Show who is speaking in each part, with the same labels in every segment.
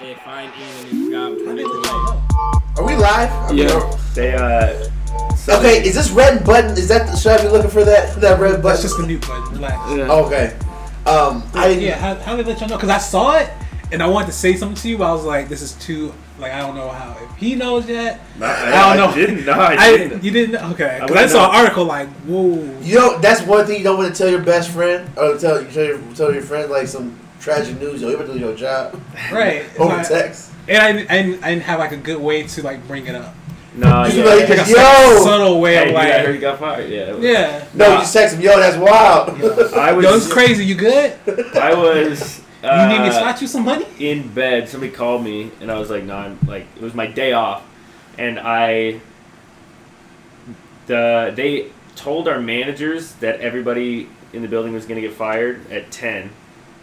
Speaker 1: They find Ian and his job when they were
Speaker 2: Are we live? I mean,
Speaker 1: Yeah.
Speaker 2: are-
Speaker 3: They uh. so-
Speaker 2: Okay, is this red button? Is that should I be looking for that that red
Speaker 4: That's
Speaker 2: button? Oh,
Speaker 4: just the mute button. Relax.
Speaker 3: Yeah.
Speaker 2: okay. Um, I didn't.
Speaker 4: yeah, how, how they let y'all know? Because I saw it and I wanted to say something to you, but I was like, this is too, like, I don't know how. If he knows yet,
Speaker 3: Nah,
Speaker 4: I don't know.
Speaker 3: Didn't. No, I, didn't.
Speaker 4: You didn't? Okay. Because I,
Speaker 3: wouldn't
Speaker 4: saw
Speaker 3: know.
Speaker 4: an article like, whoa.
Speaker 2: You know, that's one thing you don't want to tell your best friend or tell tell your tell your friend like some tragic news. Yo, you better do your job
Speaker 4: Right.
Speaker 2: over
Speaker 4: Like,
Speaker 2: text.
Speaker 4: and I, didn't- I, didn't, I didn't have, like, a good way to, like, bring it up.
Speaker 3: No,
Speaker 2: Just
Speaker 3: yeah.
Speaker 2: like-
Speaker 4: Like a
Speaker 2: Yo!
Speaker 4: subtle way
Speaker 3: Hey,
Speaker 4: of,
Speaker 3: you got- heard you
Speaker 4: like,
Speaker 3: got fired. Yeah. that was-
Speaker 4: yeah.
Speaker 2: No,
Speaker 3: Nah.
Speaker 2: you just text him. Yo, that's wild.
Speaker 3: I was.
Speaker 4: Yo, it's crazy. You good?
Speaker 3: I was. Uh,
Speaker 4: you need me to slot you some money?
Speaker 3: in bed. Somebody called me, and I was like, "No, I'm like it was my day off," and I the they told our managers that everybody in the building was going to get fired at ten.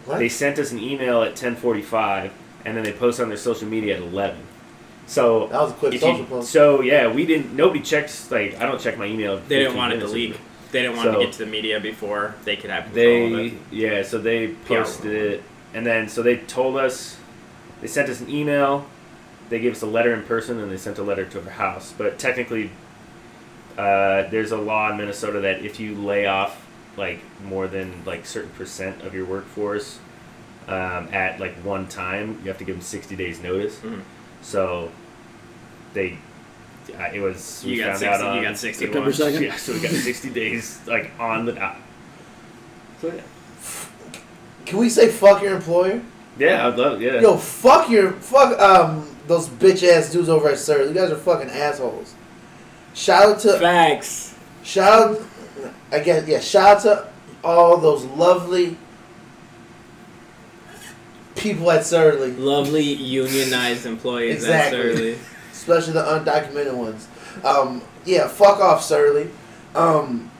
Speaker 2: What?
Speaker 3: They sent us an email at ten forty five, and then they posted on their social media at eleven. So
Speaker 2: That was a quick
Speaker 3: if
Speaker 2: social
Speaker 3: you-
Speaker 2: post.
Speaker 3: So yeah, we didn't. Nobody checks. Like I don't check my email.
Speaker 1: They didn't
Speaker 3: 15
Speaker 1: want it to
Speaker 3: minutes.
Speaker 1: leak. They didn't want
Speaker 3: So-
Speaker 1: to get to the media before they could have control of
Speaker 3: They
Speaker 1: it.
Speaker 3: yeah, so they
Speaker 1: Yeah.
Speaker 3: posted it, and then so they told us, they sent us an email, they gave us a letter in person, and they sent a letter to our house. But technically, uh, there's a law in Minnesota that if you lay off like more than like certain percent of your workforce um, at like one time, you have to give them 60 days notice.
Speaker 1: Mhm.
Speaker 3: So they. I it was we
Speaker 1: You got
Speaker 3: found
Speaker 1: 60,
Speaker 3: out on
Speaker 1: you got 60
Speaker 3: September
Speaker 1: lunch.
Speaker 3: 2nd. Yeah, so we got 60 days like on the dot. So yeah.
Speaker 2: Can we say fuck your employer?
Speaker 3: Yeah, I'd love. Yeah,
Speaker 2: Yo, fuck your fuck um those bitch ass dudes over at Sir. You guys are fucking assholes. Shout out to
Speaker 1: Facts.
Speaker 2: Shout out again, yeah. Shout out to all those lovely people at Surly,
Speaker 1: Lovely unionized employees.
Speaker 2: Exactly.
Speaker 1: That's early.
Speaker 2: especially the undocumented ones. Um, yeah, fuck off, Surly. Um,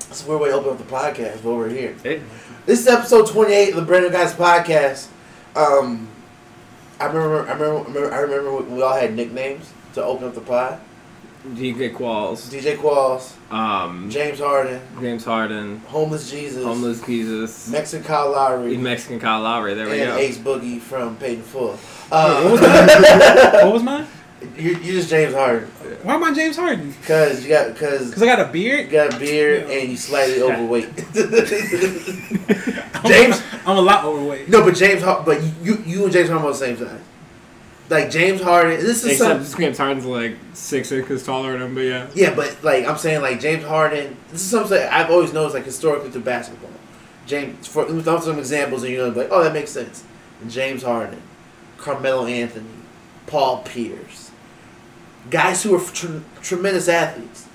Speaker 2: that's where we open up the podcast. While we're here,
Speaker 3: Hey,
Speaker 2: this is episode twenty-eight of the Brand New Guys podcast. Um, I remember, I remember, I remember, I remember we- we all had nicknames to open up the pod.
Speaker 1: DJ Qualls.
Speaker 2: DJ Qualls,
Speaker 5: Mm-hmm.
Speaker 1: Um,
Speaker 2: James Harden,
Speaker 1: James Harden.
Speaker 2: Homeless Jesus,
Speaker 1: Jesus.
Speaker 2: Mexican Kyle Lowry.
Speaker 1: Mexican Kyle Lowry. There
Speaker 2: and Ace Boogie from Peyton Full.
Speaker 4: What was
Speaker 2: Uh,
Speaker 4: What was mine?
Speaker 2: you you just James Harden
Speaker 4: Why am I James Harden?
Speaker 2: because you got because
Speaker 4: Because I got a
Speaker 2: you
Speaker 4: beard?
Speaker 2: got a beard and you slightly overweight. James-
Speaker 4: I'm a lot overweight.
Speaker 2: no, but James Harden, but you you and James Harden are the same size. Like James Harden, this is
Speaker 5: Except
Speaker 2: some
Speaker 5: James Harden's like six inches taller than him, but yeah.
Speaker 2: yeah, but like I'm saying, like James Harden, this is something I've always noticed, like historically through basketball. James, for let me throw some examples, and you know, like oh that makes sense. James Harden, Carmelo Anthony, Paul Pierce, guys who are tr- tremendous athletes.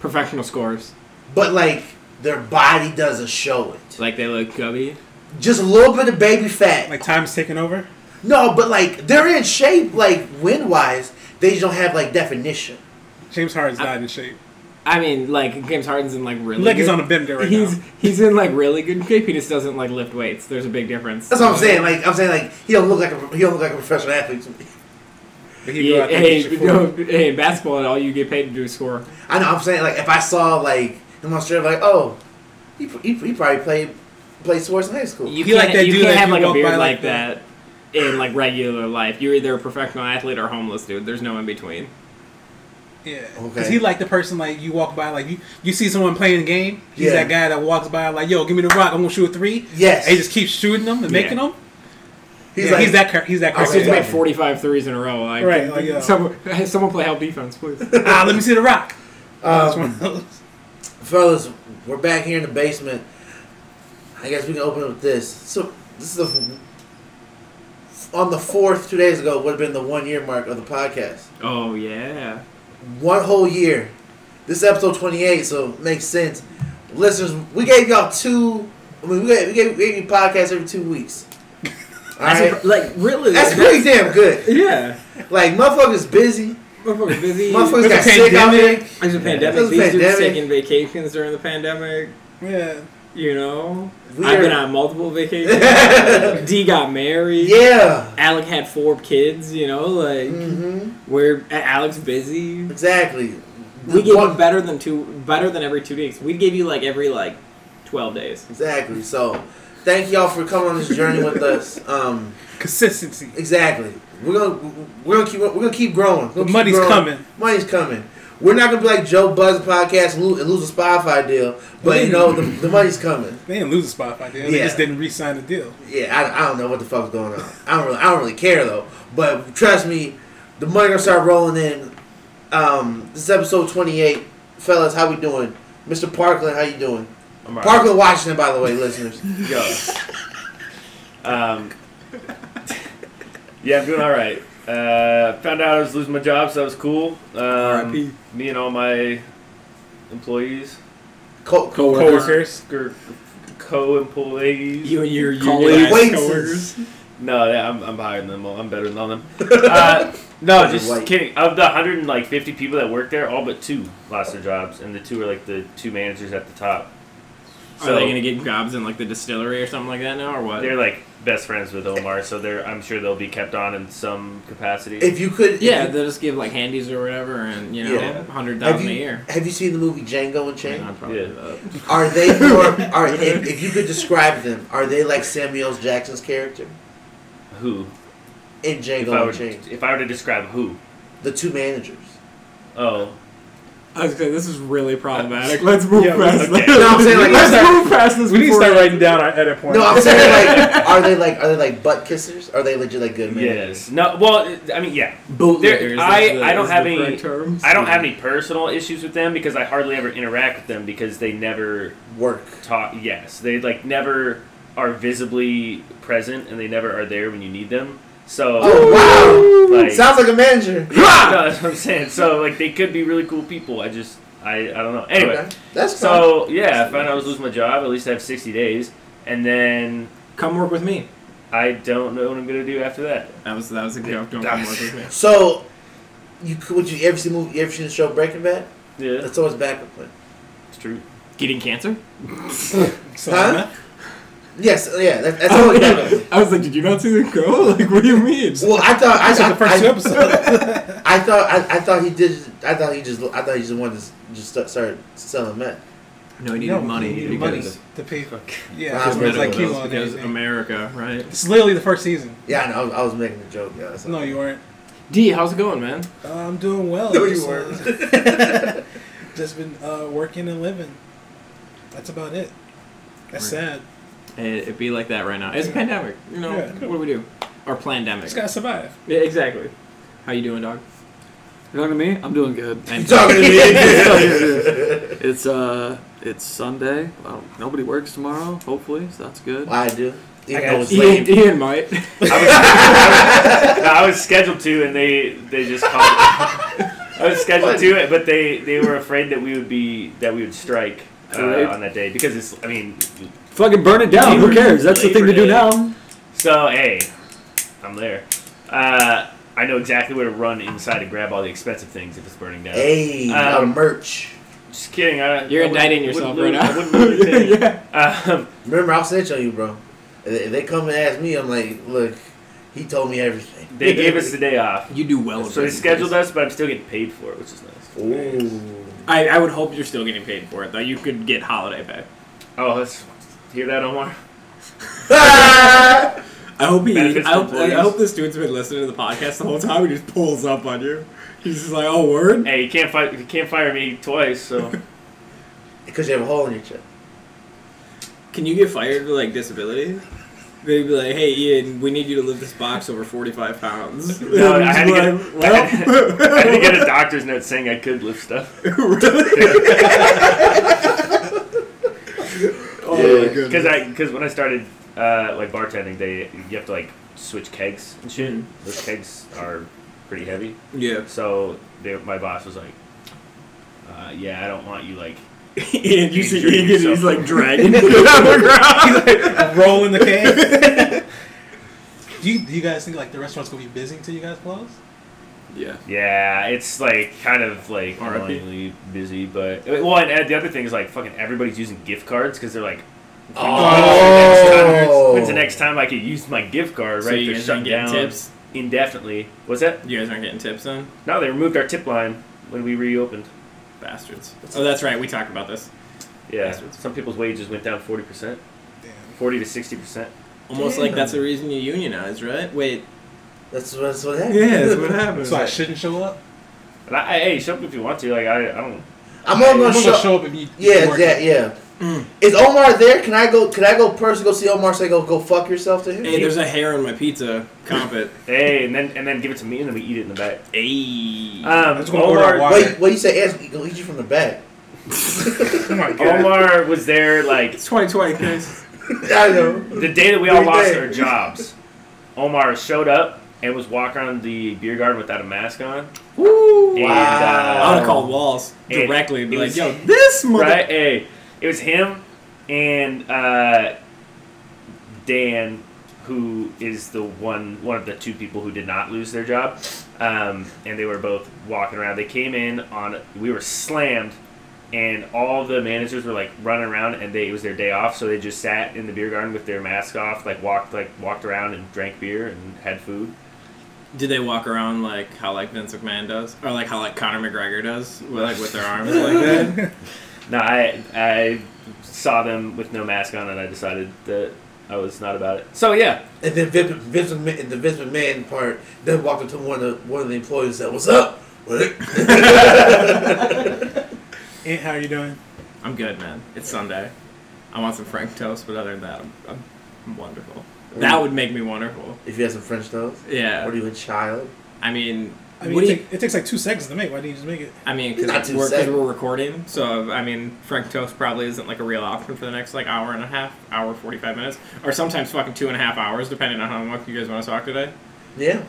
Speaker 5: Professional scores.
Speaker 2: but like their body doesn't show it.
Speaker 5: Like they look chubby.
Speaker 2: Just a little bit of baby fat.
Speaker 4: Like, time's taking over?
Speaker 2: no, but like they're in shape, like wind wise, they just don't have like definition.
Speaker 4: James Harden's not in shape.
Speaker 5: I mean, like James Harden's in like really.
Speaker 4: Like
Speaker 5: good,
Speaker 4: he's on a bender right
Speaker 5: he's
Speaker 4: now.
Speaker 5: he's in like really good shape. He just doesn't like lift weights. There's a big difference.
Speaker 2: That's what I'm saying. Like I'm saying, like he don't look like a he don't look like a professional athlete to me.
Speaker 4: But he go
Speaker 5: Yeah,
Speaker 4: out there and
Speaker 5: hey,
Speaker 4: get your
Speaker 5: no,
Speaker 4: food.
Speaker 5: hey, in basketball, all you get paid to do is score.
Speaker 2: I know. I'm saying like if I saw like him on strip, like oh, he, he, he probably played played sports in high school.
Speaker 5: You
Speaker 4: He like
Speaker 5: can't,
Speaker 4: that
Speaker 5: you
Speaker 4: dude
Speaker 5: can't
Speaker 4: that
Speaker 5: have
Speaker 4: you
Speaker 5: like a
Speaker 4: walk by
Speaker 5: beard
Speaker 4: like
Speaker 5: like that in like regular life. You're either a professional athlete or homeless, dude. There's no in between.
Speaker 4: Yeah, because
Speaker 2: Okay.
Speaker 4: he like the person like you walk by like you you see someone playing a game. He's
Speaker 2: Yeah.
Speaker 4: that guy that walks by like, yo, give me the rock. I'm gonna shoot a three.
Speaker 2: Yes.
Speaker 4: and he just keeps shooting them and
Speaker 5: Yeah.
Speaker 4: making them.
Speaker 2: He's
Speaker 4: He's,
Speaker 2: like-
Speaker 4: he's that cur- he's that
Speaker 2: I'll
Speaker 5: Dude's
Speaker 2: see
Speaker 4: person.
Speaker 5: made
Speaker 2: that.
Speaker 5: 45 threes in a row. Like,
Speaker 4: Right, like, yeah.
Speaker 5: someone, hey, someone play help defense, please.
Speaker 4: ah, let me see the rock. That's one
Speaker 2: um,
Speaker 4: of those.
Speaker 2: fellas, we're back here in the basement. I guess we can open up with this. So this is the on the fourth two days ago would have been the one year mark of the podcast.
Speaker 5: oh yeah.
Speaker 2: One whole year. This is episode twenty eight, so it makes sense. Listeners, we gave y'all two. I mean, we gave, we gave, we gave you podcasts every two weeks. All
Speaker 5: That's
Speaker 2: right,
Speaker 5: a- like really.
Speaker 2: that's
Speaker 5: like,
Speaker 2: pretty damn good.
Speaker 5: Yeah.
Speaker 2: Like motherfuckers busy.
Speaker 5: Motherfuckers busy.
Speaker 2: Motherfuckers
Speaker 5: There's
Speaker 2: got
Speaker 5: a
Speaker 2: sick out
Speaker 5: pandemic.
Speaker 2: here.
Speaker 5: There's a pandemic.
Speaker 2: There's a
Speaker 5: These dudes
Speaker 2: pandemic.
Speaker 5: taking vacations during the pandemic.
Speaker 4: Yeah.
Speaker 5: You know,
Speaker 2: We
Speaker 5: I've
Speaker 2: are-
Speaker 5: been on multiple vacations. D got married.
Speaker 2: Yeah.
Speaker 5: Alec had four kids. You know, like
Speaker 2: hmm
Speaker 5: we're Alex busy.
Speaker 2: Exactly.
Speaker 5: We gave you
Speaker 2: One-
Speaker 5: better than two, better than every two weeks. We gave you like every like twelve days.
Speaker 2: Exactly. So, thank y'all for coming on this journey with us. Um,
Speaker 4: Consistency.
Speaker 2: exactly. We're gonna we're gonna keep we're gonna keep growing. We're gonna
Speaker 4: The
Speaker 2: keep
Speaker 4: money's
Speaker 2: growing.
Speaker 4: coming.
Speaker 2: Money's coming. We're not gonna be like Joe Buzz podcast and lose, and lose a Spotify deal, but you know the, the money's coming.
Speaker 4: They didn't lose a spot by deal. They
Speaker 2: Yeah.
Speaker 4: just didn't re-sign the deal.
Speaker 2: Yeah, I, I don't know what the fuck's going on. I don't really I don't really care though. But trust me, the money gonna start rolling in. Um, this is episode twenty eight, fellas. How we doing, Mr. Parkland? How you doing?
Speaker 3: I'm all right.
Speaker 2: Parkland, Washington, by the way, listeners.
Speaker 3: Yo. Um, yeah, I'm doing all right. Uh, found out I was losing my job, so that was cool. Um, me and all my employees,
Speaker 2: Co-
Speaker 4: Coworkers.
Speaker 3: or co-employees.
Speaker 5: You and your
Speaker 2: Wait,
Speaker 5: colleagues,
Speaker 2: wait,
Speaker 5: coworkers.
Speaker 3: No, yeah, I'm, I'm higher than them all. I'm better than all them. Uh, no,
Speaker 2: You're
Speaker 3: just
Speaker 2: white.
Speaker 3: kidding. Of the 150 people that work there, all but two lost their jobs, and the two are like the two managers at the top.
Speaker 5: Are they gonna get jobs in like the distillery or something like that now, or what?
Speaker 3: They're like best friends with Omar, so they're I'm sure they'll be kept on in some capacity.
Speaker 2: If you could, if
Speaker 5: yeah,
Speaker 2: you-
Speaker 5: they'll just give like handies or whatever, and you know,
Speaker 2: Yeah.
Speaker 5: hundred
Speaker 2: Have
Speaker 5: thousand
Speaker 2: you,
Speaker 5: a year.
Speaker 2: have you seen the movie Django
Speaker 5: I mean,
Speaker 2: Unchained?
Speaker 5: I'd probably
Speaker 3: Yeah.
Speaker 5: do that.
Speaker 2: Are they more? Are if, if you could describe them, are they like Samuel L. Jackson's character
Speaker 3: who?
Speaker 2: in
Speaker 3: If I
Speaker 2: Django
Speaker 3: were
Speaker 2: Unchained?
Speaker 3: if I were to describe who?
Speaker 2: The two managers.
Speaker 3: Oh,
Speaker 5: I was gonna say this is really problematic. Let's move
Speaker 4: Yeah, we-
Speaker 5: past.
Speaker 3: okay.
Speaker 5: this.
Speaker 2: No, I'm saying, like,
Speaker 5: let's
Speaker 2: let's
Speaker 5: move past this.
Speaker 4: We need to
Speaker 5: before
Speaker 4: start writing down our edit points.
Speaker 2: No, I'm saying like, are they like are they like butt kissers? Are they legit like good managers?
Speaker 3: yes. No. Well, I mean, yeah.
Speaker 5: bootleggers,
Speaker 3: There- I-
Speaker 5: is the-
Speaker 3: I don't
Speaker 5: is
Speaker 3: have
Speaker 5: the
Speaker 3: any-
Speaker 5: correct term.
Speaker 3: I don't have any personal issues with them because I hardly ever interact with them because they never
Speaker 2: Work.
Speaker 3: talk. Yes, they like never are visibly present and they never are there when you need them. So
Speaker 2: Oh wow!
Speaker 3: like,
Speaker 2: Sounds like a manager.
Speaker 3: Yeah, no, that's what I'm saying. So like they could be really cool people. I just I, I don't know. Anyway,
Speaker 2: Okay. That's fine.
Speaker 3: so yeah, I found out I was losing my job. At least I have 60 days, and then
Speaker 5: Come work with me.
Speaker 3: I don't know what I'm gonna do after that.
Speaker 5: That was that was a joke. Don't
Speaker 3: That
Speaker 5: come work
Speaker 3: was-
Speaker 5: with me.
Speaker 2: So, you could would you ever see movie? You ever seen the show Breaking Bad?
Speaker 3: Yeah,
Speaker 2: That's always backup plan.
Speaker 3: it's true.
Speaker 5: Getting cancer?
Speaker 4: So,
Speaker 2: Huh? Yes, uh, yeah, that, that's
Speaker 5: Oh,
Speaker 2: always
Speaker 5: yeah.
Speaker 2: backup. plan.
Speaker 5: I was like, did you not see the go? Like, what do you mean?
Speaker 2: Well, I thought I,
Speaker 4: That's like the first
Speaker 2: I,
Speaker 4: two episodes.
Speaker 2: I thought I, I thought he did. I thought he just. I thought he just wanted to just start, start selling meth.
Speaker 5: No, he needed
Speaker 4: No,
Speaker 5: money.
Speaker 4: you
Speaker 5: He
Speaker 4: needed money
Speaker 5: because
Speaker 4: to pay for.
Speaker 2: Wow.
Speaker 4: Yeah, it's
Speaker 2: Because
Speaker 4: like
Speaker 2: medical
Speaker 4: Kilo
Speaker 2: bills,
Speaker 4: and
Speaker 5: because
Speaker 4: everything.
Speaker 5: America, right?
Speaker 4: It's literally the first season.
Speaker 2: Yeah, I know. I was, I was making a joke. Yeah,
Speaker 4: No, you weren't.
Speaker 5: D, how's it going, man?
Speaker 4: Uh, I'm doing well.
Speaker 2: No, you
Speaker 4: Just, uh,
Speaker 2: weren't.
Speaker 4: just been uh, working and living. That's about it. That's sad.
Speaker 5: It, it be like that right now. It's a pandemic. You know,
Speaker 4: Yeah.
Speaker 5: what do we do? Or pandemic.
Speaker 4: Just gotta survive.
Speaker 5: Yeah, exactly. How you doing, dog?
Speaker 6: You talking to me? I'm doing good.
Speaker 5: I'm
Speaker 2: talking to
Speaker 6: Yeah.
Speaker 2: me.
Speaker 6: It's uh, it's Sunday. Well, nobody works tomorrow, hopefully, so that's good.
Speaker 2: I do. Even
Speaker 3: got
Speaker 2: though it's
Speaker 5: Ian,
Speaker 2: late.
Speaker 5: Ian might.
Speaker 3: No, I was scheduled to, and they they just called. I was scheduled to it, but they they were afraid that we would be that we would strike uh,
Speaker 6: Right.
Speaker 3: on that day because it's. I mean,
Speaker 6: Fucking burn it down. Who cares? That's the thing to do now.
Speaker 3: so hey, I'm there. Uh, I know exactly where to run inside and grab all the expensive things if it's burning down.
Speaker 2: Hey, out of
Speaker 3: Um,
Speaker 2: merch.
Speaker 3: Just kidding. I,
Speaker 5: You're
Speaker 3: I wouldn't-
Speaker 5: indicting yourself
Speaker 3: wouldn't lose-
Speaker 5: right
Speaker 3: I
Speaker 5: now.
Speaker 3: wouldn't lose a thing.
Speaker 5: yeah.
Speaker 3: Um,
Speaker 2: Remember, I'll snitch on you, bro. If they- if they come and ask me, I'm like, look, he told me everything.
Speaker 3: they gave us the day off,
Speaker 5: You do well.
Speaker 3: so they scheduled us, but I'm still getting paid for it, which is nice.
Speaker 2: Ooh.
Speaker 5: I, I would hope you're still getting paid for it, though. You could get holiday pay.
Speaker 3: Oh, let's hear that, Omar.
Speaker 2: Ah!
Speaker 5: I hope he.
Speaker 3: Benefits
Speaker 5: I
Speaker 3: to
Speaker 5: hope, I
Speaker 3: employees.
Speaker 5: hope this dude's been listening to the podcast the whole time. He just pulls up on you. He's just like, "Oh, word."
Speaker 3: Hey, you can't fight. You can't fire me twice. So
Speaker 2: Because you have a hole in your chest.
Speaker 5: Can you get fired for like disability? They'd be like, "Hey, Ian, we need you to lift this box over 45 pounds."
Speaker 3: No, I had to get a-
Speaker 5: Well,
Speaker 3: I I had to get a doctor's note saying I could lift stuff
Speaker 5: really? Oh
Speaker 2: Yeah.
Speaker 5: my goodness.
Speaker 3: because I because when I started uh, like bartending, they you have to like switch kegs and shit. Those kegs are pretty heavy,
Speaker 5: Yeah.
Speaker 3: so they, my boss was like, uh, "Yeah, I don't want you like."
Speaker 5: Ian, you see
Speaker 3: Injuring
Speaker 5: Ian, and he's
Speaker 3: yourself.
Speaker 5: like dragging it on the ground.
Speaker 4: Rolling the can. do, you, do you guys think like the restaurant's gonna be busy until you guys close?
Speaker 6: Yeah.
Speaker 3: Yeah, it's like kind of like
Speaker 5: RIP.
Speaker 3: annoyingly busy, but well, and, uh, the other thing is like fucking everybody's using gift cards because they're like,
Speaker 2: Oh.
Speaker 3: when's the next time I could use my gift card?
Speaker 5: So
Speaker 3: right,
Speaker 5: you
Speaker 3: they're
Speaker 5: guys
Speaker 3: shut
Speaker 5: aren't getting
Speaker 3: down
Speaker 5: tips?
Speaker 3: indefinitely. Was that?
Speaker 5: You guys aren't getting tips then?
Speaker 3: No, they removed our tip line when we reopened.
Speaker 5: Bastards. Oh, that's right. We talked about this.
Speaker 3: Yeah,
Speaker 5: Bastards.
Speaker 3: some people's wages went down forty percent,
Speaker 4: Damn.
Speaker 3: forty to sixty percent.
Speaker 5: Almost like that's the reason you unionized, right? Wait.
Speaker 2: That's, what- that's what happened.
Speaker 5: happened.
Speaker 4: So I shouldn't show up.
Speaker 3: And I, I- hey, show up if you want to. Like I, I don't.
Speaker 2: I'm all
Speaker 4: I'm
Speaker 2: gonna
Speaker 4: gonna
Speaker 2: show.
Speaker 4: show up if you.
Speaker 2: Yeah,
Speaker 4: work.
Speaker 2: yeah, yeah. Is Omar there? Can I go? Can I go personally go see Omar? Say go, go fuck yourself to him.
Speaker 5: Hey, there's a hair on my pizza. Comp it.
Speaker 3: Hey, and then and then give it to me, and then we eat it in the back.
Speaker 5: Ayy.
Speaker 3: Um,
Speaker 4: just gonna order
Speaker 3: Omar-
Speaker 4: a water.
Speaker 2: Wait, what you say? Ask, he'll eat you from the back.
Speaker 4: Oh my god.
Speaker 3: Omar was there like
Speaker 5: It's 2020, guys.
Speaker 2: I know.
Speaker 3: the day that we
Speaker 2: What
Speaker 3: all
Speaker 2: do you
Speaker 3: lost
Speaker 2: think?
Speaker 3: our jobs. Omar showed up and was walking around the beer garden without a mask on.
Speaker 5: Woo!
Speaker 3: And,
Speaker 5: I would
Speaker 2: Wow.
Speaker 3: uh,
Speaker 5: have called Walls
Speaker 3: It-
Speaker 5: directly and be
Speaker 3: it
Speaker 5: like,
Speaker 3: was-
Speaker 5: yo, this mother.
Speaker 3: right? Hey, it was him and uh, Dan, who is the one one of the two people who did not lose their job, um, and they were both walking around. They came in on we were slammed, and all the managers were like running around, and they it was their day off, so they just sat in the beer garden with their mask off, like walked like walked around and drank beer and had food.
Speaker 5: Did they walk around like how like Vince McMahon does, or like how like Conor McGregor does, with, like with their arms like that?
Speaker 3: No, I I saw them with no mask on, and I decided that I was not about it. So yeah.
Speaker 2: And then Vince, Vince McMahon, and the Vince McMahon part, then walked up to one of the one of the employees and said, "What's up?"
Speaker 4: Aunt, how are you doing?
Speaker 5: I'm good, man. It's Sunday. I want some Frank toast, but other than that, I'm, I'm, I'm wonderful. That would make me wonderful.
Speaker 2: if you had some French toast,
Speaker 5: Yeah.
Speaker 2: or you a child?
Speaker 5: I mean,
Speaker 4: I mean,
Speaker 5: what
Speaker 4: it,
Speaker 5: do you-
Speaker 4: take- it takes like two seconds to make. Why didn't you just make it?
Speaker 5: I mean,
Speaker 2: Not
Speaker 5: because
Speaker 2: too
Speaker 5: we're, 'cause
Speaker 2: sad.
Speaker 5: we're recording, so I mean, Frank toast probably isn't like a real option for the next like hour and a half, hour forty five minutes, or sometimes fucking two and a half hours, depending on how much you guys want to talk today.
Speaker 2: Yeah.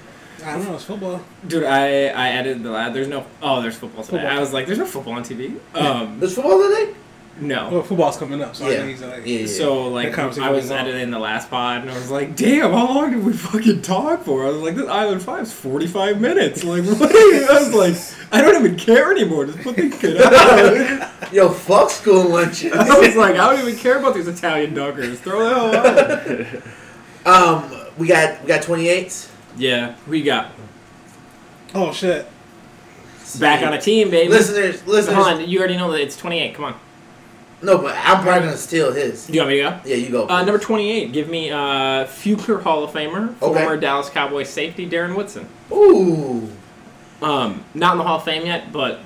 Speaker 4: I don't know. It's football.
Speaker 5: Dude, I I edited the lad. There's no oh, there's football today.
Speaker 4: Football.
Speaker 5: I was like, there's no football on TV. Um,
Speaker 2: There's football today.
Speaker 5: no.
Speaker 4: Well, football's coming up, so I
Speaker 2: yeah.
Speaker 4: think he's like.
Speaker 2: yeah. yeah.
Speaker 5: So like,
Speaker 4: conversation
Speaker 5: I was
Speaker 4: was long.
Speaker 5: editing the last pod, and I was like, damn, how long did we fucking talk for? I was like, this Island Five is forty five minutes. Like, what? I was like, I don't even care anymore. Just put the kid out.
Speaker 2: yo, fuck school lunches.
Speaker 5: I was like, I don't even care about these Italian dunkers. Throw the hell out.
Speaker 2: um, we got we got 28.
Speaker 5: Yeah, we got
Speaker 4: Oh shit.
Speaker 5: back on a team, baby.
Speaker 2: Listeners, listeners.
Speaker 5: Come on, you already know that it's 28. Come on.
Speaker 2: No, but I'm probably gonna steal his.
Speaker 5: Do you want me to go?
Speaker 2: Yeah, you go.
Speaker 5: Uh, number 28, give me uh, future Hall of Famer,
Speaker 2: Okay.
Speaker 5: former Dallas Cowboys safety Darren Woodson.
Speaker 2: Ooh.
Speaker 5: Um, not in the Hall of Fame yet, but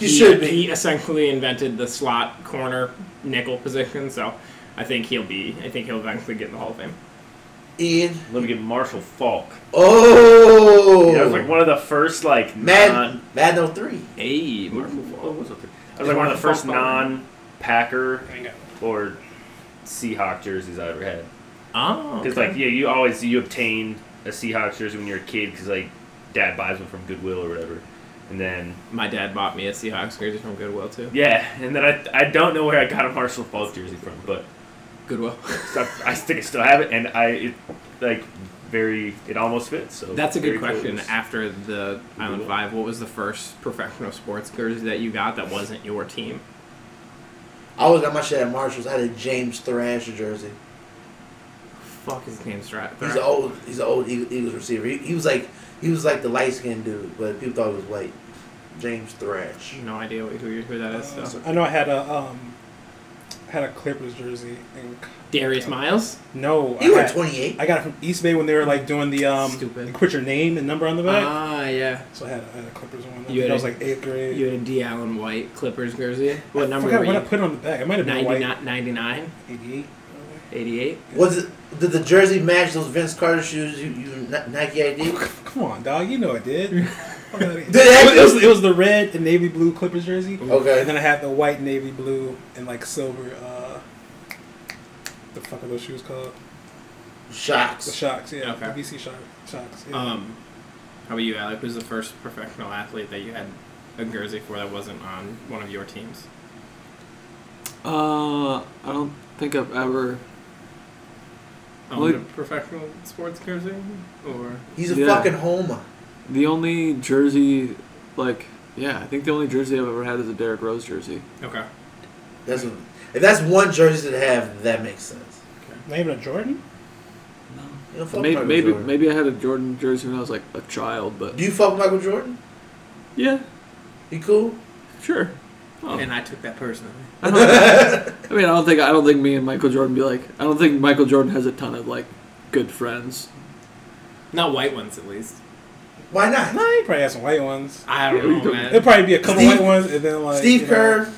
Speaker 2: You should be.
Speaker 5: he essentially invented the slot corner nickel position, so I think he'll be, I think he'll eventually get in the Hall of Fame.
Speaker 2: Ian.
Speaker 3: Let me get Marshall Falk.
Speaker 2: Oh.
Speaker 3: That was like one of the first like
Speaker 2: Mad
Speaker 3: non.
Speaker 2: Mad No Three.
Speaker 5: Hey, Marshall
Speaker 3: What was it? That was like one of the first non-Packer or Seahawk jerseys I ever had.
Speaker 5: Oh.
Speaker 3: Because like yeah, you always you obtain a Seahawks jersey when you're a kid because like dad buys one from Goodwill or whatever, and then
Speaker 5: My dad bought me a Seahawks jersey from Goodwill, too.
Speaker 3: yeah, and then I I don't know where I got a Marshall Falk jersey from, but
Speaker 5: Goodwill.
Speaker 3: I, I think I still have it, and I it like very it almost fits. So
Speaker 5: That's a good
Speaker 3: very close.
Speaker 5: question. After the Island Five, what was the first professional sports jersey that you got that wasn't your team?
Speaker 2: I always got my shit at Marshalls. I had a James Thrash jersey.
Speaker 5: Fuck his name's Strat.
Speaker 2: He's an old he's an old Eagle- Eagles receiver. He, he was like he was like the light skinned dude, but people thought he was white. James Thrash.
Speaker 4: Mm.
Speaker 5: No idea who, you- who that is.
Speaker 4: Uh,
Speaker 5: So.
Speaker 4: I know I had a um, had a Clippers jersey. And,
Speaker 5: Darius Miles.
Speaker 4: no, I,
Speaker 2: You were
Speaker 4: had-
Speaker 2: twenty eight.
Speaker 4: I got it from East Bay when they were like doing the um,
Speaker 5: Stupid.
Speaker 4: you put your name and number on the back.
Speaker 5: Ah, yeah.
Speaker 4: so I had, I had a Clippers one. I,
Speaker 5: You
Speaker 4: think
Speaker 5: had
Speaker 4: I was
Speaker 5: a-
Speaker 4: like eighth grade.
Speaker 5: You had a D. Allen White Clippers jersey. What
Speaker 4: I
Speaker 5: number
Speaker 4: forgot
Speaker 5: were
Speaker 4: what I
Speaker 5: you?
Speaker 4: put on the back. It might have been white.
Speaker 5: 99, 99,
Speaker 4: 88.
Speaker 5: 88.
Speaker 2: Was it did the jersey match those Vince Carter shoes you, you Nike ID? Did
Speaker 4: Come on, dog. You know it did. Fuck outta here.
Speaker 2: it actually-
Speaker 4: it, was, it was the red and navy blue Clippers jersey.
Speaker 2: Okay.
Speaker 4: And then I had the white, navy blue, and like silver. Uh, the fuck are those shoes called? The
Speaker 2: Shocks.
Speaker 4: shocks, yeah.
Speaker 5: Okay.
Speaker 4: The VC shock, shocks. Yeah.
Speaker 5: Um, how about you, Alec? Who's the first professional athlete that you had a jersey for that wasn't on one of your teams?
Speaker 6: Uh, I don't think I've ever.
Speaker 5: Owned a
Speaker 6: Like-
Speaker 5: professional sports jersey, or
Speaker 2: He's a
Speaker 6: Yeah.
Speaker 2: fucking homer.
Speaker 6: The only jersey, like, yeah, I think the only jersey I've ever had is a Derrick Rose jersey.
Speaker 5: Okay.
Speaker 2: That's what- if that's one jersey to have, that makes sense.
Speaker 4: Not even a Jordan?
Speaker 2: You don't fuck
Speaker 6: Maybe
Speaker 2: Michael
Speaker 6: maybe,
Speaker 2: Jordan.
Speaker 6: maybe I had a Jordan jersey when I was like a child, but
Speaker 2: Do you fuck Michael Jordan?
Speaker 6: yeah,
Speaker 2: You cool?
Speaker 6: sure. Oh.
Speaker 5: And I took that personally.
Speaker 6: I, don't, I mean, I don't think I don't think me and Michael Jordan be like. I don't think Michael Jordan has a ton of like good friends.
Speaker 5: Not white ones, at least.
Speaker 2: Why not?
Speaker 4: Nah, he probably had some white ones.
Speaker 5: I
Speaker 6: Yeah, we
Speaker 5: don't know,
Speaker 6: don't-
Speaker 4: There'll
Speaker 5: man.
Speaker 4: probably be a couple
Speaker 2: Steve-
Speaker 4: white ones, and then like
Speaker 2: Steve
Speaker 4: you know,
Speaker 2: Kerr,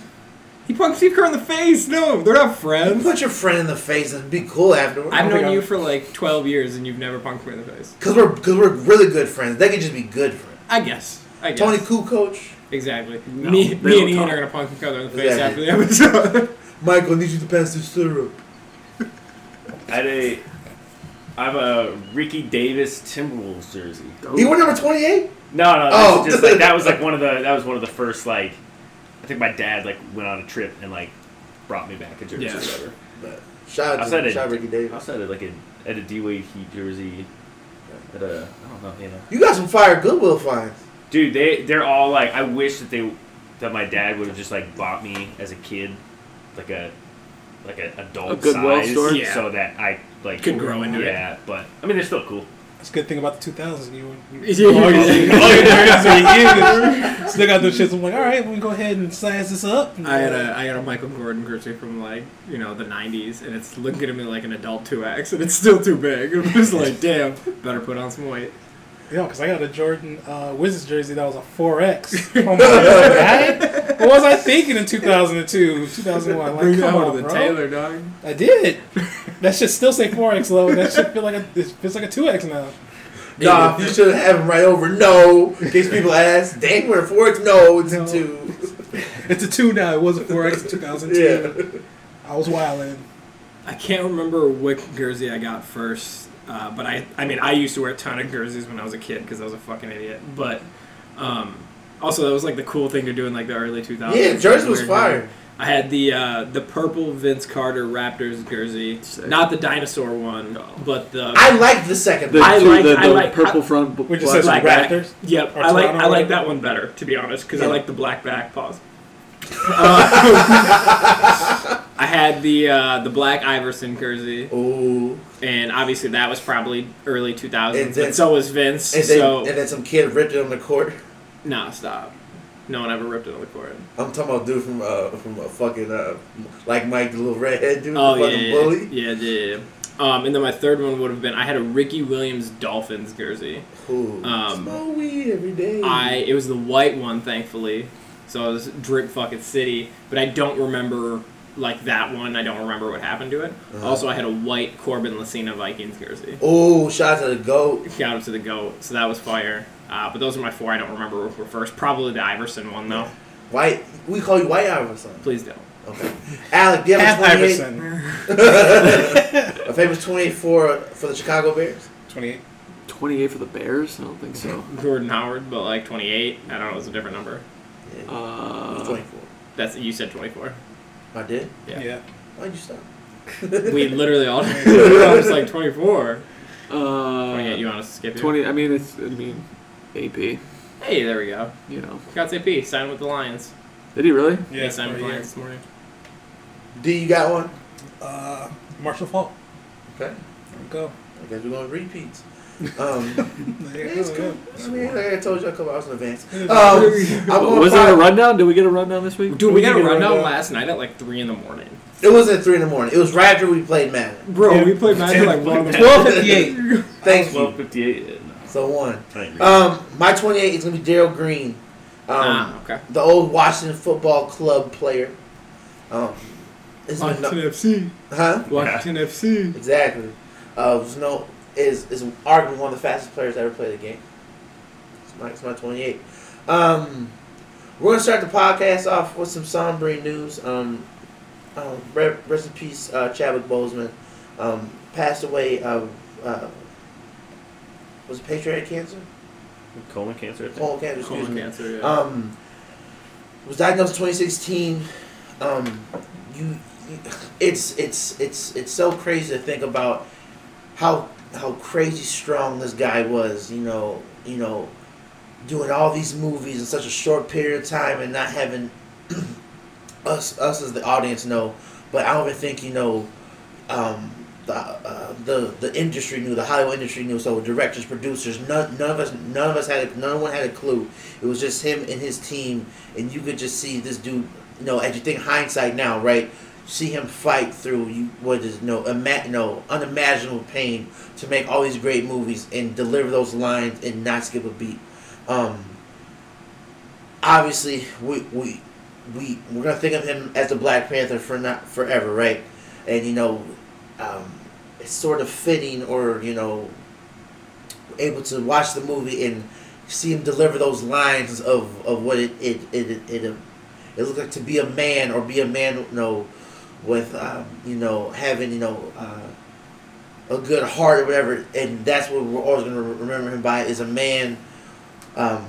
Speaker 5: He punked Steve Kerr in the face. No, they're not friends.
Speaker 2: put your friend in the face and be cool afterwards.
Speaker 4: I
Speaker 5: I've
Speaker 4: don't
Speaker 5: known
Speaker 4: think
Speaker 5: you
Speaker 4: I'm-
Speaker 5: for like 12 years and you've never punked me in the face.
Speaker 2: Because we're, cause we're really good friends. They could just be good friends.
Speaker 5: I guess. I guess.
Speaker 2: Tony Kukoc,
Speaker 5: Exactly.
Speaker 6: No,
Speaker 5: me
Speaker 6: they
Speaker 5: me
Speaker 6: don't
Speaker 5: and Ian
Speaker 6: talk.
Speaker 5: are going to punk each other in the face
Speaker 2: Exactly.
Speaker 5: after the episode.
Speaker 2: Michael, I need you to pass this syrup.
Speaker 3: I'd a, I have a Ricky Davis Timberwolves jersey.
Speaker 2: You were number 28?
Speaker 3: No, no, this
Speaker 2: Oh.
Speaker 3: is just like that was like one of the that was one of the first like, I think my dad like went on a trip and like brought me back a jersey
Speaker 5: Yeah.
Speaker 3: or whatever.
Speaker 2: But shout
Speaker 3: I
Speaker 2: out
Speaker 3: said
Speaker 2: to
Speaker 3: it.
Speaker 2: shout out Ricky
Speaker 3: I
Speaker 2: Davis.
Speaker 3: also had like a at a D Wade Heat jersey. At a I don't know you know.
Speaker 2: You got some fire Goodwill finds.
Speaker 3: Dude, they they're all like I wish that they that my dad would have just like bought me as a kid, like a like a adult
Speaker 6: A Goodwill
Speaker 3: size,
Speaker 6: store?
Speaker 5: Yeah.
Speaker 3: so that I like
Speaker 5: Could grow into it.
Speaker 3: Yeah, but I mean they're still cool.
Speaker 4: That's a good thing about the 2000s. You, you
Speaker 5: Yeah.
Speaker 4: all your-
Speaker 3: Oh,
Speaker 4: still got those shits. I'm like, all right, we can go ahead and size this up.
Speaker 5: I had a I had a Michael Gordon jersey from like you know the '90s, and it's looking at me like an adult two X, and it's still too big. It was like, damn, better put on some weight.
Speaker 4: Yo, because I got a Jordan uh, Wizards jersey that was a 4X. Oh my God. What was I thinking in 2002, 2001? Like,
Speaker 5: Bring Oh, that
Speaker 4: come
Speaker 5: one
Speaker 4: on,
Speaker 5: to the
Speaker 4: bro.
Speaker 5: tailor, dog.
Speaker 4: I did. That should still say 4X low. and That should feel like a, it feels like a 2X now.
Speaker 2: Nah, you should have him right over. No. In case people ask, dang, we're four. It's no, it's a
Speaker 4: No.
Speaker 2: two.
Speaker 4: It's a 2 now. It was a 4X in 2002. I was wilding.
Speaker 5: I can't remember which jersey I got first, uh, but I I mean I used to wear a ton of jerseys when I was a kid because I was a fucking idiot. But um, also that was like the cool thing to do in like the early 2000s.
Speaker 2: Yeah, jersey was
Speaker 5: Weird,
Speaker 2: fire.
Speaker 5: I had the uh, the purple Vince Carter Raptors jersey,
Speaker 6: Sick.
Speaker 5: not the dinosaur one, but the
Speaker 2: I like the second
Speaker 6: The,
Speaker 2: one.
Speaker 5: I
Speaker 6: two-
Speaker 5: like-
Speaker 6: the,
Speaker 5: I
Speaker 6: the
Speaker 5: like-
Speaker 6: purple
Speaker 5: I-
Speaker 6: front. b-
Speaker 4: Which
Speaker 6: black-
Speaker 4: just says
Speaker 5: black back.
Speaker 4: Raptors.
Speaker 5: Yep,
Speaker 4: Or
Speaker 5: I like
Speaker 4: Toronto
Speaker 5: I like
Speaker 4: Raptors.
Speaker 5: that one better to be honest because I
Speaker 2: Yeah.
Speaker 5: like the black back pause. Uh, I had the uh, the black Iverson jersey,
Speaker 2: Ooh.
Speaker 5: and obviously that was probably early 2000s.
Speaker 2: And then-
Speaker 5: but so was Vince.
Speaker 2: And then,
Speaker 5: so
Speaker 2: and then some kid ripped it on the court.
Speaker 5: nah, stop. No one ever ripped it on the court.
Speaker 2: I'm talking about dude from uh from a fucking uh like Mike the little redhead dude,
Speaker 5: Oh
Speaker 2: the
Speaker 5: yeah,
Speaker 2: fucking
Speaker 5: yeah,
Speaker 2: bully.
Speaker 5: yeah, yeah, yeah. Um, and then my third one would have been I had a Ricky Williams Dolphins jersey.
Speaker 2: Ooh,
Speaker 5: Um,
Speaker 2: smoke weed every day.
Speaker 5: I it was the white one, thankfully. So it was drip fucking city, but I don't remember like that one. I don't remember what happened to it.
Speaker 2: Uh-huh.
Speaker 5: Also, I had a white Corbin Lucina Vikings jersey.
Speaker 2: Ooh, shout out to the goat.
Speaker 5: Shout out to the goat. So that was fire. Uh, but those are my four. I don't remember which were first. Probably the Iverson one though.
Speaker 2: White, we call you White Iverson.
Speaker 5: Please don't.
Speaker 2: Okay, Alec, do you have
Speaker 4: Half
Speaker 2: a 28?
Speaker 4: Iverson.
Speaker 2: A famous 24 for the Chicago Bears.
Speaker 4: 28.
Speaker 6: 28 for the Bears? I don't think so.
Speaker 5: Jordan Howard, but like 28. I don't know. It's a different number.
Speaker 2: Yeah,
Speaker 6: Uh,
Speaker 2: 24.
Speaker 5: That's you said 24.
Speaker 2: I did.
Speaker 5: Yeah.
Speaker 4: Yeah.
Speaker 2: Why'd you stop?
Speaker 5: We literally all. I was like 24.
Speaker 6: uh,
Speaker 5: 28. You want us to skip it?
Speaker 6: 20. I mean, it's. I mean, AP.
Speaker 5: Hey, there we go.
Speaker 6: You know.
Speaker 5: Got AP signed with the Lions.
Speaker 6: Did he really?
Speaker 5: Yeah, signed with
Speaker 4: for
Speaker 5: the Lions
Speaker 4: a year.
Speaker 5: this morning.
Speaker 2: D, you got one?
Speaker 4: Uh, Marshall Falk.
Speaker 2: Okay,
Speaker 4: There we go.
Speaker 2: I guess we're going to repeats. Um, yeah,
Speaker 4: There you
Speaker 2: it's
Speaker 4: go.
Speaker 2: cool. I mean, like I told you a couple hours in advance. Um,
Speaker 4: Was
Speaker 2: I'm going
Speaker 6: was there a
Speaker 2: five-
Speaker 6: rundown? Did we get a rundown this week?
Speaker 5: Dude, we got a
Speaker 4: Meeting
Speaker 5: rundown
Speaker 4: rundown.
Speaker 5: last night at like three in the morning.
Speaker 2: It wasn't at 3 in the morning. It was right after we played Madden.
Speaker 5: Bro,
Speaker 4: Yeah. we
Speaker 5: played Magic like one
Speaker 3: the-
Speaker 4: 1258.
Speaker 2: Thank
Speaker 3: Twelve
Speaker 2: you.
Speaker 3: fifty eight.
Speaker 2: So one.
Speaker 3: I agree.
Speaker 2: Um, my 28 is going to be Daryl Green. Um,
Speaker 5: Ah, okay.
Speaker 2: the old Washington Football Club player. Um, it's been no-
Speaker 5: FC.
Speaker 2: huh?
Speaker 5: Washington FC.
Speaker 2: Exactly. Uh, was no is is arguably one of the fastest players to ever play the game. It's my, it's my 28. Um, we're gonna start the podcast off with some somber news. Um, um, re- rest in peace, uh, Chadwick Boseman. Um, passed away of uh, was it pancreatic cancer,
Speaker 3: Colon cancer. I think.
Speaker 2: colon cancer. Excuse
Speaker 5: Colon
Speaker 2: me.
Speaker 5: cancer, yeah.
Speaker 2: Um, was diagnosed in 2016. Um, you, you, it's it's it's it's so crazy to think about how how crazy strong this guy was. You know, you know, doing all these movies in such a short period of time and not having us us as the audience know. But I don't even think you know um, the, uh, the the industry knew the Hollywood industry knew. So directors, producers, none, none of us none of us had a, no one had a clue. It was just him and his team, and you could just see this dude. You know, as you think hindsight now, right? See him fight through you what is no ima- no unimaginable pain to make all these great movies and deliver those lines and not skip a beat. Um, obviously, we, we we we're gonna think of him as the Black Panther for not forever, right? And you know, um, it's sort of fitting, or you know, able to watch the movie and see him deliver those lines of, of what it it it it, it, it looked like to be a man or be a man, you know, with um, you know having you know. Uh, a good heart or whatever, and that's what we're always gonna remember him by is a man um,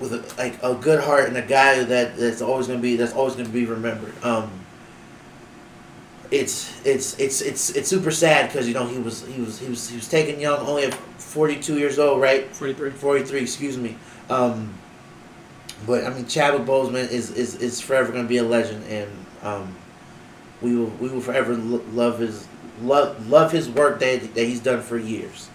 Speaker 2: with a, like a good heart and a guy that that's always gonna be that's always gonna be remembered. Um, it's it's it's it's it's super sad because you know he was he was he was he was taken young, only at forty two years old, right?
Speaker 5: 43.
Speaker 2: Forty three, excuse me. Um, but I mean, Chadwick Boseman is is is forever gonna be a legend, and um, we will we will forever lo- love his love love his work that that he's done for years,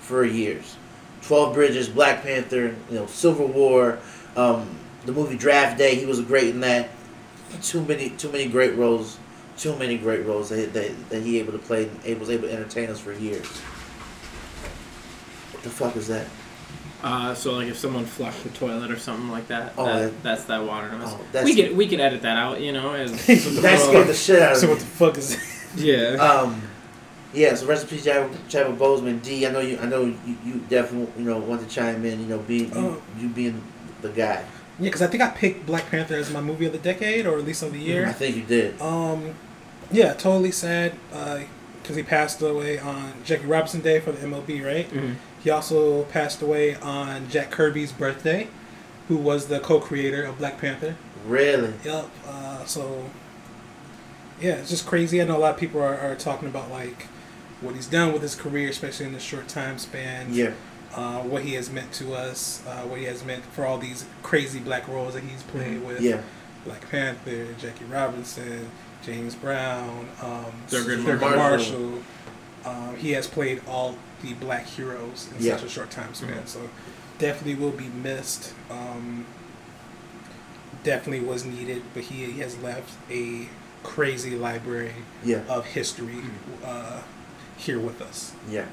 Speaker 2: for years. 12 Bridges, Black Panther, you know, Civil War, um, the movie Draft Day. He was great in that. Too many, too many great roles, too many great roles that, that, that he able to play, and was able to entertain us for years. What the fuck is that?
Speaker 5: Uh, so like if someone flushed the toilet or something like that,
Speaker 2: Oh,
Speaker 5: that-
Speaker 2: that-
Speaker 5: that's that water noise.
Speaker 2: Oh, that's-
Speaker 5: we can we can edit that out, you know. As,
Speaker 2: That scared the shit out
Speaker 4: So
Speaker 2: of
Speaker 4: what
Speaker 2: me.
Speaker 4: the fuck is that?
Speaker 5: yeah.
Speaker 2: Um, yeah. So rest in peace, Chadwick Chadwick Boseman. D. I know you. I know you, you. definitely you know want to chime in. You know, being you,
Speaker 4: Oh.
Speaker 2: you being the guy.
Speaker 4: Yeah, because I think I picked Black Panther as my movie of the decade, or at least of the
Speaker 2: I
Speaker 5: Mm-hmm.
Speaker 4: year.
Speaker 2: think you did.
Speaker 4: Um, yeah, totally sad because he passed away on Jackie Robinson Day for the MLB, right?
Speaker 2: Mm-hmm.
Speaker 5: Mhm.
Speaker 4: He also passed away on Jack Kirby's birthday, who was the co-creator of Black Panther.
Speaker 2: Really.
Speaker 4: Yep. Uh, so, yeah, it's just crazy. I know a lot of people are, are talking about like what he's done with his career, especially in the short time span.
Speaker 2: Yeah.
Speaker 4: Uh, what he has meant to us, uh, what he has meant for all these crazy black roles that he's played with.
Speaker 2: Mm-hmm. Yeah.
Speaker 4: Black Panther, Jackie Robinson, James Brown, um,
Speaker 5: Thurgood
Speaker 4: Thurgood
Speaker 2: Marshall.
Speaker 4: Marshall. Um, he has played all the black heroes in
Speaker 2: Yeah.
Speaker 4: such a short time span, so definitely will be missed. Um, definitely was needed, but he, he has left a crazy library
Speaker 2: Yeah.
Speaker 4: of history uh, here with us.
Speaker 2: Yeah.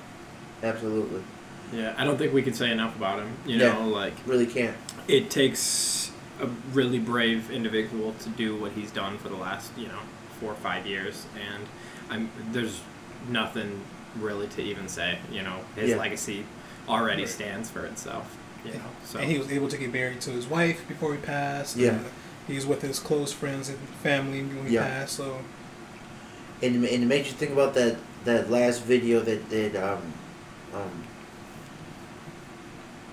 Speaker 2: Absolutely.
Speaker 5: Yeah, I don't think we can say enough about him. You
Speaker 2: Yeah.
Speaker 5: know, like
Speaker 2: Really can't.
Speaker 5: it takes a really brave individual to do what he's done for the last, you know, four or five years, and I'm there's nothing really to even say. You know, his
Speaker 2: Yeah.
Speaker 5: legacy already
Speaker 4: Right.
Speaker 5: stands for itself. You know, so
Speaker 4: And he was able to get married to his wife before he passed.
Speaker 2: Yeah.
Speaker 4: Uh, he's with his close friends and family when he
Speaker 2: Yeah.
Speaker 4: passed. So
Speaker 2: and, and it made you think about that that last video that that um, um,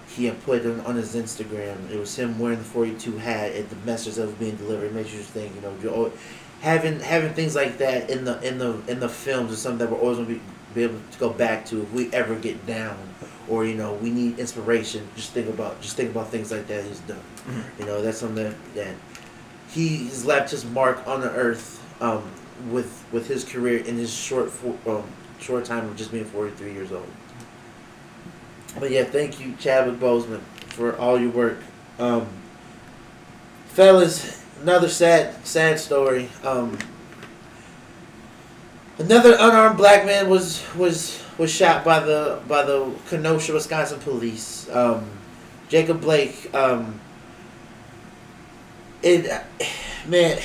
Speaker 2: he had put on, on his Instagram. It was him wearing the forty two hat and the message that was being delivered. It makes you think, you know, you al- having having things like that in the in the in the films is something that we're always gonna be, be able to go back to if we ever get down or you know we need inspiration. Just think about just think about things like that he's done. You know, that's something that, that he has left his mark on the earth um, with with his career in his short fo- um, short time of just being 43 years old. But yeah, thank you, Chadwick Boseman, for all your work, um, fellas. Another sad sad story. Um, another unarmed black man was was was shot by the by the Kenosha, Wisconsin police. Um, Jacob Blake. Um, it uh, man,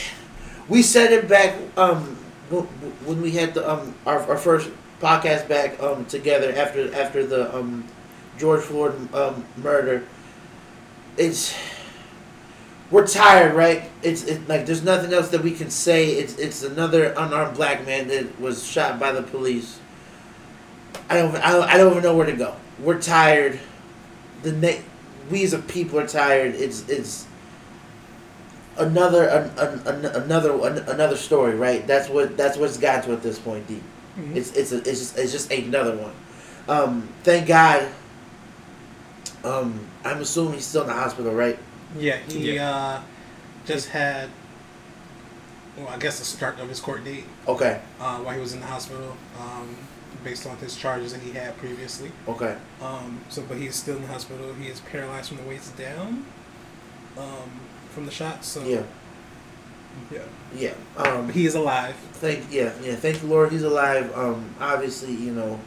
Speaker 2: we said it back um w- w- when we had the um our, our first podcast back um together after after the um George Floyd um murder. It's we're tired, right? It's it, like there's nothing else that we can say. It's it's another unarmed black man that was shot by the police. I don't I don't, I don't even know where to go. We're tired. The na- we as a people are tired. It's it's another an, an, an, another an, another story, right? That's what that's what's got to at this point, D. It's it's a, it's just it's just another one. Um, thank God. Um, I'm assuming he's still in the hospital, right?
Speaker 4: Yeah, he Uh, just had, well, I guess the start of his court date
Speaker 2: Okay,
Speaker 4: uh, while he was in the hospital, um, based on his charges that he had previously.
Speaker 2: okay.
Speaker 4: Um, so, but he's still in the hospital. He is paralyzed from the waist down um, from the shot. So,
Speaker 2: Yeah,
Speaker 4: yeah.
Speaker 2: yeah. Um,
Speaker 4: But he is alive.
Speaker 2: thank yeah yeah thank the lord he's alive um obviously you know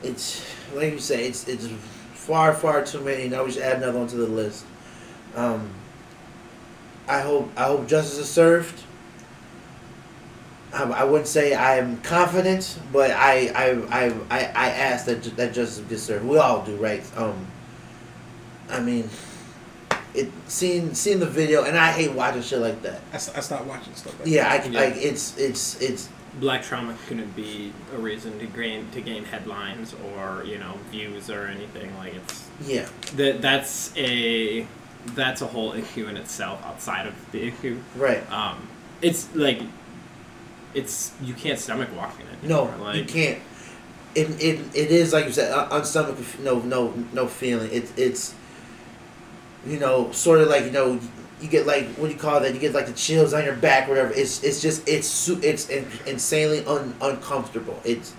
Speaker 2: it's like you say it's it's far far too many now we should add another one to the list um i hope i hope justice is served i, I wouldn't say i'm confident but i i i i, I ask that ju- that justice gets served we all do right um i mean it seeing seeing the video and i hate watching shit like that
Speaker 4: I, s- I stopped watching stuff like
Speaker 2: yeah, I can.
Speaker 5: Yeah.
Speaker 2: Like it's it's it's
Speaker 5: Black trauma couldn't be a reason to gain to gain headlines or you know views or anything like it's
Speaker 2: yeah
Speaker 5: that that's a that's a whole issue in itself outside of the issue.
Speaker 2: right.
Speaker 5: Um, it's like it's you can't stomach walking it.
Speaker 2: No,
Speaker 5: anymore, like
Speaker 2: you can't. It, it it is like you said un- unstomach. No no no feeling. It it's you know sort of like you know you get like what do you call that? You get like the chills on your back, whatever. It's it's just it's su- it's in, insanely un, uncomfortable. It's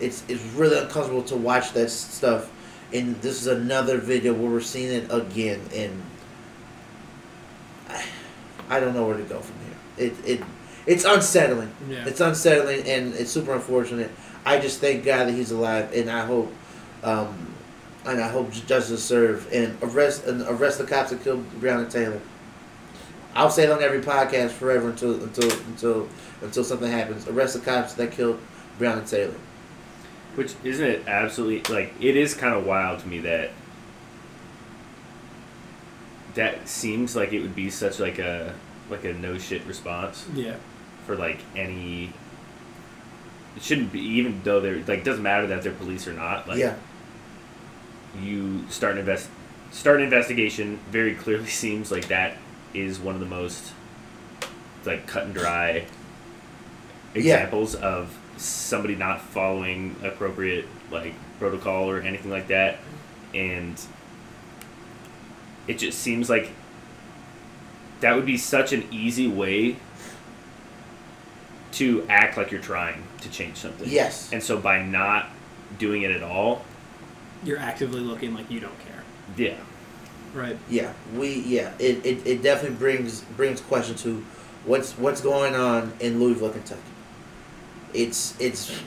Speaker 2: it's it's really uncomfortable to watch that s- stuff. And this is another video where we're seeing it again, and I, I don't know where to go from here. It it it's unsettling.
Speaker 5: Yeah.
Speaker 2: It's unsettling and it's super unfortunate. I just thank God that he's alive, and I hope, um, and I hope justice is served and arrest and arrest the cops that killed Breonna Taylor. I'll say it on every podcast forever until until until until something happens. Arrest the cops that killed Breonna Taylor.
Speaker 3: Which isn't it absolutely like it is kind of wild to me that that seems like it would be such like a like a no shit response
Speaker 5: yeah.
Speaker 3: for like any. It shouldn't be even though they're like doesn't matter that they're police or not. Like
Speaker 2: yeah,
Speaker 3: you start an invest start an investigation very clearly seems like that is one of the most like cut and dry
Speaker 2: Yeah.
Speaker 3: examples of somebody not following appropriate like protocol or anything like that and it just seems like that would be such an easy way to act like you're trying to change something
Speaker 2: yes,
Speaker 3: and so by not doing it at all
Speaker 5: You're actively looking like you don't care.
Speaker 3: yeah
Speaker 5: Right.
Speaker 2: yeah. We yeah. It, it, it definitely brings brings question to what's what's going on in Louisville, Kentucky. It's it's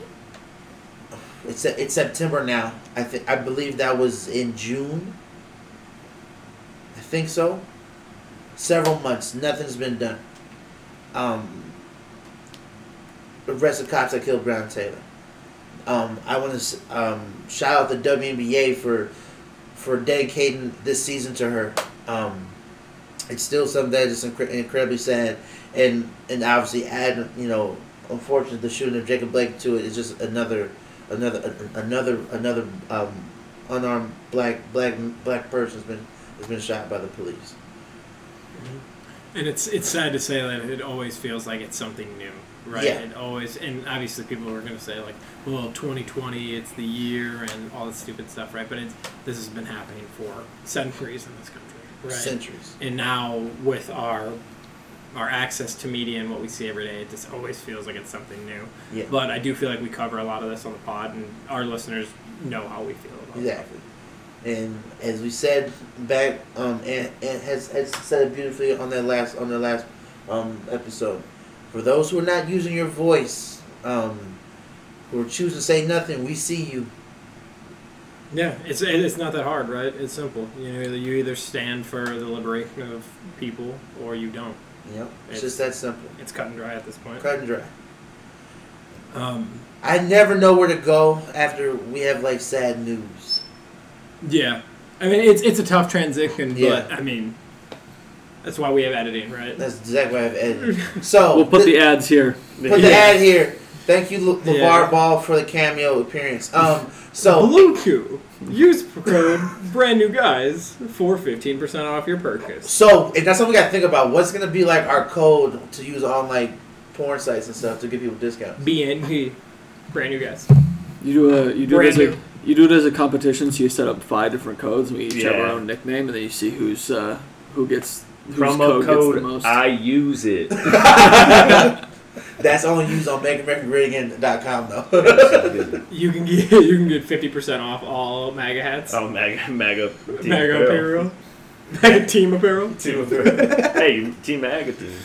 Speaker 2: it's it's September now. I think I believe that was in June. I think so. Several months, nothing's been done. Um, arrest the cops that killed Brown Taylor. Um, I want to um, shout out the WNBA for for dedicating this season to her. Um, it's still something that is incre- incredibly sad, and and obviously add you know, unfortunately the shooting of Jacob Blake to it is just another another a- another another um, unarmed black black black person has been has been shot by the police.
Speaker 5: And it's it's sad to say that it always feels like it's something new, right?
Speaker 2: Yeah.
Speaker 5: It always and obviously people are going to say like, well, 2020, it's the year and all this stupid stuff, right? But it's this has been happening for centuries in this country, right?
Speaker 2: Centuries.
Speaker 5: and now with our our access to media and what we see every day, it just always feels like it's something new.
Speaker 2: Yeah.
Speaker 5: But I do feel like we cover a lot of this on the pod, and our listeners know how we feel about it.
Speaker 2: Exactly. And as we said back, um, and, and has, has said it beautifully on that last on the last um, episode. For those who are not using your voice, um, who are choosing to say nothing, we see you.
Speaker 5: Yeah, it's it- it's not that hard, right? It's simple. You know, you either stand for the liberation of people or you don't.
Speaker 2: You know, it's, just that simple.
Speaker 5: It's cut and dry at this point.
Speaker 2: Cut and dry.
Speaker 5: Um,
Speaker 2: I never know where to go after we have like sad news.
Speaker 5: yeah, I mean it's it's a tough transition,
Speaker 2: Yeah.
Speaker 5: but I mean that's why we have editing, right?
Speaker 2: That's exactly what I've edited. So
Speaker 6: We'll put
Speaker 2: th-
Speaker 6: the ads here.
Speaker 2: put
Speaker 3: E
Speaker 2: the ad here. Thank you, Le- LeVar
Speaker 5: Yeah.
Speaker 2: Ball, for the cameo appearance. Um, so
Speaker 5: Blue Chew. Use code brand new guys for fifteen percent off your purchase.
Speaker 2: So if that's something we gotta think about, what's gonna be like our code to use on like porn sites and stuff to give people discounts?
Speaker 5: BNG. Brand new guys.
Speaker 6: You do a you do
Speaker 5: Brand
Speaker 6: like
Speaker 5: new.
Speaker 6: You do it as a competition, so you set up five different codes, and we each have our
Speaker 3: Yeah.
Speaker 6: own nickname, and then you see who's uh, who gets whose
Speaker 3: Promo
Speaker 6: code,
Speaker 3: code,
Speaker 6: gets the most.
Speaker 3: I use it.
Speaker 2: That's only used on MakeAmericaGreatAgain.com though.
Speaker 3: oh,
Speaker 5: You can get you can get fifty percent off all MAGA hats,
Speaker 3: mega, mega, Oh, team
Speaker 5: MAGA
Speaker 3: apparel.
Speaker 5: apparel, MAGA team apparel.
Speaker 3: Hey, team mega team.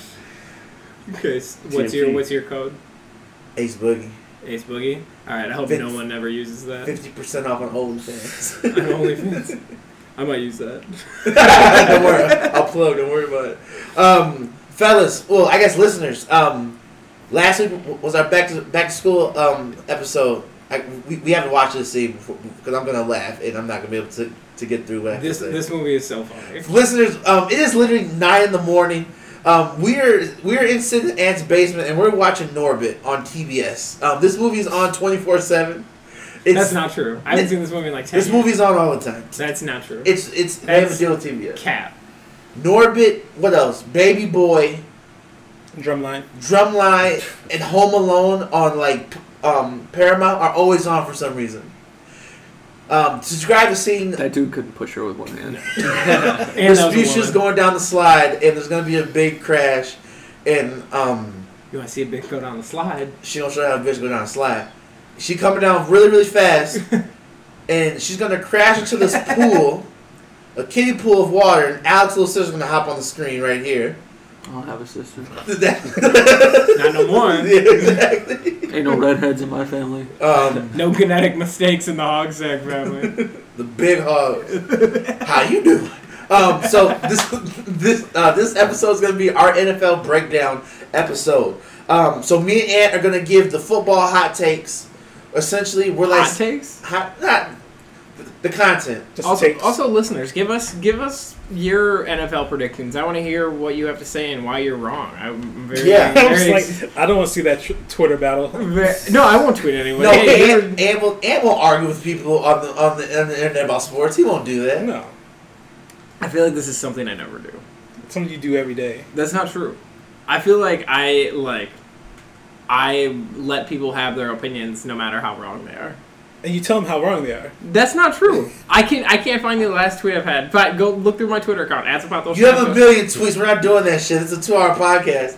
Speaker 5: Okay, s- what's
Speaker 3: TMT.
Speaker 5: your what's your code?
Speaker 2: Ace Boogie.
Speaker 5: Ace Boogie. All right, I hope
Speaker 2: Fif-
Speaker 5: no one ever uses that.
Speaker 2: Fifty percent off on OnlyFans.
Speaker 5: on OnlyFans. I might use that.
Speaker 2: don't worry, I'll plug. Don't worry about it, um, fellas. Well, I guess listeners. Um, last week w- was our back to back to school um, episode. I, we, we haven't watched this scene because I'm gonna laugh and I'm not gonna be able to, to get through what I have to
Speaker 5: This
Speaker 2: say.
Speaker 5: this movie is so funny.
Speaker 2: listeners, um, it is literally nine in the morning. Um, we're we're in Sid and Ant's basement and we're watching Norbit on TBS. Um, this movie is on twenty four seven.
Speaker 5: That's
Speaker 2: It's
Speaker 5: not true. I haven't
Speaker 2: Thi-
Speaker 5: seen this movie in like ten.
Speaker 2: this
Speaker 5: years.
Speaker 2: movie's on all the time.
Speaker 5: That's not true.
Speaker 2: It's it's they have a
Speaker 5: That's-
Speaker 2: deal with TBS.
Speaker 5: Cap.
Speaker 2: Norbit, what else? Baby Boy,
Speaker 4: Drumline.
Speaker 2: Drumline, and Home Alone on like um, Paramount are always on for some reason. Um, subscribe to seeing
Speaker 6: that dude couldn't push her with one hand.
Speaker 5: And that was a
Speaker 2: Vespucia's
Speaker 5: woman.
Speaker 2: going down the slide, and there's gonna be a big crash, and um,
Speaker 5: You want to see a bitch go down the slide?
Speaker 2: she don't show how a bitch go down a slide. She coming down really, really fast, and she's gonna crash into this pool, a kiddie pool of water, and Alex Little Sister's gonna hop on the screen right here.
Speaker 6: I'll have a sister.
Speaker 5: Not no more.
Speaker 2: Yeah, exactly.
Speaker 6: Ain't no redheads in my family.
Speaker 2: Um,
Speaker 5: No genetic mistakes in the Hogsack family.
Speaker 2: the big hug. How you doing? Um, so this this uh, this episode is gonna be our NFL breakdown episode. Um, so me and Ant are gonna give the football hot takes. Essentially, we're like
Speaker 5: Hot takes.
Speaker 2: hot, not the content.
Speaker 4: Just
Speaker 5: Also,
Speaker 4: takes.
Speaker 5: also, listeners, give us give us your NFL predictions. I want to hear what you have to say and why you're wrong. I'm very,
Speaker 2: Yeah.
Speaker 4: I
Speaker 5: very
Speaker 4: was
Speaker 5: ex-
Speaker 4: like, I don't want to see that tr- Twitter battle.
Speaker 5: very- no, I won't tweet anyway.
Speaker 2: No,
Speaker 5: Hey, you're-
Speaker 2: Ant, Ant, will, Ant won't argue with people on the, on the on the internet about sports. He won't do that.
Speaker 4: No,
Speaker 5: I feel like this is something I never do.
Speaker 4: it's something you do every day.
Speaker 5: That's not true. I feel like I like I let people have their opinions no matter how wrong they are.
Speaker 4: And you tell them how wrong they are.
Speaker 5: That's not true. I can I can't find the last tweet I've had. But go look through my Twitter account. Ask about those.
Speaker 2: You have a million tweets. We're not doing that shit. It's a two-hour podcast.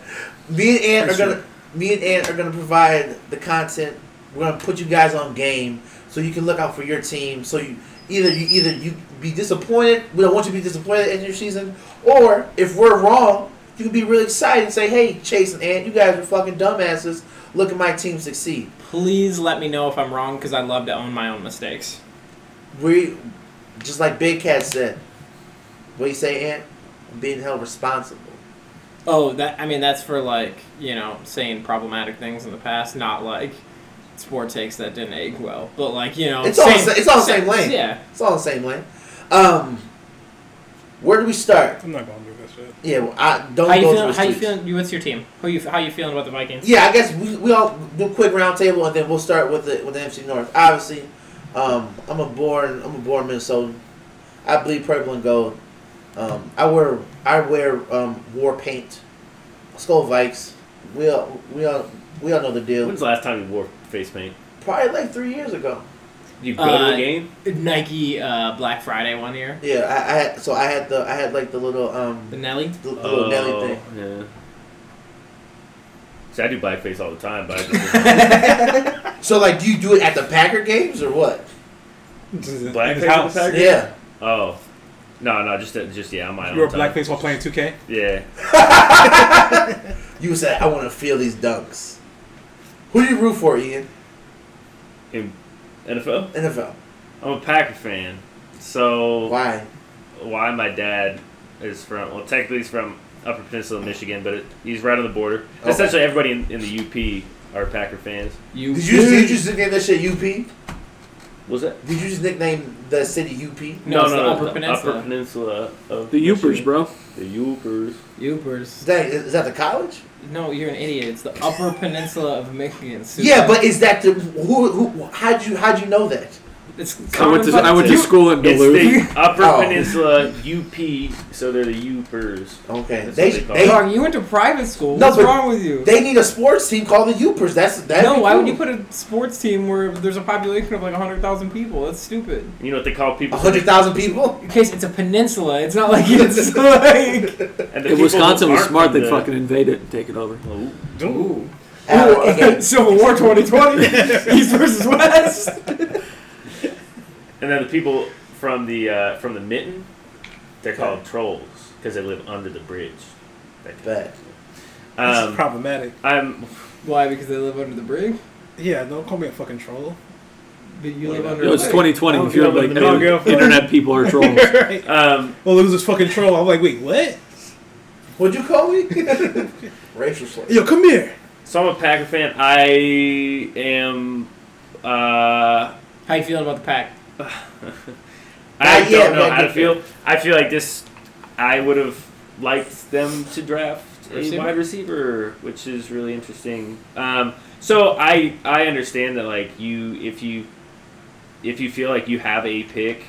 Speaker 2: Me and Ant
Speaker 5: That's
Speaker 2: are gonna me and Ant are gonna provide the content. We're gonna put you guys on game so you can look out for your team. So you either you either you be disappointed. We don't want you to be disappointed in your season, or if we're wrong, you can be really excited and say, "Hey, Chase and Ant, you guys are fucking dumbasses. Look at my team succeed."
Speaker 5: Please let me know if I'm wrong because I love to own my own mistakes.
Speaker 2: We just like Big Cat said. What do you say, Ant? Being held responsible.
Speaker 5: Oh, that I mean that's for like you know saying problematic things in the past, not like sport takes that didn't age well. But like you know,
Speaker 2: It's all the sa- it's all the same lane.
Speaker 5: Yeah,
Speaker 2: It's all the same way. Um, where do we start?
Speaker 4: I'm not going to do this shit.
Speaker 2: Yeah, well, I don't
Speaker 5: how you
Speaker 2: go
Speaker 5: feeling?
Speaker 2: through
Speaker 5: How you
Speaker 2: tweets.
Speaker 5: feeling? You what's your team? Who you? How you feeling about the Vikings?
Speaker 2: Yeah, I guess we, we all do a quick round table and then we'll start with the with the MC North. Obviously, um, I'm a born I'm a born Minnesotan. I bleed purple and gold. Um, I wear I wear um, war paint. Let's go Vikes. We all we all we all know the deal.
Speaker 3: When's the last time you wore face paint?
Speaker 2: Probably like three years ago.
Speaker 3: You go to
Speaker 5: Uh,
Speaker 3: a game?
Speaker 5: Nike uh, Black Friday one year.
Speaker 2: Yeah, I, I had so I had the I had like the little um
Speaker 5: The Nelly.
Speaker 2: the, the little Nelly thing.
Speaker 3: Yeah. Oh. See, I do blackface all the time, but I just
Speaker 2: So like, do you do it at the Packer games or what?
Speaker 4: This is-
Speaker 3: Blackface
Speaker 4: in his house.
Speaker 3: on the Packers?
Speaker 2: Yeah.
Speaker 3: oh, no, no, just just yeah, on my own.
Speaker 4: You were
Speaker 3: time.
Speaker 4: blackface while playing 2K.
Speaker 3: Yeah,
Speaker 2: You said I want to feel these dunks. Who do you root for, Ian?
Speaker 3: in NFL.
Speaker 2: NFL.
Speaker 3: I'm a Packer fan, so
Speaker 2: Why?
Speaker 3: why my dad is from well technically he's from upper peninsula of michigan but it, he's right on the border
Speaker 2: Okay.
Speaker 3: essentially everybody in, in the up are packer fans
Speaker 5: You.
Speaker 2: Did you, did you just nickname that shit UP? Did
Speaker 3: was that
Speaker 2: you just nickname the city UP?
Speaker 5: No, it's the Upper
Speaker 3: the
Speaker 5: Peninsula.
Speaker 3: upper peninsula of
Speaker 6: The Upers,
Speaker 3: Michigan.
Speaker 6: bro.
Speaker 3: the upers
Speaker 2: Is
Speaker 5: Ubers.
Speaker 2: that, is that the college?
Speaker 5: No, you're an idiot. It's the Upper Peninsula of Michigan. Super.
Speaker 2: Yeah, but is that the who? who how'd you how'd you know that?
Speaker 5: It's
Speaker 6: I went to I went to
Speaker 3: You-
Speaker 6: school in
Speaker 3: It's
Speaker 6: Duluth.
Speaker 3: the Upper
Speaker 2: Oh.
Speaker 3: Peninsula UP, so they're the Upers.
Speaker 2: Okay,
Speaker 3: That's
Speaker 2: they
Speaker 3: what they call
Speaker 2: they,
Speaker 3: it.
Speaker 5: Dog, you went to private school.
Speaker 2: No,
Speaker 5: What's
Speaker 2: but
Speaker 5: wrong with you?
Speaker 2: they need a sports team called the Upers. That's that.
Speaker 5: no, why would you put a sports team where there's a population of like 100,000 people? That's stupid.
Speaker 3: You know what they call people?
Speaker 2: hundred thousand people?
Speaker 5: In case it's a peninsula, it's not like it's like.
Speaker 3: And the
Speaker 6: If
Speaker 3: people
Speaker 6: Wisconsin
Speaker 3: who
Speaker 6: was
Speaker 3: aren't
Speaker 6: smart,
Speaker 3: from
Speaker 6: they'd
Speaker 3: the-
Speaker 6: fucking invade it and take it over.
Speaker 3: Oh,
Speaker 5: Ooh.
Speaker 2: Alec, okay.
Speaker 5: Civil War 2020. East versus West.
Speaker 3: And then the people from the uh, from the mitten, they're called trolls because they live under the bridge. That kind
Speaker 2: But
Speaker 3: of-
Speaker 4: This is
Speaker 3: Um,
Speaker 4: problematic.
Speaker 3: I'm
Speaker 5: Why? Because they live under the bridge?
Speaker 4: Yeah, don't call me a fucking troll.
Speaker 5: But you
Speaker 3: Well,
Speaker 5: live
Speaker 3: yeah.
Speaker 5: under
Speaker 6: Yo,
Speaker 5: the
Speaker 6: it's
Speaker 5: bridge.
Speaker 6: 2020. If you're
Speaker 3: I'll
Speaker 6: like
Speaker 3: give them
Speaker 4: the-
Speaker 6: "Hey, internet people are trolls.
Speaker 4: right.
Speaker 3: um,
Speaker 4: Well, look at this fucking troll. I'm like, wait, what?
Speaker 2: would you call me racial slur?
Speaker 4: Yo, come here.
Speaker 3: so I'm a Packer fan. I am. Uh,
Speaker 5: How you feeling about the pack?
Speaker 3: I
Speaker 2: Not
Speaker 3: don't
Speaker 2: yet,
Speaker 3: know
Speaker 2: not
Speaker 3: how to
Speaker 2: yet.
Speaker 3: feel. I feel like this. I would have liked them to draft a
Speaker 5: Receiver?
Speaker 3: wide receiver, which is really interesting. Um, so I I understand that like you if you if you feel like you have a pick,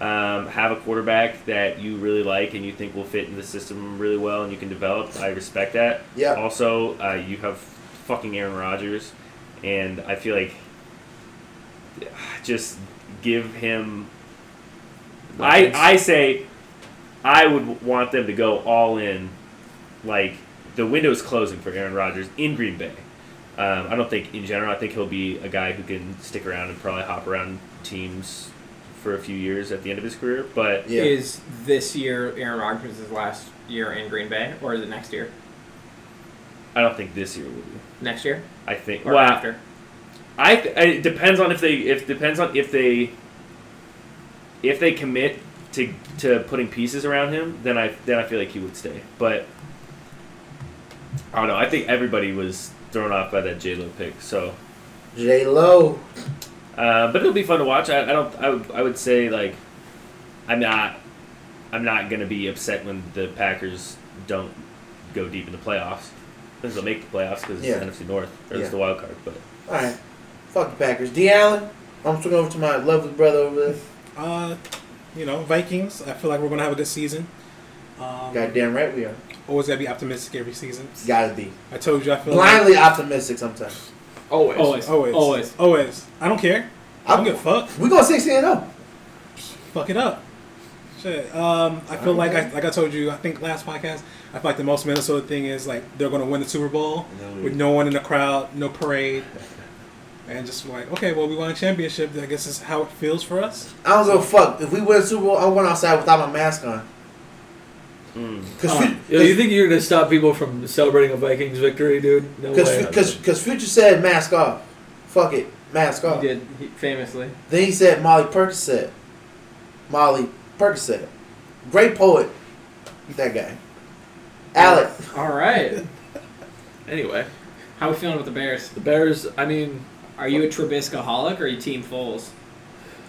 Speaker 3: um, have a quarterback that you really like and you think will fit in the system really well and you can develop. I respect that.
Speaker 2: Yeah.
Speaker 3: Also, uh, you have fucking Aaron Rodgers, and I feel like just give him. I
Speaker 5: Weapons.
Speaker 3: I say, I would want them to go all in, like the window's closing for Aaron Rodgers in Green Bay. Um, I don't think in general. I think he'll be a guy who can stick around and probably hop around teams for a few years at the end of his career. But
Speaker 2: Yeah.
Speaker 5: Is this year Aaron Rodgers' last year in Green Bay, or is it next year?
Speaker 3: I don't think this year will be.
Speaker 5: Next year
Speaker 3: I think.
Speaker 5: or
Speaker 3: Well,
Speaker 5: after?
Speaker 3: I, I it depends on if they if depends on if they if they commit to to putting pieces around him, then I then I feel like he would stay. But I don't know. I think everybody was thrown off by that J Lo pick. So,
Speaker 2: J Lo.
Speaker 3: uh, but it'll be fun to watch. I, I don't. I would, I would say like I'm not I'm not gonna be upset when the Packers don't go deep in the playoffs. Because they'll make the playoffs because
Speaker 2: Yeah.
Speaker 3: it's NFC North or
Speaker 2: Yeah.
Speaker 3: it's the wild card. But
Speaker 2: All right, fuck the Packers. D Allen. I'm swinging over to my lovely brother over there.
Speaker 4: Uh, you know, Vikings. I feel like we're gonna have a good season. Um,
Speaker 2: Goddamn right we are.
Speaker 4: Always gotta be optimistic every season.
Speaker 2: Gotta be
Speaker 4: I told you, I feel
Speaker 2: blindly optimistic sometimes.
Speaker 5: Always.
Speaker 4: like always,
Speaker 5: Always.
Speaker 4: always. I don't care. I don't give a fuck.
Speaker 2: We going sixteen and oh. zero.
Speaker 4: Fuck it up. Shit. Um, I feel like I like I told you. I think last podcast. I feel like the most Minnesota thing is like they're gonna win the Super Bowl with no one in the crowd, no parade, and just like okay, well we won a championship. I guess is how it feels for us.
Speaker 2: I don't give a fuck. If we win the Super Bowl, I'm going outside without my mask on.
Speaker 3: mm,
Speaker 2: Cause,
Speaker 6: Um, yo, you think you're gonna stop people from celebrating a Vikings victory, dude? No
Speaker 2: Because
Speaker 6: way.
Speaker 2: because because Future said mask off. Fuck it, mask off.
Speaker 5: He did he, famously.
Speaker 2: Then he said Molly Percocet. Molly Percocet, great poet. That guy, Alec.
Speaker 5: All right.
Speaker 6: Anyway,
Speaker 5: How we feeling with the Bears?
Speaker 6: the Bears. I mean,
Speaker 5: Are you a Trubisky holic or are you Team Foles?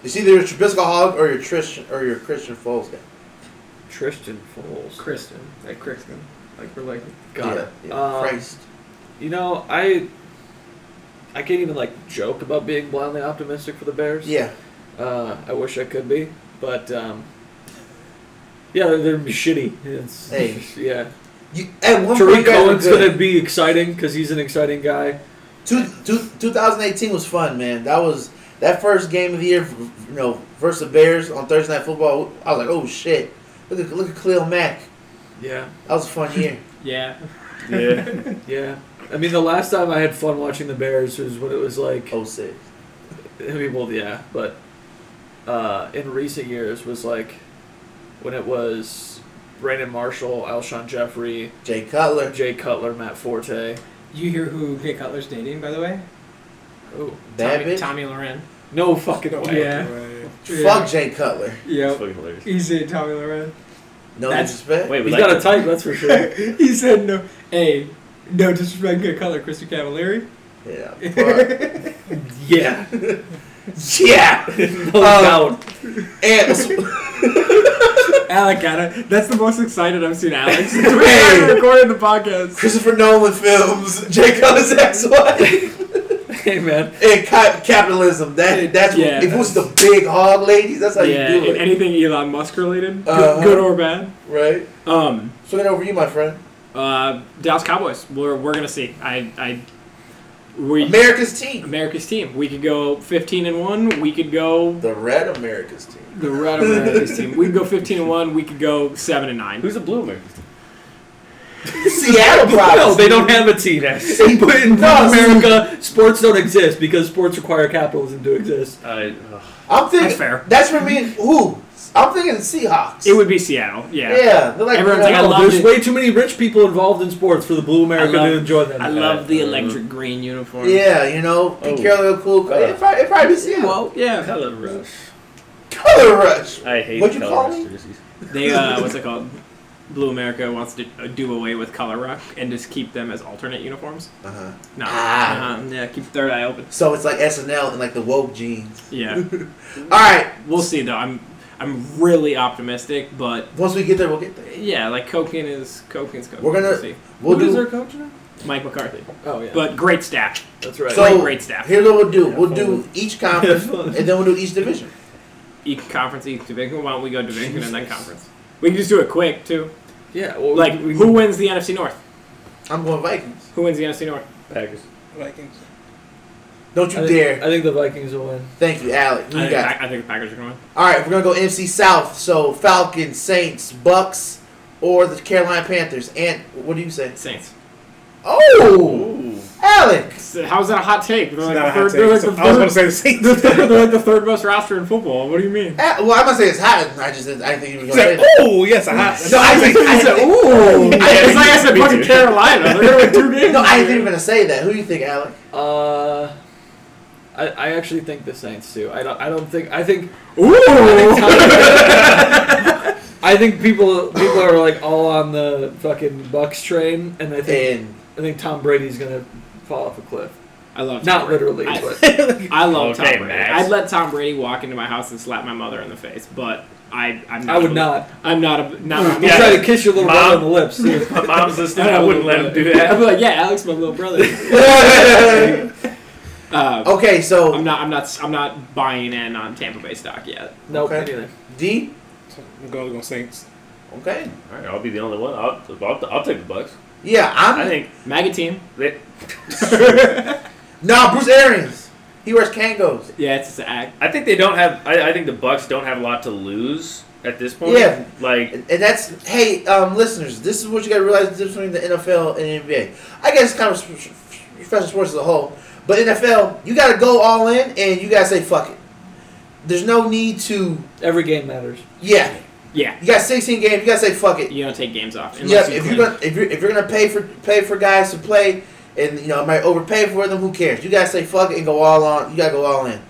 Speaker 2: It's either your Trubisky hog or your Christian or your Christian Foles guy.
Speaker 6: Tristan Foles.
Speaker 5: Kristen, like Kristen, like we're like.
Speaker 6: Got
Speaker 2: yeah,
Speaker 6: it.
Speaker 2: Yeah,
Speaker 6: Um,
Speaker 2: Christ.
Speaker 6: You know, I I can't even like joke about being blindly optimistic for the Bears.
Speaker 2: Yeah.
Speaker 6: Uh, I wish I could be, but um, yeah, they're, they're shitty. It's,
Speaker 2: Hey.
Speaker 6: Yeah,
Speaker 2: You, at one point,
Speaker 6: Tariq
Speaker 2: you guys were
Speaker 6: Cohen's
Speaker 2: good.
Speaker 6: gonna be exciting because he's an exciting guy.
Speaker 2: Two, two, 2018 was fun, man. That was that first game of the year, you know, versus the Bears on Thursday Night Football. I was like, oh shit, look at look at Khalil Mack.
Speaker 6: Yeah,
Speaker 2: That was a fun year.
Speaker 5: Yeah.
Speaker 3: yeah.
Speaker 6: yeah. I mean, the last time I had fun watching the Bears was when it was like,
Speaker 2: Oh six.
Speaker 6: I mean, well, yeah, but uh, in recent years was like when it was Brandon Marshall, Alshon Jeffrey,
Speaker 2: Jay Cutler.
Speaker 6: Jay Cutler, Matt Forte.
Speaker 5: You hear who Jay Cutler's dating, by the way?
Speaker 6: Oh,
Speaker 2: That
Speaker 5: Tommy,
Speaker 2: bitch.
Speaker 5: Tommy Loren.
Speaker 6: no fucking
Speaker 4: Don't
Speaker 6: way.
Speaker 5: Yeah.
Speaker 4: worry.
Speaker 2: Fuck Jay Cutler.
Speaker 3: It's
Speaker 5: Yep.
Speaker 3: fucking hilarious.
Speaker 5: He said Tommy Loren.
Speaker 2: No
Speaker 5: That's-
Speaker 2: disrespect.
Speaker 3: Wait,
Speaker 6: He's
Speaker 3: we like
Speaker 6: got
Speaker 3: to-
Speaker 6: a type, that's for sure.
Speaker 5: he said no. Hey, no disrespect to color, Christy Cavallari.
Speaker 2: Yeah. fuck.
Speaker 6: yeah, Oh,
Speaker 2: yeah.
Speaker 6: no doubt.
Speaker 2: And
Speaker 5: Alec got it. That's the most excited I've seen Alex since we
Speaker 2: Hey.
Speaker 5: started recording the podcast.
Speaker 2: Christopher Nolan films. Jay Cutler's ex-wife.
Speaker 5: hey man.
Speaker 2: In ca- capitalism, that that's
Speaker 5: Yeah,
Speaker 2: if it was the big hog ladies, that's how
Speaker 5: yeah,
Speaker 2: you do
Speaker 5: and
Speaker 2: it,
Speaker 5: anything Elon Musk related, good-
Speaker 2: Uh-huh.
Speaker 5: good or bad.
Speaker 2: right?
Speaker 5: Um,
Speaker 2: Swinging over you, my friend.
Speaker 5: uh, Dallas Cowboys. We're we're gonna see. I I we
Speaker 2: America's team,
Speaker 5: America's team. We could go 15 and one. We could go
Speaker 2: the red America's team.
Speaker 5: the red America's team. We could go 15 and one. We could go seven and nine.
Speaker 3: Who's a bloomer?
Speaker 2: Seattle
Speaker 6: No,
Speaker 2: Providence.
Speaker 6: they don't have a team. They put in
Speaker 2: No.
Speaker 6: America, sports don't exist because sports require capitalism to exist.
Speaker 3: Uh, ugh.
Speaker 2: I'm thinking
Speaker 5: That's fair.
Speaker 2: That's for me. Who? I'm thinking Seahawks.
Speaker 5: It would be Seattle. Yeah.
Speaker 2: Yeah, they're like,
Speaker 5: Everyone's like, I
Speaker 6: No,
Speaker 5: love
Speaker 6: there's
Speaker 5: it.
Speaker 6: way too many rich people involved in sports for the blue America
Speaker 5: I love-
Speaker 6: to enjoy them.
Speaker 5: I love
Speaker 6: Mm-hmm.
Speaker 5: the electric green uniform.
Speaker 2: yeah, you know, be
Speaker 3: Oh.
Speaker 2: careful, cool.
Speaker 3: Uh.
Speaker 2: It probably, it probably be Seattle.
Speaker 5: Well, yeah.
Speaker 3: Color rush.
Speaker 2: Color rush.
Speaker 3: I hate
Speaker 2: What'd you
Speaker 3: color
Speaker 2: call
Speaker 3: rush
Speaker 2: me?
Speaker 3: jerseys.
Speaker 5: They uh, what's it called? Blue America wants to uh, do away with color rock and just keep them as alternate uniforms.
Speaker 2: Uh-huh.
Speaker 5: No.
Speaker 2: Ah.
Speaker 5: Uh-huh. Yeah. Keep third eye open.
Speaker 2: So it's like SNL and like the woke jeans.
Speaker 5: Yeah.
Speaker 2: All right,
Speaker 5: We'll see though. I'm I'm really optimistic, but
Speaker 2: once we get there, we'll get there.
Speaker 5: yeah, like Koken is Koken's Koken.
Speaker 2: We're gonna-
Speaker 5: We'll see.
Speaker 2: We'll do.
Speaker 6: their coach now?
Speaker 5: Mike McCarthy.
Speaker 6: Oh yeah,
Speaker 5: But great staff.
Speaker 6: that's right.
Speaker 2: So
Speaker 5: Great, great staff.
Speaker 2: here's what we'll do.
Speaker 3: Yeah,
Speaker 2: we'll
Speaker 3: fun.
Speaker 2: do each conference, and then we'll do each division.
Speaker 5: Each conference, each division. Why don't we go division and then conference? We can just do it quick too.
Speaker 6: yeah, well,
Speaker 5: Like
Speaker 6: we,
Speaker 5: who wins the NFC North?
Speaker 2: I'm going Vikings.
Speaker 5: Who wins the NFC North?
Speaker 3: Packers.
Speaker 4: Vikings.
Speaker 2: Don't
Speaker 6: I
Speaker 2: you
Speaker 6: think,
Speaker 2: dare.
Speaker 6: I think the Vikings will win.
Speaker 2: Thank you, Alec. Who
Speaker 5: I
Speaker 2: you
Speaker 5: think,
Speaker 2: got?
Speaker 5: I, I think the Packers are going to win.
Speaker 2: All right, we're gonna go NFC South. So Falcons, Saints, Bucks, or the Carolina Panthers. And what do you say?
Speaker 5: Saints.
Speaker 2: Oh, Alec.
Speaker 5: So How's that a hot take? They're
Speaker 4: It's
Speaker 5: like
Speaker 4: not
Speaker 5: the
Speaker 4: a hot
Speaker 5: third-
Speaker 4: take.
Speaker 5: they're like
Speaker 4: So-
Speaker 5: the
Speaker 4: I was
Speaker 5: third-
Speaker 4: going to say the same
Speaker 5: They're third- they're like the third best roster in football. What do you mean?
Speaker 2: Ah, well, I'm gonna say it's hot. I just didn't, I didn't think you were gonna
Speaker 4: Say,
Speaker 2: say that.
Speaker 4: oh, yes, I have.
Speaker 2: No, I think I said
Speaker 5: ooh. it's like I said,
Speaker 3: Me
Speaker 5: fucking
Speaker 3: too.
Speaker 5: Carolina. They're going to win two games.
Speaker 2: No, I didn't think you were gonna say that. Who do you think, Alec?
Speaker 6: Uh, I, I actually think the Saints do. I don't. I don't think. I think. Oh.
Speaker 5: Ooh.
Speaker 6: I think people people are like all on the fucking Bucks train, and I think
Speaker 2: And
Speaker 6: I think Tom Brady's gonna fall off a cliff.
Speaker 5: I love Tom
Speaker 6: Not
Speaker 5: Brady.
Speaker 6: literally,
Speaker 5: I-
Speaker 6: but
Speaker 5: I love
Speaker 3: Okay,
Speaker 5: Tom Brady.
Speaker 3: Max.
Speaker 5: I'd let Tom Brady walk into my house and slap my mother in the face, but I I'm not
Speaker 6: I would
Speaker 5: a-
Speaker 6: not.
Speaker 5: I'm not a not.
Speaker 6: You
Speaker 3: Yeah.
Speaker 6: try to kiss your little
Speaker 3: Mom.
Speaker 6: brother on the lips. too.
Speaker 3: My mom's listening.
Speaker 5: I'm not
Speaker 3: I
Speaker 5: a
Speaker 3: wouldn't let
Speaker 5: little
Speaker 3: him do
Speaker 5: brother. I'd
Speaker 3: that.
Speaker 5: be like, yeah, Alex, my little brother. uh,
Speaker 2: okay, so
Speaker 5: I'm not. I'm not. I'm not buying in on Tampa Bay stock yet.
Speaker 6: Nope.
Speaker 2: Okay.
Speaker 6: me neither.
Speaker 2: D.
Speaker 4: I'm going to go Saints.
Speaker 2: Okay.
Speaker 3: All right, I'll be the only one. I'll, I'll, I'll take the Bucks.
Speaker 2: Yeah, I'm.
Speaker 3: I think
Speaker 5: Maggot team.
Speaker 3: they,
Speaker 2: Nah, Bruce Arians. He wears Kangos.
Speaker 5: Yeah, it's an act.
Speaker 3: I think they don't have. I, I think the Bucks don't have a lot to lose at this point.
Speaker 2: Yeah.
Speaker 3: like
Speaker 2: And and that's hey, um, listeners. This is what you got to realize the difference between the NFL and the NBA. I guess kind of sp- sp- professional sports as a whole, but NFL, you got to go all in and you got to say fuck it. There's no need to
Speaker 6: Every game matters.
Speaker 2: yeah.
Speaker 5: Yeah,
Speaker 2: You got 16 games. You got to say fuck it.
Speaker 5: you don't take games off.
Speaker 2: Yeah,
Speaker 5: unless
Speaker 2: if
Speaker 5: win.
Speaker 2: you're gonna if you're, if you're gonna pay for pay for guys to play, and you know I might overpay for them. Who cares? You gotta say fuck it and go all on. You gotta go all in.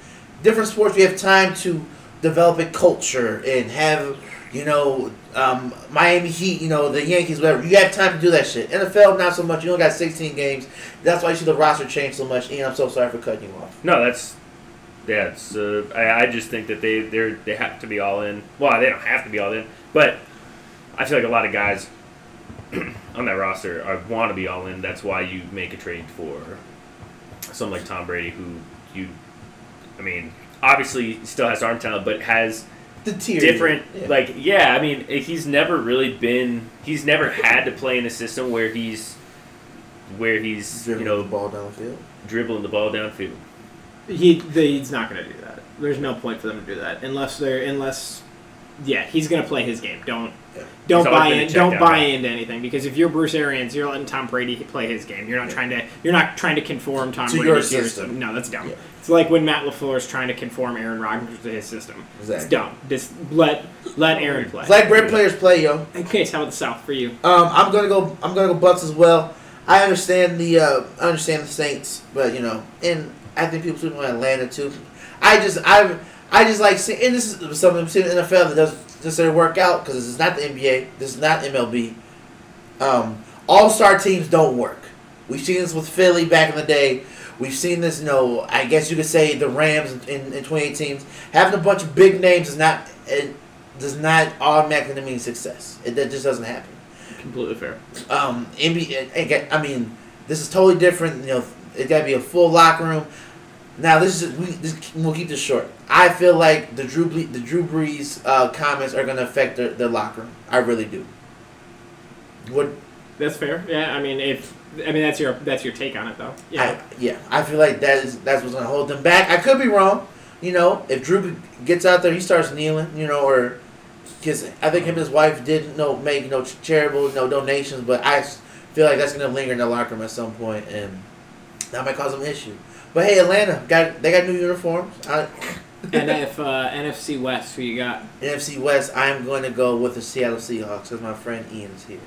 Speaker 2: Different sports, we have time to develop a culture and have you know um, Miami Heat, you know the Yankees, whatever. You have time to do that shit. NFL, not so much. You only got 16 games. That's why you see the roster change so much. And I'm so sorry for cutting you off.
Speaker 3: no, that's yeah. It's, uh, I, I just think that they they they have to be all in. Well, they don't have to be all in, but I feel like a lot of guys on that roster are want to be all in. That's why you make a trade for someone like Tom Brady, who you, I mean, obviously still has arm talent, but has
Speaker 2: The tier
Speaker 3: different
Speaker 2: Yeah.
Speaker 3: like yeah i mean he's never really been he's never had to play in a system where he's where he's
Speaker 2: Dribbling
Speaker 3: you know
Speaker 2: the ball downfield.
Speaker 3: dribbling the ball downfield
Speaker 5: He they, he's not going to do that. There's no point for them to do that unless they're unless yeah he's going to play his game. Don't
Speaker 2: Yeah.
Speaker 5: don't
Speaker 3: He's always
Speaker 5: buy
Speaker 3: been a
Speaker 5: in.
Speaker 3: check
Speaker 5: Don't
Speaker 3: down
Speaker 5: buy
Speaker 3: guy.
Speaker 5: into anything because if you're Bruce Arians, you're letting Tom Brady play his game. You're not trying to you're not trying to conform Tom
Speaker 2: To
Speaker 5: Brady
Speaker 2: your
Speaker 5: to your
Speaker 2: system.
Speaker 5: system. No, that's dumb.
Speaker 2: Yeah.
Speaker 5: It's like when Matt Lafleur is trying to conform Aaron Rodgers to his system. It's
Speaker 2: Exactly.
Speaker 5: dumb. Just let let Aaron play.
Speaker 2: It's like great players play, yo.
Speaker 5: okay, it's how about the South for you?
Speaker 2: Um, I'm gonna go. I'm gonna go Bucks as well. I understand the. Uh, I understand the Saints, but you know, and I think people sleep on Atlanta too. I just I I just like see, and this is something I'm seeing in the NFL that doesn't necessarily work out because this is not the NBA. This is not MLB. Um, All star teams don't work. We've seen this with Philly back in the day. We've seen this. You know, I guess you could say the Rams in, in 2018. Having a bunch of big names is not. It does not automatically mean success. It that just doesn't happen
Speaker 5: Completely fair.
Speaker 2: um, NBA. I mean, this is totally different. You know, It got to be a full locker room. Now this is we this, we'll keep this short. I feel like the Drew Ble- the Drew Brees uh, comments are going to affect their, their locker room. I really do. What
Speaker 5: That's fair. Yeah, I mean, if I mean that's your that's your take on it though. Yeah,
Speaker 2: I, yeah, I feel like that is that's what's gonna hold them back. I could be wrong, you know. If Drew gets out there, he starts kneeling, you know, or because I think him and his wife did you know make you know ch- charitable you know donations, but I s- feel like that's gonna linger in the locker room at some point, and that might cause them issue. But hey, Atlanta got they got new uniforms. I,
Speaker 5: and if uh, NFC West, who you got?
Speaker 2: NFC West, I'm going to go with the Seattle Seahawks because my friend Ian's here.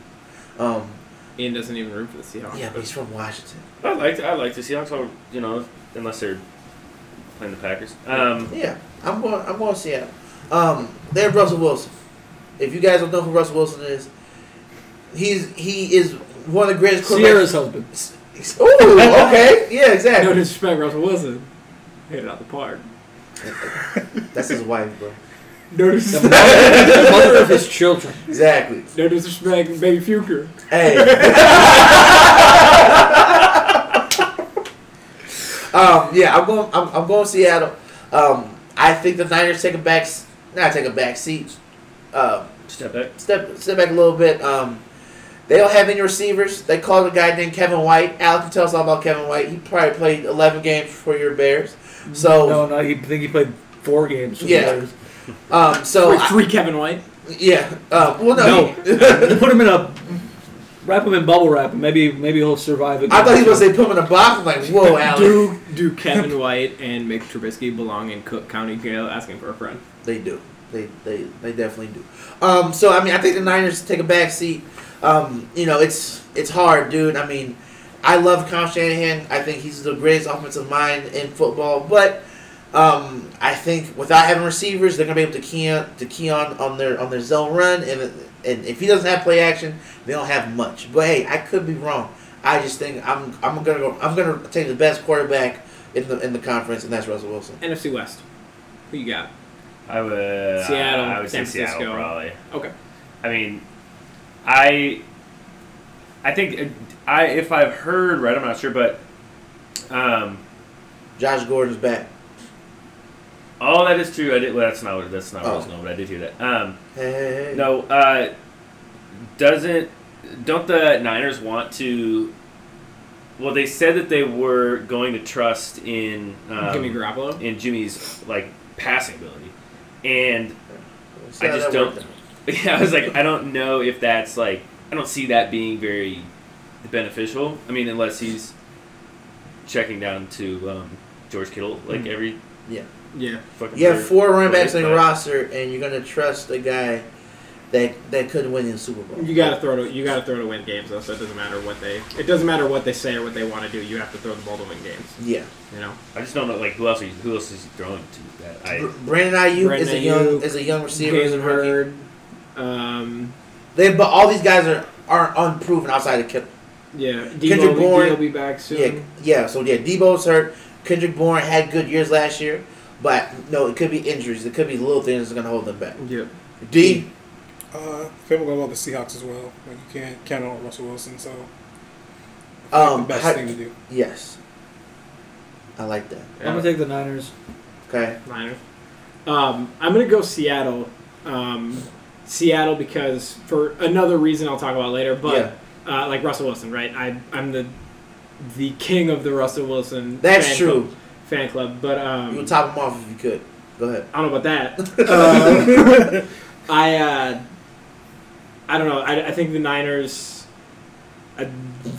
Speaker 2: Um,
Speaker 1: Ian doesn't even root for the Seahawks.
Speaker 2: yeah, but he's from Washington.
Speaker 3: I like I like the Seahawks. I would- You know, unless they're playing the Packers. Um,
Speaker 2: Yeah, I'm going. I'm going to Seattle. Um, they have Russell Wilson. If you guys don't know who Russell Wilson is, he's he is one of the greatest. quarterbacks-
Speaker 6: Sierra's husband.
Speaker 2: Ooh, okay, yeah,
Speaker 5: No
Speaker 2: exactly.
Speaker 5: disrespect, Russell Wilson. Hit it out the park.
Speaker 2: That's his wife, bro.
Speaker 5: No
Speaker 6: The
Speaker 5: disrespect.
Speaker 6: mother, the mother of his children.
Speaker 2: Exactly.
Speaker 5: no disrespect, baby Fuker.
Speaker 2: Hey. um, yeah, I'm going. I'm, I'm going Seattle. Um, I think the Niners take a back, s- not take a back seat. Um,
Speaker 3: step back.
Speaker 2: step step back a little bit. Um, they don't have any receivers. They called a guy named Kevin White. Al can tell us all about Kevin White. He probably played 11 games for your Bears. So,
Speaker 6: No, no, he I think he played four games. for the
Speaker 2: Oh. Yeah.
Speaker 6: Bears.
Speaker 2: um, so
Speaker 5: Wait,
Speaker 2: I-
Speaker 5: three Kevin White.
Speaker 2: yeah. Uh, well,
Speaker 6: No,
Speaker 2: no.
Speaker 6: put him in a wrap him in bubble wrap. and Maybe maybe he'll survive. a
Speaker 2: I thought he
Speaker 6: game.
Speaker 2: was going to say put him in a box. I'm like, whoa, Al.
Speaker 5: Do do Kevin White and Mick Trubisky belong in Cook County jail asking for a friend?
Speaker 2: They do. They, they they definitely do. Um, so I mean, I think the Niners take a back seat. Um, you know, it's it's hard, dude. I mean, I love Kyle Shanahan. I think he's the greatest offensive mind in football. But um, I think without having receivers, they're gonna be able to key on, to key on, on their on their zone run, and and if he doesn't have play action, they don't have much. But hey, I could be wrong. I just think I'm I'm gonna go, I'm gonna take the best quarterback in the in the conference, and that's Russell Wilson.
Speaker 5: NFC West. Who you got?
Speaker 3: I would
Speaker 5: Seattle,
Speaker 3: I would
Speaker 5: San
Speaker 3: say Seattle
Speaker 5: Francisco.
Speaker 3: probably.
Speaker 5: Okay.
Speaker 3: I mean, I I think uh, I if I've heard right, I'm not sure, but um,
Speaker 2: Josh Gordon's back.
Speaker 3: oh, that is true. I did. Well, that's not what that's not what I was
Speaker 2: Oh.
Speaker 3: knowing, but I did hear that. Um,
Speaker 2: Hey, hey, hey.
Speaker 3: no, uh, doesn't don't the Niners want to? Well, they said that they were going to trust in um,
Speaker 5: Give me Garoppolo.
Speaker 3: in Jimmy's like passing ability, and
Speaker 2: So
Speaker 3: I just
Speaker 2: that worked
Speaker 3: don't- Yeah, I was like, I don't know if that's like, I don't see that being very beneficial. I mean, unless he's checking down to um, George Kittle
Speaker 4: Hmm.
Speaker 3: like every
Speaker 5: Yeah.
Speaker 3: fucking.
Speaker 2: out. You have
Speaker 3: third-
Speaker 2: four running backs on your
Speaker 3: Right.
Speaker 2: roster, and you're gonna trust a guy that that could win in the Super Bowl.
Speaker 5: You gotta throw to you gotta throw to win games though, so it doesn't matter what they it doesn't matter what they say or what they want to do. You have to throw the ball to win games.
Speaker 2: Yeah,
Speaker 5: You know.
Speaker 3: I just don't know like who else is who else is he throwing to that I.
Speaker 2: Br- Brandon Ayuk is a
Speaker 5: Brandon
Speaker 2: young
Speaker 5: Ayuk,
Speaker 2: is a young receiver. Is a
Speaker 5: Jalen
Speaker 2: rookie.
Speaker 5: Hurd. Um.
Speaker 2: They but all these guys are are unproven outside of Kittle.
Speaker 5: Yeah.
Speaker 2: Kendrick
Speaker 5: Debo will
Speaker 2: Bourne.
Speaker 5: be, Debo be back soon.
Speaker 2: Yeah, yeah. So yeah, Debo's hurt. Kendrick Bourne had good years last year, but no, it could be injuries. It could be little things that's gonna hold them back.
Speaker 5: Yep.
Speaker 2: D.
Speaker 4: Uh, people go about the Seahawks as well. Like you can't count on Russell Wilson, so
Speaker 2: Um,
Speaker 4: the best
Speaker 2: how-
Speaker 4: thing to do.
Speaker 2: yes, I like that.
Speaker 6: I'm gonna take the Niners.
Speaker 2: Okay,
Speaker 5: Niners. Um, I'm gonna go Seattle. Um, Seattle because for another reason I'll talk about later, but uh, like Russell Wilson, right? I I'm the the king of the Russell Wilson.
Speaker 2: that's
Speaker 5: fan
Speaker 2: true.
Speaker 5: Club, fan club, but um,
Speaker 2: you would top them off if you could. Go ahead.
Speaker 5: I don't know about that. Uh, I uh, I don't know. I, I think the Niners, uh,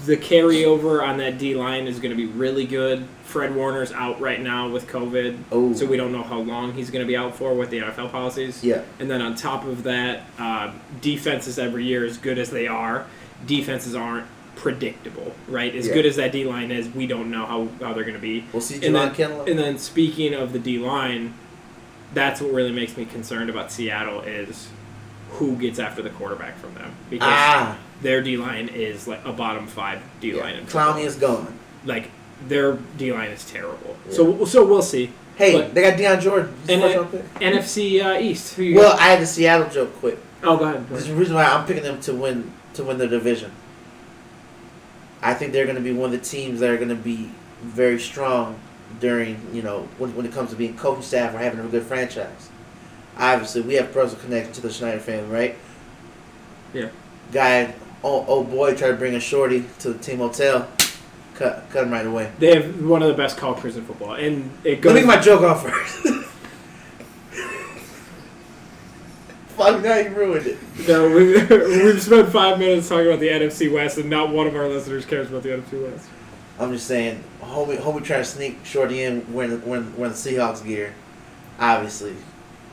Speaker 5: the carryover on that D line is going to be really good. Fred Warner's out right now with COVID,
Speaker 2: Oh,
Speaker 5: so we don't know how long he's going to be out for with the NFL policies.
Speaker 2: yeah.
Speaker 5: And then on top of that, uh, defenses every year, as good as they are, defenses aren't predictable, right? As
Speaker 2: Yeah.
Speaker 5: good as that D line is, we don't know how, how they're going to be.
Speaker 2: We'll see
Speaker 5: And
Speaker 2: Javon
Speaker 5: then-
Speaker 2: Kinlaw.
Speaker 5: And then speaking of the D line, that's what really makes me concerned about Seattle is who gets after the quarterback from them because
Speaker 2: Ah,
Speaker 5: their D line is like a bottom five D line.
Speaker 2: yeah.
Speaker 5: in
Speaker 2: Clowney is gone.
Speaker 5: like their D line is terrible. So so we'll see.
Speaker 2: Hey,
Speaker 5: But-
Speaker 2: they got Deion Jordan. He's
Speaker 5: And
Speaker 2: first
Speaker 5: it-
Speaker 2: round pick.
Speaker 5: NFC uh, East. Who you
Speaker 2: well,
Speaker 5: got?
Speaker 2: I had the Seattle joke quick.
Speaker 5: oh, go ahead. Go
Speaker 2: This is
Speaker 5: ahead.
Speaker 2: the reason why I'm picking them to win to win the division. I think they're going to be one of the teams that are going to be very strong during you know when, when it comes to being coaching staff or having a good franchise. Obviously, we have personal connection to the Schneider family, right?
Speaker 5: Yeah.
Speaker 2: Guy, oh, oh boy, tried to bring a shorty to the team hotel, cut cut him right away.
Speaker 5: They have one of the best cultures in football, and it
Speaker 2: Go
Speaker 5: goes.
Speaker 2: make my joke off first. Fuck! Now you ruined it.
Speaker 5: no, we've, we've spent five minutes talking about the NFC West, and not one of our listeners cares about the NFC West.
Speaker 2: I'm just saying, homie, homie trying to sneak Shorty in wearing wearing, wearing the Seahawks gear. Obviously,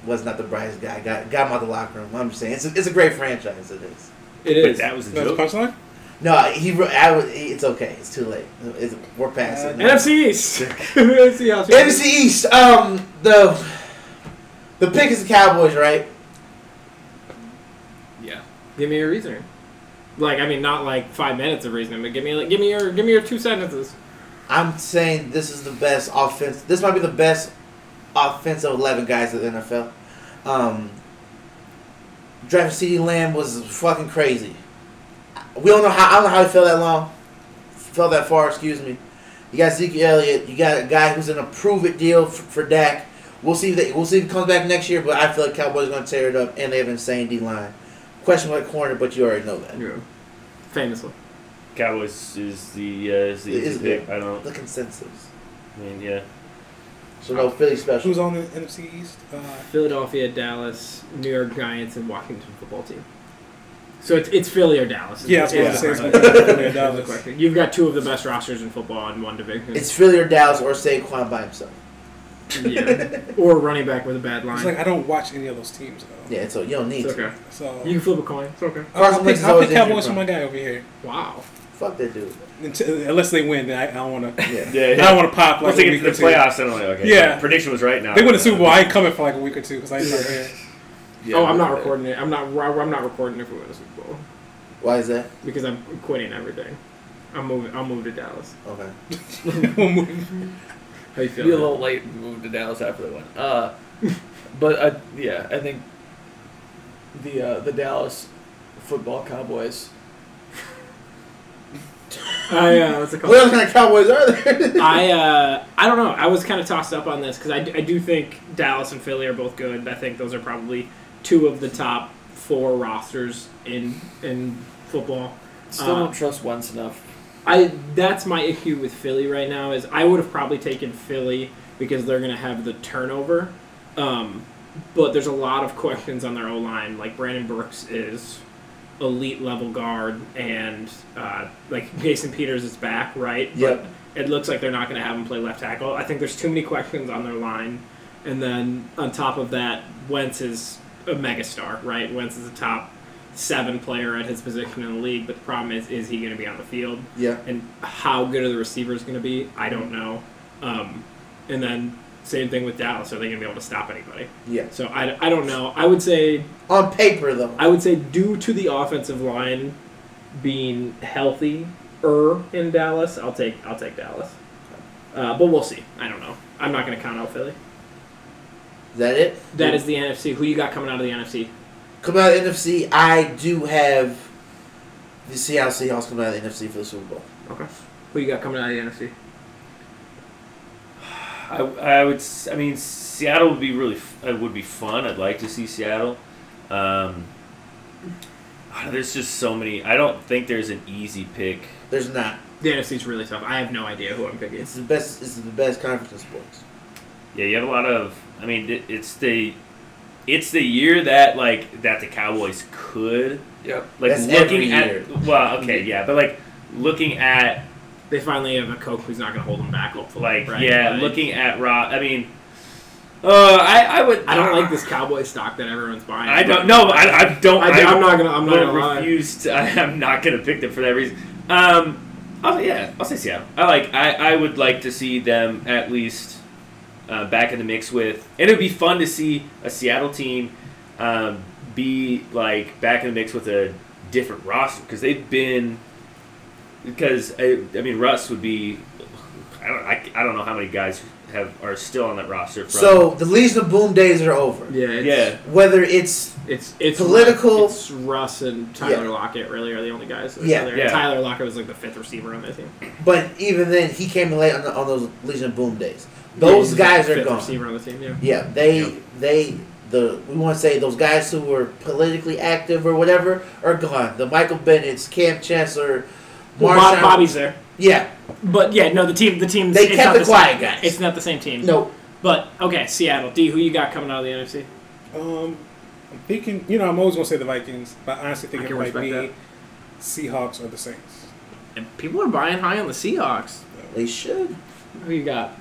Speaker 2: was not the brightest guy. Got got him out the locker room. I'm just saying, it's a, it's a great franchise. It is.
Speaker 5: It
Speaker 3: But
Speaker 5: is.
Speaker 3: that was the
Speaker 4: That's a
Speaker 3: joke.
Speaker 4: punchline.
Speaker 2: No, he. re- I would. It's okay. It's too late. It's, we're past it.
Speaker 4: Uh,
Speaker 5: NFC East. NFC East.
Speaker 2: NFC East. Um, the the pick is the Cowboys, right?
Speaker 5: Yeah. Give me your reasoning. Like, I mean, not like five minutes of reasoning, but give me like, give me your give me your two sentences.
Speaker 2: I'm saying this is the best offense. This might be the best offensive eleven guys in the NFL. Um, drafting CeeDee Lamb was fucking crazy. We don't know how. I don't know how he fell that long, fell that far. Excuse me. You got Zeke Elliott. You got a guy who's in a prove it deal for, for Dak. We'll see if they, we'll see if he comes back next year. But I feel like Cowboys are going to tear it up, and they have an insane D line. Question mark corner, but you already know that.
Speaker 5: Yeah. Famously.
Speaker 3: Cowboys is the uh, is the
Speaker 2: It
Speaker 3: easy
Speaker 2: is
Speaker 3: pick. I don't.
Speaker 2: The consensus.
Speaker 3: I mean, yeah.
Speaker 2: So no Philly special.
Speaker 4: Who's on the NFC East? Uh,
Speaker 5: Philadelphia, Dallas, New York Giants, and Washington football team. So it's, it's Philly or Dallas. is-
Speaker 4: yeah, that's what I was
Speaker 5: is
Speaker 4: saying.
Speaker 5: the
Speaker 4: It's gonna
Speaker 5: question.
Speaker 4: be Philly or
Speaker 5: Is the
Speaker 4: Dallas.
Speaker 5: question. You've got two of the best rosters in football in one division.
Speaker 2: It's Philly or Dallas or Saquon by himself.
Speaker 5: yeah. or running back with a bad
Speaker 4: It's
Speaker 5: line.
Speaker 4: like I don't watch any of those teams though.
Speaker 2: Yeah, so you don't need
Speaker 5: it's
Speaker 2: to.
Speaker 5: okay.
Speaker 4: So
Speaker 5: You can flip a coin. It's okay.
Speaker 4: I'll, I'll
Speaker 2: Carson
Speaker 4: pick,
Speaker 2: Wentz is
Speaker 4: I'll
Speaker 2: always
Speaker 4: pick Cowboys
Speaker 2: injured,
Speaker 4: for my guy over here.
Speaker 5: Wow.
Speaker 2: Fuck that dude.
Speaker 4: Until, unless they win, then I, I don't want to.
Speaker 2: Yeah.
Speaker 3: Yeah.
Speaker 4: I don't want to pop like
Speaker 3: Once
Speaker 4: a
Speaker 3: they
Speaker 4: week
Speaker 3: get
Speaker 4: or
Speaker 3: to the
Speaker 4: two.
Speaker 3: playoffs, I'm like, okay.
Speaker 4: Yeah.
Speaker 3: Prediction was right now.
Speaker 4: They win the Super Bowl. I ain't coming for like a week or two because I ain't not here.
Speaker 3: Yeah,
Speaker 5: oh, I'm not
Speaker 3: but-
Speaker 5: recording it. I'm not. I'm not recording if we win a Super Bowl
Speaker 2: Why is that?
Speaker 5: because I'm quitting everything. I'm moving. I'll move to Dallas.
Speaker 2: Okay.
Speaker 4: We'll move.
Speaker 5: How you
Speaker 6: Be a
Speaker 5: feeling?
Speaker 6: little late and moved to Dallas after they won. Uh, but I, yeah, I think the uh, the Dallas football Cowboys.
Speaker 5: Oh yeah, what's it called?
Speaker 2: What kind of Cowboys are there?
Speaker 5: I uh, I don't know. I was kind of tossed up on this because I, d- I do think Dallas and Philly are both good. I think those are probably two of the top four rosters in in football.
Speaker 6: Still
Speaker 5: Uh,
Speaker 6: don't trust once enough.
Speaker 5: I that's my issue with Philly right now is I would have probably taken Philly because they're gonna have the turnover. Um, but there's a lot of questions on their O line. Like Brandon Brooks is elite level guard, and uh, like Jason Peters is back, right?
Speaker 2: Yep.
Speaker 5: But it looks like they're not gonna have him play left tackle. I think there's too many questions on their line, and then on top of that, Wentz is a megastar, right? Wentz is a top seven player at his position in the league, but the problem is, is he going to be on the field?
Speaker 2: yeah.
Speaker 5: And how good are the receivers going to be? I don't know. Um, and then same thing with Dallas. Are they going to be able to stop anybody?
Speaker 2: Yeah.
Speaker 5: So I, I don't know. I would say
Speaker 2: On paper though.
Speaker 5: I would say due to the offensive line being healthy er in Dallas, I'll take I'll take Dallas. Uh, but we'll see. I don't know. I'm not going to count out Philly.
Speaker 2: Is that it?
Speaker 5: That is the NFC. Who you got coming out of the NFC?
Speaker 2: Coming out of the NFC, I do have the Seattle Seahawks coming out of the NFC for the Super Bowl.
Speaker 5: Okay. Who you got coming out of the NFC?
Speaker 3: I, I would. s- I mean, Seattle would be really. f- It would be fun. I'd like to see Seattle. Um, I don't- there's just so many. I don't think there's an easy pick.
Speaker 2: There's not.
Speaker 5: The NFC's really tough. I have no idea who I'm picking.
Speaker 2: It's the best. It's the best conference in sports.
Speaker 3: Yeah, you have a lot of. I mean, it, it's the, it's the year that like that the Cowboys could
Speaker 6: Yep.
Speaker 3: like
Speaker 2: That's every
Speaker 3: looking
Speaker 2: year.
Speaker 3: at. Well, okay, yeah, but like looking at
Speaker 5: They finally have a coach who's not going to hold them back. Hopefully,
Speaker 3: like
Speaker 5: right?
Speaker 3: yeah,
Speaker 5: Like,
Speaker 3: looking at Rob. I mean, uh, I I would.
Speaker 5: I don't like this cowboy stock that everyone's buying.
Speaker 3: I don't know. I, I don't.
Speaker 5: I, am not gonna. I'm not
Speaker 3: will
Speaker 5: gonna lie.
Speaker 3: refuse to. I, am not going to pick them for that reason. Um, I'll, yeah, I'll say Seattle. I like. I, I would like to see them at least uh, back in the mix with, and it would be fun to see a Seattle team um, be like back in the mix with a different roster because they've been. Because I, I mean, Russ would be. I don't. I, I don't know how many guys have are still on that roster. From,
Speaker 2: So the Legion of Boom days are over.
Speaker 5: Yeah, it's,
Speaker 3: yeah,
Speaker 2: Whether it's
Speaker 5: It's it's
Speaker 2: Political-
Speaker 5: It's Russ and Tyler
Speaker 2: Yeah.
Speaker 5: Lockett really are the only guys. That are
Speaker 2: Yeah.
Speaker 5: there.
Speaker 3: Yeah.
Speaker 5: Tyler Lockett was like the fifth receiver on that team.
Speaker 2: but even then he came late on, the, on those Legion of Boom days. Those
Speaker 5: He's
Speaker 2: guys
Speaker 5: the
Speaker 2: are
Speaker 5: fifth
Speaker 2: gone.
Speaker 5: Receiver on the team, yeah.
Speaker 2: Yeah, they
Speaker 1: Yeah.
Speaker 2: they the we want to say those guys who were politically active or whatever are gone. The Michael Bennett's, Cam Chancellor,
Speaker 5: Well, Bob,
Speaker 2: Marshawn.
Speaker 5: Bobby's there,
Speaker 2: Yeah,
Speaker 5: but yeah, no, the team, the team.
Speaker 2: They
Speaker 5: it's
Speaker 2: kept
Speaker 5: not
Speaker 2: the
Speaker 5: same-
Speaker 2: quiet guys.
Speaker 5: It's not the same team.
Speaker 2: no,
Speaker 5: But okay, Seattle. D, who you got coming out of the NFC?
Speaker 4: Um, I'm thinking, you know, I'm always gonna say the Vikings, but I honestly think
Speaker 5: I
Speaker 4: it
Speaker 5: can
Speaker 4: might be
Speaker 5: respect
Speaker 4: Seahawks or the Saints.
Speaker 5: And people are buying high on the Seahawks.
Speaker 2: they should.
Speaker 5: Who you got?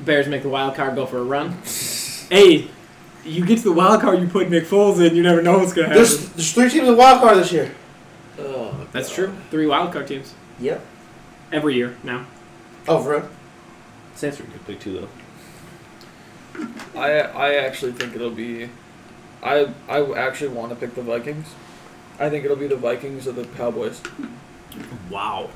Speaker 5: Bears make the wild card go for a run. hey, you get to the wild card, you put Nick Foles in. You never know what's gonna happen.
Speaker 2: There's there's three teams in wild card this year.
Speaker 6: Oh,
Speaker 5: That's
Speaker 6: God.
Speaker 5: true. Three wild card teams
Speaker 2: Yep.
Speaker 5: every year now.
Speaker 2: Oh, for real?
Speaker 3: Saints are a good pick too though.
Speaker 6: I I actually think it'll be, I I actually want to pick the Vikings. I think it'll be the Vikings or the Cowboys.
Speaker 5: Wow.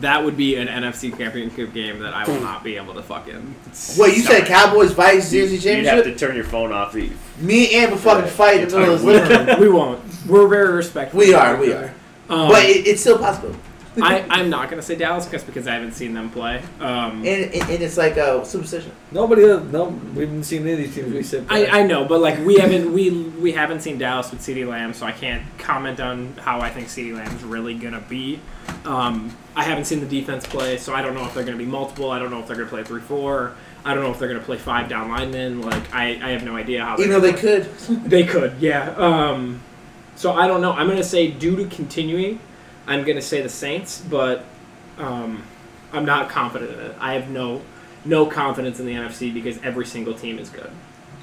Speaker 5: That would be an NFC Championship game that I will not be able to fucking.
Speaker 2: Wait, you said Cowboys Vikings NFC
Speaker 3: You'd have
Speaker 2: championship?
Speaker 3: to turn your phone off. You-
Speaker 2: Me and Amber fucking fight in the middle of this living room.
Speaker 5: we won't. We're very respectful.
Speaker 2: We are, we are.
Speaker 5: Um,
Speaker 2: But it, it's still possible.
Speaker 5: I, I'm not gonna say Dallas just because I haven't seen them play. Um,
Speaker 2: And, and, and it's like a superstition.
Speaker 6: Nobody, no, we haven't seen any of these teams we said.
Speaker 5: I, I know, but like we haven't we we haven't seen Dallas with Ceedee Lamb, so I can't comment on how I think Ceedee Lamb's really gonna be. Um, I haven't seen the defense play, so I don't know if they're gonna be multiple. I don't know if they're gonna play three four. I don't know if they're gonna play five down linemen. Like I, I have no idea how. they're
Speaker 2: Even though they
Speaker 5: gonna
Speaker 2: could.
Speaker 5: play. they could, yeah. Um, so I don't know. I'm gonna say due to continuing, I'm gonna say the Saints, but um, I'm not confident in it. I have no no confidence in the NFC because every single team is good.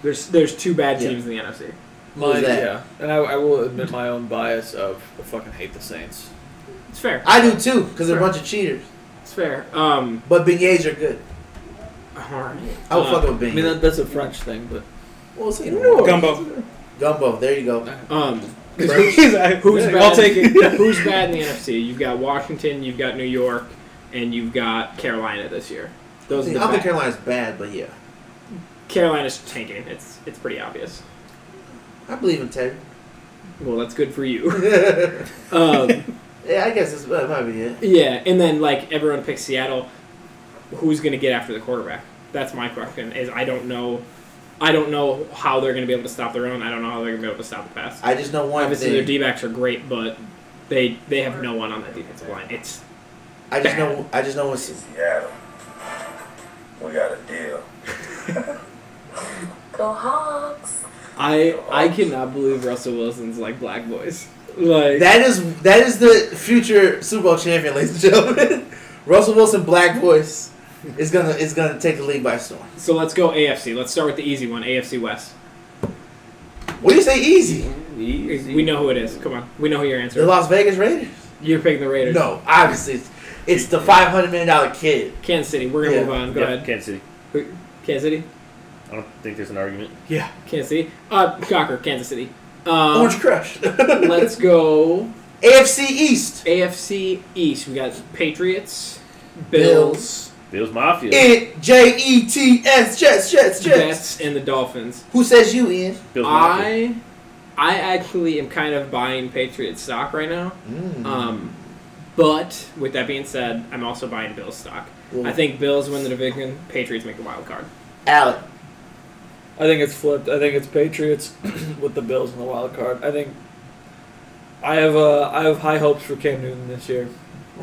Speaker 5: There's there's two bad
Speaker 2: Yeah.
Speaker 5: teams in the NFC.
Speaker 2: What was
Speaker 6: Mine,
Speaker 2: that?
Speaker 6: yeah, and I, I will admit my own bias of I fucking hate the Saints.
Speaker 5: It's fair.
Speaker 2: I do too, because they're a bunch of cheaters.
Speaker 5: It's fair. Um,
Speaker 2: But beignets are good.
Speaker 5: all right.
Speaker 2: I would
Speaker 5: Uh,
Speaker 2: fuck with
Speaker 6: I mean
Speaker 2: beignets.
Speaker 6: that, that's a French thing, but
Speaker 2: Well, so you know.
Speaker 4: Gumbo.
Speaker 2: Gumbo, there you go.
Speaker 5: Um,
Speaker 4: He's like,
Speaker 5: who's bad?
Speaker 4: I'll take it.
Speaker 5: who's bad in the NFC? You've got Washington, you've got New York, and you've got Carolina this year. Those are
Speaker 2: See, I
Speaker 5: the
Speaker 2: don't think
Speaker 5: bad.
Speaker 2: Carolina's bad, but yeah.
Speaker 5: Carolina's tanking. It's it's pretty obvious.
Speaker 2: I believe in Terry.
Speaker 5: Well, that's good for you.
Speaker 2: yeah,
Speaker 5: Um,
Speaker 2: I guess it's, that might be it.
Speaker 5: Yeah, and then like everyone picks Seattle. Who's going to get after the quarterback? That's my question. Is I don't know, I don't know how they're going to be able to stop their own. I don't know how they're going to be able to stop the pass.
Speaker 2: I just know one
Speaker 5: Obviously, their
Speaker 2: thing.
Speaker 5: D backs are great, but they they have no one on that defensive line. It's
Speaker 2: I just know. I just know what's.
Speaker 7: Seattle, we got a deal.
Speaker 8: Go Hawks.
Speaker 5: I I cannot believe Russell Wilson's like black boys. Like
Speaker 2: That is that is the future Super Bowl champion, ladies and gentlemen. Russell Wilson, black voice, is gonna is gonna take the league by storm.
Speaker 5: So let's go AFC. Let's start with the easy one, AFC West.
Speaker 2: What do you say? Easy.
Speaker 5: We know who it is. Come on, we know who your answer.
Speaker 2: The
Speaker 5: is.
Speaker 2: Las Vegas Raiders.
Speaker 5: You're picking the Raiders.
Speaker 2: No, obviously it's, it's the five hundred million dollar kid.
Speaker 5: Kansas City. We're gonna
Speaker 2: Yeah.
Speaker 5: move on. Go
Speaker 3: Yeah,
Speaker 5: ahead.
Speaker 3: Kansas City.
Speaker 5: Kansas City.
Speaker 3: I don't think there's an argument.
Speaker 5: Yeah. Kansas City. Uh, shocker, Kansas City. Um,
Speaker 2: Orange Crush.
Speaker 5: let's go
Speaker 2: AFC East.
Speaker 5: AFC East. We got Patriots, Bills,
Speaker 2: Bills.
Speaker 3: Bills Mafia.
Speaker 2: It J E T S Jets Jets Jets.
Speaker 5: Jets, and the Dolphins.
Speaker 2: Who says you in?
Speaker 3: Bills Mafia.
Speaker 5: I, I actually am kind of buying Patriots stock right now.
Speaker 3: Mm.
Speaker 2: Mm-hmm.
Speaker 5: Um, but with that being said, I'm also buying Bills stock.
Speaker 2: Well,
Speaker 5: I think Bills win the division. Patriots make the wild card.
Speaker 2: Alec.
Speaker 6: I think it's flipped. I think it's Patriots with the Bills in the wild card. I think I have uh, I have high hopes for Cam Newton this year.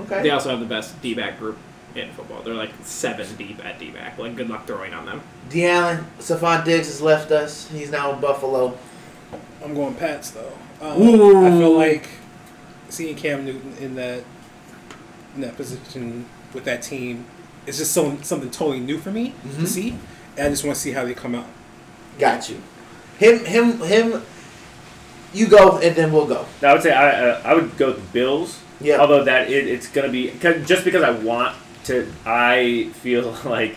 Speaker 2: Okay.
Speaker 5: They also have the best D back group in football. They're like seven deep at D back. Like good luck throwing on them.
Speaker 2: D'Allen, Stephon Diggs has left us. He's now in Buffalo.
Speaker 4: I'm going Pats though. Um,
Speaker 5: Ooh.
Speaker 4: I feel like seeing Cam Newton in that in that position with that team is just so something totally new for me to
Speaker 5: Mm-hmm.
Speaker 2: Mhm.
Speaker 4: see. And I just want to see how they come out.
Speaker 2: Got you. Him, him, him. You go, and then we'll go.
Speaker 3: No, I would say I uh, I would go with the Bills.
Speaker 2: Yeah.
Speaker 3: Although that it, it's gonna be 'cause- just because I want to. I feel like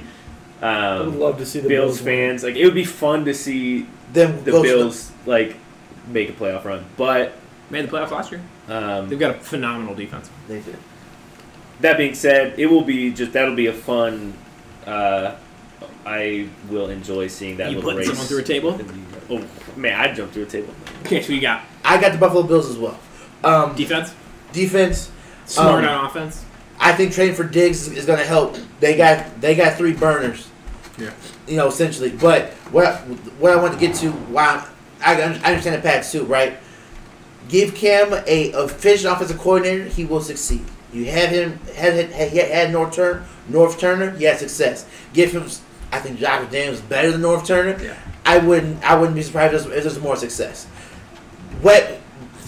Speaker 6: I would
Speaker 3: um,
Speaker 6: love to see the
Speaker 3: Bills
Speaker 6: win.
Speaker 3: fans like it would be fun to see
Speaker 2: Then
Speaker 3: the
Speaker 2: go
Speaker 3: Bills like make a playoff run, but
Speaker 5: Made the playoffs last year. They've
Speaker 3: um,
Speaker 5: got a phenomenal defense.
Speaker 2: They did.
Speaker 3: that being said, it will be just that'll be a fun uh, I will enjoy seeing that.
Speaker 5: You
Speaker 3: little
Speaker 5: putting
Speaker 3: race.
Speaker 5: someone through a table?
Speaker 3: Oh man, I'd jump through a table.
Speaker 5: Okay, so you got
Speaker 2: I got the Buffalo Bills as well. Um,
Speaker 5: defense,
Speaker 2: defense,
Speaker 5: smart
Speaker 2: Um,
Speaker 5: on offense.
Speaker 2: I think trading for Diggs is, is going to help. They got they got three burners.
Speaker 4: Yeah.
Speaker 2: You know, essentially. But what I, what I want to get to, why I, I understand the Pats too, right? Give Cam a efficient offensive coordinator, he will succeed. You have him had had, had North Turner, North Turner, he had success. Give him, I think Josh Daniels is better than North Turner.
Speaker 5: Yeah.
Speaker 2: I wouldn't I wouldn't be surprised if there's, if there's more success. What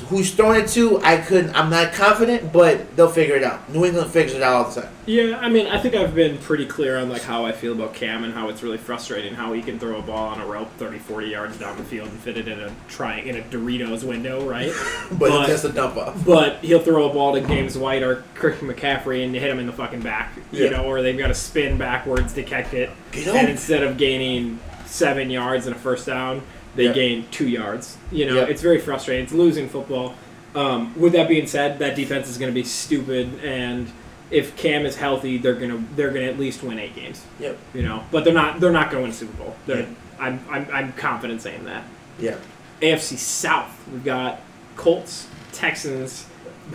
Speaker 2: who he's throwing it to, I couldn't. I'm not confident, but they'll figure it out. New England figures it out all the time.
Speaker 5: Yeah, I mean, I think I've been pretty clear on like how I feel about Cam and how it's really frustrating how he can throw a ball on a rope 30, 40 yards down the field and fit it in a try in a Doritos window, right?
Speaker 2: But,
Speaker 5: But-
Speaker 2: it's just a dump off.
Speaker 5: but he'll throw a ball to James White or Kirk McCaffrey and hit him in the fucking back, you
Speaker 2: Yeah.
Speaker 5: know, or they've got to spin backwards to catch it,
Speaker 2: Get
Speaker 5: and
Speaker 2: on.
Speaker 5: instead of gaining seven yards and a first down, they
Speaker 2: Yeah.
Speaker 5: gain two yards. You know,
Speaker 2: Yeah.
Speaker 5: it's very frustrating. It's losing football. Um, with that being said, that defense is going to be stupid, and if Cam is healthy, they're gonna they're gonna at least win eight games.
Speaker 2: Yep.
Speaker 5: You know, but they're not they're not going to win Super Bowl. They're,
Speaker 2: Yeah.
Speaker 5: I'm, I'm I'm confident saying that.
Speaker 2: Yeah.
Speaker 5: AFC South, we've got Colts, Texans,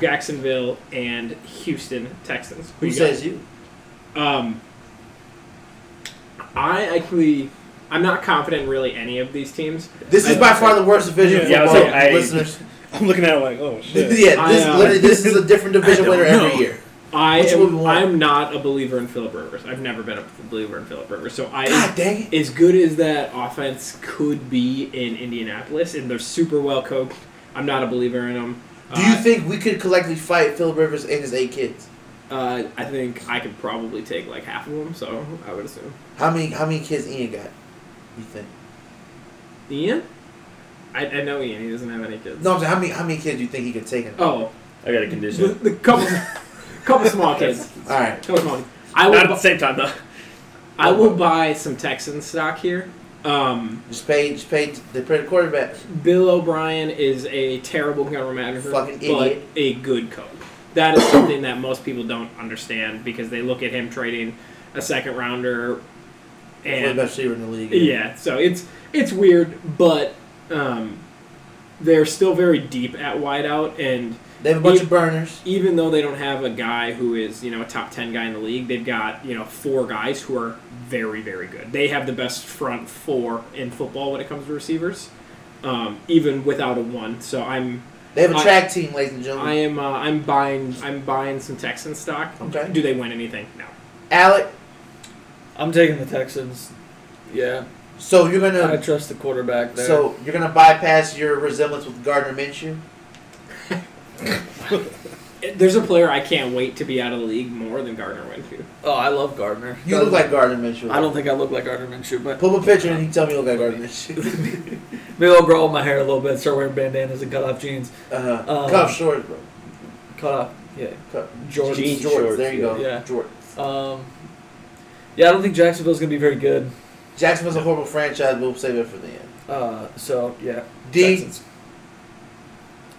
Speaker 5: Jacksonville, and Houston Texans.
Speaker 2: Who
Speaker 5: We got-
Speaker 2: says you?
Speaker 5: Um, I actually, I'm not confident in really any of these teams.
Speaker 2: This is
Speaker 5: I-
Speaker 2: by far the worst division
Speaker 4: Yeah, I
Speaker 2: yeah,
Speaker 4: was
Speaker 2: football
Speaker 3: like, I-
Speaker 2: listeners.
Speaker 4: I'm looking at it like, oh
Speaker 2: Th-
Speaker 4: shit.
Speaker 2: Yeah,
Speaker 5: I,
Speaker 2: this
Speaker 5: uh,
Speaker 2: literally this is a different division
Speaker 4: I
Speaker 2: winner
Speaker 4: don't
Speaker 2: every
Speaker 4: know.
Speaker 2: year.
Speaker 5: I
Speaker 2: Which would we
Speaker 5: am,
Speaker 2: want?
Speaker 5: I'm not a believer in Philip Rivers. I've never been a believer in Philip Rivers. So I,
Speaker 2: God dang it!
Speaker 5: as good as that offense could be in Indianapolis, and they're super well coached, I'm not a believer in them.
Speaker 2: Do you think we could collectively fight Phil Rivers and his eight kids?
Speaker 5: Uh, I think I could probably take like half of them, so I would assume.
Speaker 2: How many how many kids Ian got? You think?
Speaker 5: Ian? I, I know Ian. He doesn't have any kids.
Speaker 2: No, I'm saying how many how many kids do you think he could take? In?
Speaker 5: Oh,
Speaker 3: I got a
Speaker 5: the,
Speaker 3: condition.
Speaker 5: the couple, couple small kids.
Speaker 2: All right.
Speaker 5: Couple small. I
Speaker 3: Not at
Speaker 5: will,
Speaker 3: the
Speaker 5: bu-
Speaker 3: same time though.
Speaker 5: I will buy some Texan stock here. Um,
Speaker 2: Just pay just pay the quarterback.
Speaker 5: Bill O'Brien is a terrible general manager,
Speaker 2: Fucking
Speaker 5: but
Speaker 2: idiot.
Speaker 5: a good coach. That is something that most people don't understand because they look at him trading a second rounder
Speaker 2: And
Speaker 5: and
Speaker 2: the best receiver in the league.
Speaker 5: Yeah, so it's it's weird, but um, they're still very deep at wideout, and
Speaker 2: They have a bunch
Speaker 5: Yeah.
Speaker 2: of burners.
Speaker 5: even though they don't have a guy who is you know a top ten guy in the league, they've got you know four guys who are very very good. They have the best front four in football when it comes to receivers, um, even without a one. So I'm
Speaker 2: They have a
Speaker 5: I-
Speaker 2: track team, ladies and
Speaker 5: I
Speaker 2: gentlemen.
Speaker 5: am uh, I'm buying I'm buying some Texan stock.
Speaker 2: Okay.
Speaker 5: Do they win anything? No.
Speaker 2: Alec,
Speaker 6: I'm taking the Texans. Yeah,
Speaker 2: so you're gonna
Speaker 6: I trust the quarterback there.
Speaker 2: So you're gonna bypass your resemblance with Gardner Minshew.
Speaker 5: There's a player I can't wait to be out of the league more than Gardner Wentz.
Speaker 6: oh, I love Gardner.
Speaker 2: You look like Gardner Minshew.
Speaker 6: I don't think I look like Gardner Minshew, but
Speaker 2: Pull up a picture and you tell me you look like Gardner Minshew.
Speaker 6: maybe I'll grow my hair a little bit, start wearing bandanas and cut off jeans.
Speaker 2: Uh,
Speaker 6: Um,
Speaker 2: huh. Cuff shorts, bro.
Speaker 6: Cut off, yeah,
Speaker 2: Cuff.
Speaker 6: Jordan.
Speaker 2: Jean shorts. There you go.
Speaker 6: yeah.
Speaker 2: Jordan.
Speaker 6: Um, yeah, I don't think Jacksonville's gonna be very good.
Speaker 2: Jacksonville's a horrible franchise. We'll save it for the end.
Speaker 6: Uh, so yeah,
Speaker 2: D.
Speaker 6: Texans.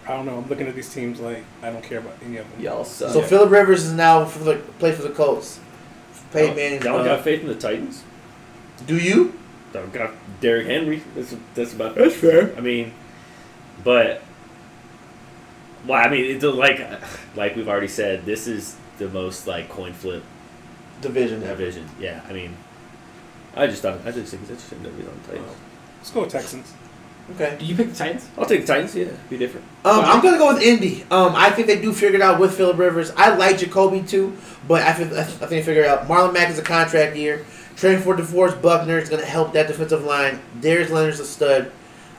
Speaker 4: I don't know. I'm looking at these teams like I don't care about any of them.
Speaker 6: y'all suck.
Speaker 2: So Philip Rivers is now for the play for the Colts.
Speaker 6: Oh,
Speaker 2: Peyton Manning.
Speaker 3: Y'all
Speaker 2: Uh,
Speaker 3: got faith in the Titans.
Speaker 2: do you?
Speaker 3: Y'all got Derrick Henry. That's that's about that's fair. I mean, but well, I mean, it's a- like like we've already said, this is the most like coin flip
Speaker 2: Division ever.
Speaker 3: division. Yeah, I mean, I just thought I just think it's interesting that we don't Titans.
Speaker 4: Let's go with Texans.
Speaker 2: Okay.
Speaker 5: Do you pick the Titans?
Speaker 3: I'll take the Titans. Yeah, be different.
Speaker 2: Um, I'm gonna go with Indy. Um, I think they do figure it out with Philip Rivers. I like Jacoby too, but I, think I think they figure it out. Marlon Mack is a contract year. Training for DeForest Buckner is gonna help that defensive line. Darius Leonard's a stud.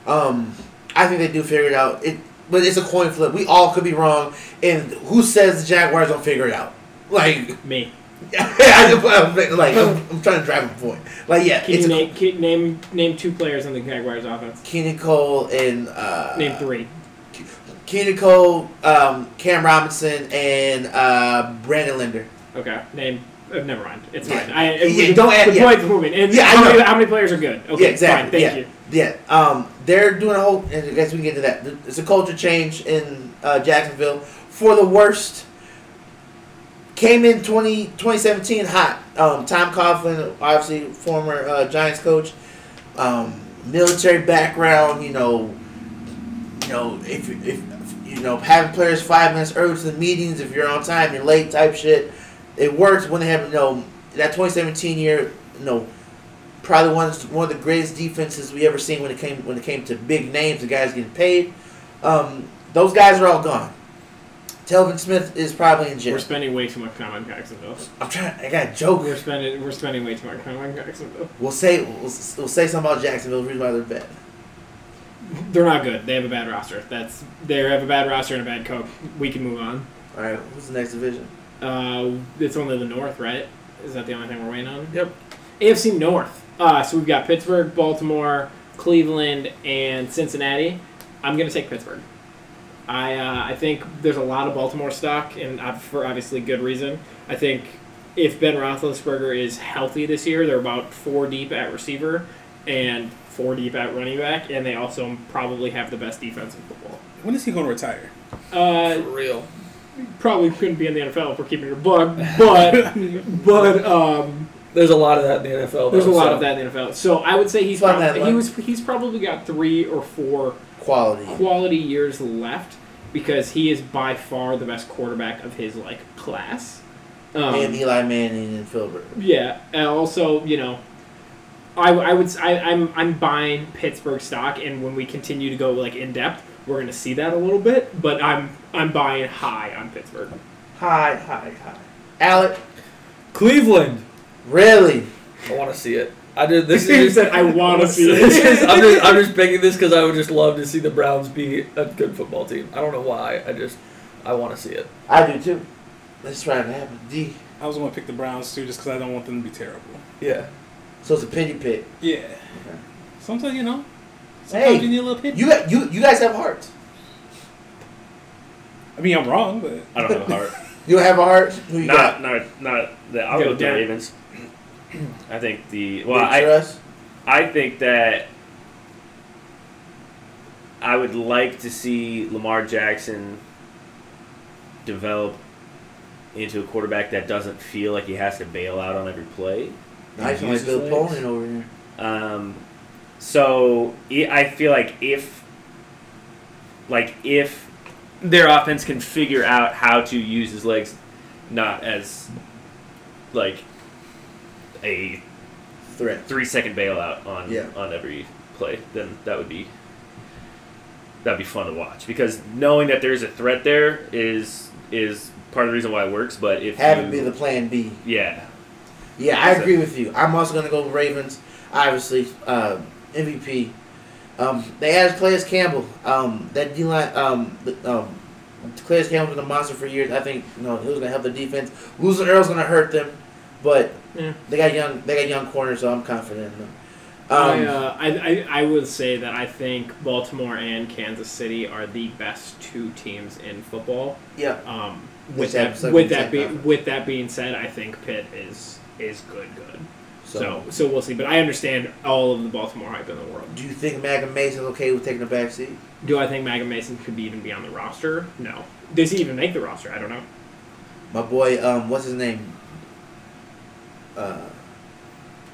Speaker 2: Um, I think they do figure it out. It, but it's a coin flip. We all could be wrong. And who says the Jaguars don't figure it out? Like,
Speaker 5: Me.
Speaker 2: I, am like I'm, I'm trying to drive a point. Like, yeah,
Speaker 5: Can
Speaker 2: it's
Speaker 5: you
Speaker 2: a-
Speaker 5: name, can, name name two players on the Jaguars offense?
Speaker 2: Keenan Cole and uh,
Speaker 5: Name three.
Speaker 2: Keenan Cole, um, Cam Robinson, and uh, Brandon Linder.
Speaker 5: Okay. Name. Uh, never mind. It's
Speaker 2: Yeah.
Speaker 5: fine. I,
Speaker 2: Yeah,
Speaker 5: the,
Speaker 2: don't add-
Speaker 5: The
Speaker 2: yeah.
Speaker 5: point's moving. And
Speaker 2: Yeah, I
Speaker 5: how, many,
Speaker 2: know.
Speaker 5: how many players are good? Okay.
Speaker 2: yeah, exactly.
Speaker 5: Fine. Thank
Speaker 2: yeah.
Speaker 5: you.
Speaker 2: Yeah. Um, they're doing a whole. And I guess we can get to that. It's a culture change in uh, Jacksonville for the worst. came in 20, 2017 hot. Um, Tom Coughlin, obviously former uh, Giants coach, um, military background. You know, you know if if you know having players five minutes early to the meetings, if you're on time, you're late type shit. It works when they have you know that 2017 year. You know, probably one of, one of the greatest defenses we ever seen when it came when it came to big names, the guys getting paid. Um, those guys are all gone. Telvin Smith is probably in jail.
Speaker 5: We're spending way too much time on Jacksonville.
Speaker 2: I'm trying. I got a joke.
Speaker 5: We're spending we're spending way too much time on Jacksonville.
Speaker 2: We'll say we'll, we'll say something about Jacksonville. Reason why they're bad.
Speaker 5: They're not good. They have a bad roster. That's they have a bad roster and a bad coach. We can move on.
Speaker 2: All right. Who's the next division?
Speaker 5: Uh, it's only the North, right? Is that the only thing we're waiting on?
Speaker 6: Yep.
Speaker 5: AFC North. Uh, so we've got Pittsburgh, Baltimore, Cleveland, and Cincinnati. I'm gonna take Pittsburgh. I uh, I think there's a lot of Baltimore stock, and ob- for obviously good reason. I think if Ben Roethlisberger is healthy this year, they're about four deep at receiver and four deep at running back, and they also probably have the best defense in football.
Speaker 4: When is he going to retire?
Speaker 5: Uh,
Speaker 6: For real.
Speaker 5: probably couldn't be in the NFL if we're keeping your book, but but um,
Speaker 6: There's a lot of that in the NFL. Though,
Speaker 5: there's a lot
Speaker 6: so-
Speaker 5: of that in the NFL. So I would say he's
Speaker 2: Fun that
Speaker 5: probably, he
Speaker 2: one.
Speaker 5: was he's probably got three or four
Speaker 2: Quality.
Speaker 5: quality years left because he is by far the best quarterback of his like class. Um,
Speaker 2: and Eli Manning and Philbert.
Speaker 5: yeah, and also you know, I, I would s- I, am I'm buying Pittsburgh stock, and when we continue to go like in depth, we're gonna see that a little bit. But I'm I'm buying high on Pittsburgh.
Speaker 2: Hi, hi, hi. Alec,
Speaker 6: Cleveland.
Speaker 2: really?
Speaker 6: I want to see it. I did. This
Speaker 5: He
Speaker 6: is.
Speaker 5: said I want to see
Speaker 6: This
Speaker 5: it.
Speaker 6: is, I'm, just, I'm just picking this because I would just love to see the Browns be a good football team. I don't know why. I just I want to see it.
Speaker 2: I do too. Let's try to happen. D.
Speaker 4: I was going to pick the Browns too, just because I don't want them to be terrible.
Speaker 6: Yeah.
Speaker 2: So it's a pity pit.
Speaker 4: Yeah. Sometimes you know. Sometimes
Speaker 2: Hey,
Speaker 4: you need a little pity.
Speaker 2: You got you you guys have hearts.
Speaker 4: I mean, I'm wrong, but
Speaker 3: I don't have a heart.
Speaker 2: You don't have a heart. Who you got?
Speaker 3: not, not, not the. I'll
Speaker 5: You got
Speaker 3: go with the
Speaker 5: Dan.
Speaker 3: Ravens. I think the.
Speaker 2: Big
Speaker 3: Well, I,
Speaker 2: trust.
Speaker 3: I think that I would like to see Lamar Jackson develop into a quarterback that doesn't feel like he has to bail out on every play.
Speaker 2: Nice
Speaker 3: he
Speaker 2: one, like
Speaker 3: uses
Speaker 2: Bill
Speaker 3: legs.
Speaker 2: Polian over here.
Speaker 3: Um, so i I feel like if, like if their offense can figure out how to use his legs, not as like a
Speaker 2: Threat.
Speaker 3: three second bailout on
Speaker 2: Yeah.
Speaker 3: on every play, then that would be that'd be fun to watch because knowing that there's a threat there is is part of the reason why it works. But if
Speaker 2: Have it
Speaker 3: you-
Speaker 2: be the plan B.
Speaker 3: yeah,
Speaker 2: Yeah, I
Speaker 3: Is it-
Speaker 2: agree with you. I'm also going to go with Ravens, obviously, um, MVP. Um, they added Clayus Campbell. Um, that D line, um, the- um, Clayus Campbell's been a monster for years. I think you know he was going to help the defense. Losing Earl's going to hurt them, but
Speaker 5: Yeah.
Speaker 2: they got young. They got young corners, so I'm confident in them.
Speaker 5: I,
Speaker 2: Um,
Speaker 5: uh, I, I, I would say that I think Baltimore and Kansas City are the best two teams in football.
Speaker 2: yeah,
Speaker 5: Um,
Speaker 2: Which
Speaker 5: with that,
Speaker 2: have some
Speaker 5: with that, be,
Speaker 2: content.
Speaker 5: with that being said, I think Pitt is is good, good.
Speaker 2: so.
Speaker 5: So, so we'll see. But I understand all of the Baltimore hype in the world.
Speaker 2: do you think Magnum Mason's okay with taking a back seat?
Speaker 5: Do I think Maga Mason could be even be on the roster? No. Does he even make the roster? I don't know.
Speaker 2: My boy, um, what's his name? Uh,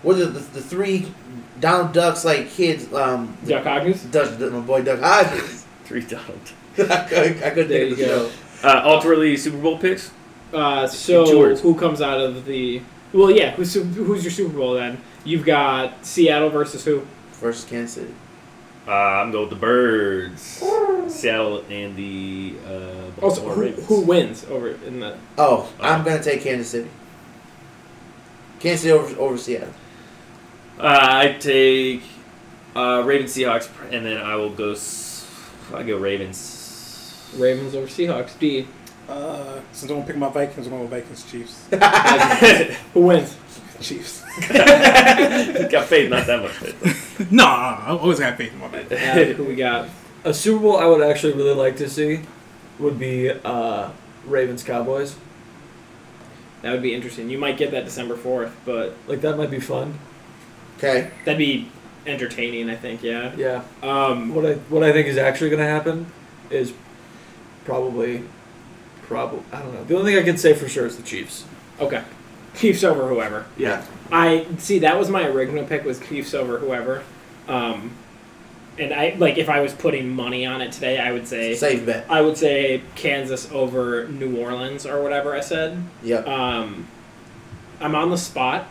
Speaker 2: what are the, the three Donald Ducks like kids? Um,
Speaker 5: Duck Hodges.
Speaker 2: Dutch, my boy Duck Hodges.
Speaker 3: three Donald.
Speaker 2: I, could, I couldn't
Speaker 5: There
Speaker 2: think of
Speaker 5: you
Speaker 2: the
Speaker 5: go.
Speaker 2: show.
Speaker 3: Uh, ultimately, Super Bowl picks.
Speaker 5: Uh, so
Speaker 3: George.
Speaker 5: who comes out of the? Well, yeah. Who's who's your Super Bowl then? You've got Seattle versus who?
Speaker 2: First Kansas City.
Speaker 3: Uh, I'm going with the Birds, Seattle, and the uh, Baltimore
Speaker 5: Also, who,
Speaker 3: Ravens.
Speaker 5: who wins over in the?
Speaker 2: Oh, I'm gonna take Kansas City. Kansas City over, over Seattle.
Speaker 3: Uh, I take uh, Ravens Seahawks, and then I will go. s- I go Ravens.
Speaker 5: Ravens over Seahawks. D.
Speaker 4: uh, since I'm going to pick my Vikings, I'm going to Vikings Chiefs.
Speaker 5: Who wins?
Speaker 4: Chiefs.
Speaker 3: Got faith, not that much faith.
Speaker 4: no, I always got faith in my Vikings.
Speaker 5: Alec, Uh, who we got?
Speaker 6: A Super Bowl I would actually really like to see would be uh, Ravens Cowboys.
Speaker 5: That would be interesting. You might get that December fourth, but
Speaker 6: Like that might be fun.
Speaker 2: Okay.
Speaker 5: that'd be entertaining. I think. Yeah.
Speaker 6: Yeah.
Speaker 5: Um,
Speaker 6: What I what I think is actually going to happen is probably probably. I don't know. The only thing I can say for sure is the Chiefs.
Speaker 5: Okay. Chiefs over whoever.
Speaker 6: Yeah.
Speaker 5: I see. That was my original pick was Chiefs over whoever, um, and I like if I was putting money on it today, I would say
Speaker 2: Safe bet.
Speaker 5: I would say Kansas over New Orleans or whatever I said.
Speaker 2: Yep.
Speaker 5: Um, I'm on the spot.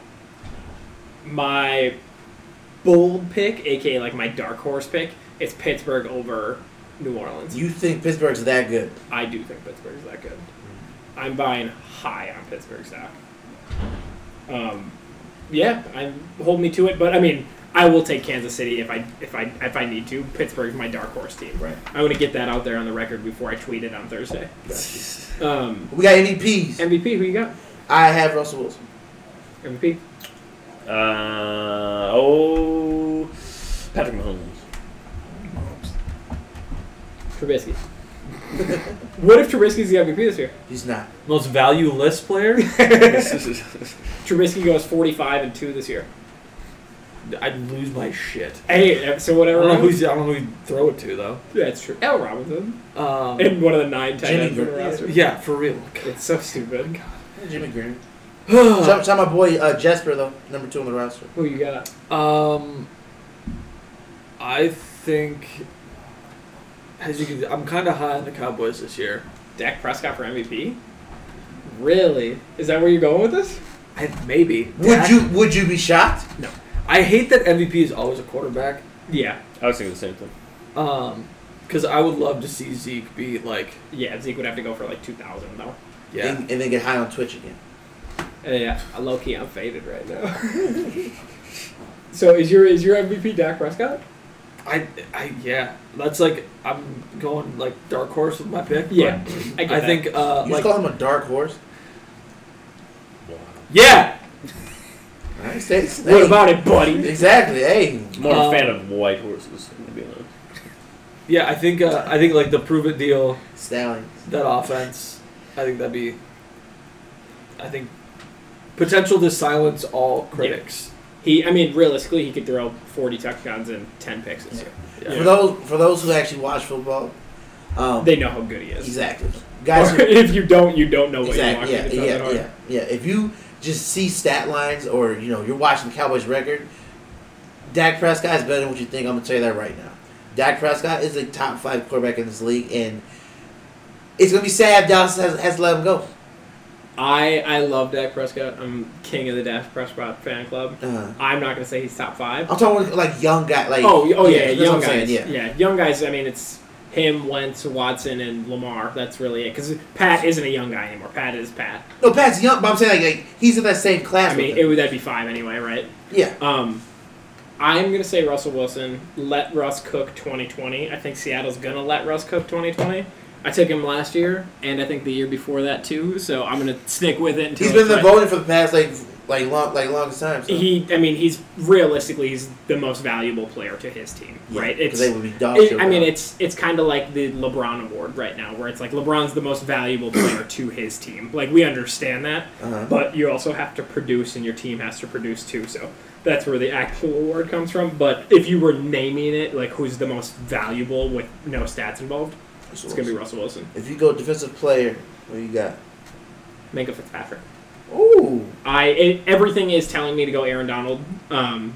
Speaker 5: My bold pick, aka like my dark horse pick, is Pittsburgh over New Orleans.
Speaker 2: You think Pittsburgh's that good?
Speaker 5: I do think Pittsburgh's that good. I'm buying high on Pittsburgh stock. Um, yeah, I hold me to it, but I mean, I will take Kansas City if I if I if I need to. Pittsburgh's my dark horse team.
Speaker 2: Right.
Speaker 5: I want to get that out there on the record before I tweet it on Thursday. Um,
Speaker 2: We got MVPs.
Speaker 5: MVP, who you got?
Speaker 2: I have Russell Wilson.
Speaker 5: MVP.
Speaker 3: Uh, oh, Patrick Mahomes.
Speaker 5: Trubisky. what if Trubisky's the MVP this year?
Speaker 2: He's not.
Speaker 6: Most valueless player.
Speaker 5: Trubisky goes 45 and 2 this year.
Speaker 6: I'd lose my shit.
Speaker 5: Hey, so
Speaker 6: I
Speaker 5: whatever.
Speaker 6: don't know who's. I don't know who you throw it to though.
Speaker 5: That's true. L. Robinson.
Speaker 6: Um,
Speaker 5: And one of the nine tight
Speaker 2: Jimmy
Speaker 5: ends in the
Speaker 2: Graham.
Speaker 5: roster.
Speaker 6: yeah, for real.
Speaker 5: It's so stupid.
Speaker 2: Jimmy Green. Shout shout my boy uh, Jesper though, number two on the roster.
Speaker 5: Who you got?
Speaker 6: Um, I think as you can, I'm kind of high on the Cowboys this year.
Speaker 5: Dak Prescott for MVP? Really? Is that where you're going with this?
Speaker 6: I, maybe
Speaker 2: Would you Would you be shocked?
Speaker 6: I hate that MVP is always a quarterback.
Speaker 5: Yeah.
Speaker 3: I was thinking the same thing.
Speaker 6: Um, because I would love to see Zeke be like,
Speaker 5: Yeah, Zeke would have to go for like 2,000 though.
Speaker 6: yeah,
Speaker 2: And, and then get high on Twitch again.
Speaker 5: Yeah, low key, I'm faded right now. so is your is your MVP Dak Prescott?
Speaker 6: I, I, yeah. That's like I'm going like dark horse with my pick. but
Speaker 5: Yeah, I get
Speaker 6: I
Speaker 5: that.
Speaker 6: think uh,
Speaker 2: You just
Speaker 6: like
Speaker 2: call him a dark horse.
Speaker 6: yeah,
Speaker 2: All right, stay, stay.
Speaker 5: What about it, buddy?
Speaker 2: Exactly. Hey,
Speaker 3: More of
Speaker 6: Um,
Speaker 3: a fan of white horses. To be honest.
Speaker 6: yeah. I think uh, I think like the prove it deal.
Speaker 2: Stallions.
Speaker 6: that offense. I think that'd be. I think potential to silence all critics.
Speaker 5: He, I mean, realistically, he could throw 40 touchdowns and 10 picks this year.
Speaker 2: For those For those who actually watch football, um,
Speaker 5: They know how good he is.
Speaker 2: exactly. Guys,
Speaker 5: Or
Speaker 2: who,
Speaker 5: if you don't, you don't know what
Speaker 2: exactly.
Speaker 5: you're
Speaker 2: Yeah,
Speaker 5: watching.
Speaker 2: yeah, yeah, yeah. If you just see stat lines, or you know, you're watching the Cowboys record, Dak Prescott is better than what you think. I'm gonna tell you that right now. Dak Prescott is a top five quarterback in this league, and it's gonna be sad if Dallas has, has to let him go.
Speaker 5: I, I love Dak Prescott. I'm king of the Dak Prescott fan club.
Speaker 2: Uh,
Speaker 5: I'm not going to say he's top five.
Speaker 2: I'm talking like young guy, Oh, like
Speaker 5: oh, y- oh yeah,
Speaker 2: that's what
Speaker 5: young
Speaker 2: I'm saying,
Speaker 5: guys. yeah. young guys. I mean, it's him, Wentz, Watson, and Lamar. That's really it. Because Pat isn't a young guy anymore. Pat is Pat.
Speaker 2: No, Pat's young, but I'm saying like, like he's in that same class.
Speaker 5: I
Speaker 2: with
Speaker 5: mean,
Speaker 2: him.
Speaker 5: it would that be five anyway, right?
Speaker 2: yeah,
Speaker 5: Um, I'm gonna say Russell Wilson. Let Russ cook 2020. I think Seattle's gonna let Russ cook 2020. I took him last year, and I think the year before that too. So I'm gonna stick with it. Until
Speaker 2: he's been in
Speaker 5: it's
Speaker 2: the
Speaker 5: right.
Speaker 2: voting for the past like like long like longest time. So.
Speaker 5: He, I mean, he's realistically he's the most valuable player to his team,
Speaker 2: Yeah,
Speaker 5: right?
Speaker 2: 'cause
Speaker 5: It's
Speaker 2: they would be dog
Speaker 5: It-
Speaker 2: shit
Speaker 5: I mean,
Speaker 2: without
Speaker 5: it's it's kind of like the LeBron award right now, where it's like LeBron's the most valuable player to his team. Like we understand that,
Speaker 2: Uh-huh.
Speaker 5: but you also have to produce, and your team has to produce too. So that's where the actual award comes from. But if you were naming it, like who's the most valuable with no stats involved, it's gonna be Russell Wilson.
Speaker 2: If you go defensive player, what you got?
Speaker 5: Minka Fitzpatrick.
Speaker 2: Ooh,
Speaker 5: I it, everything is telling me to go Aaron Donald, um,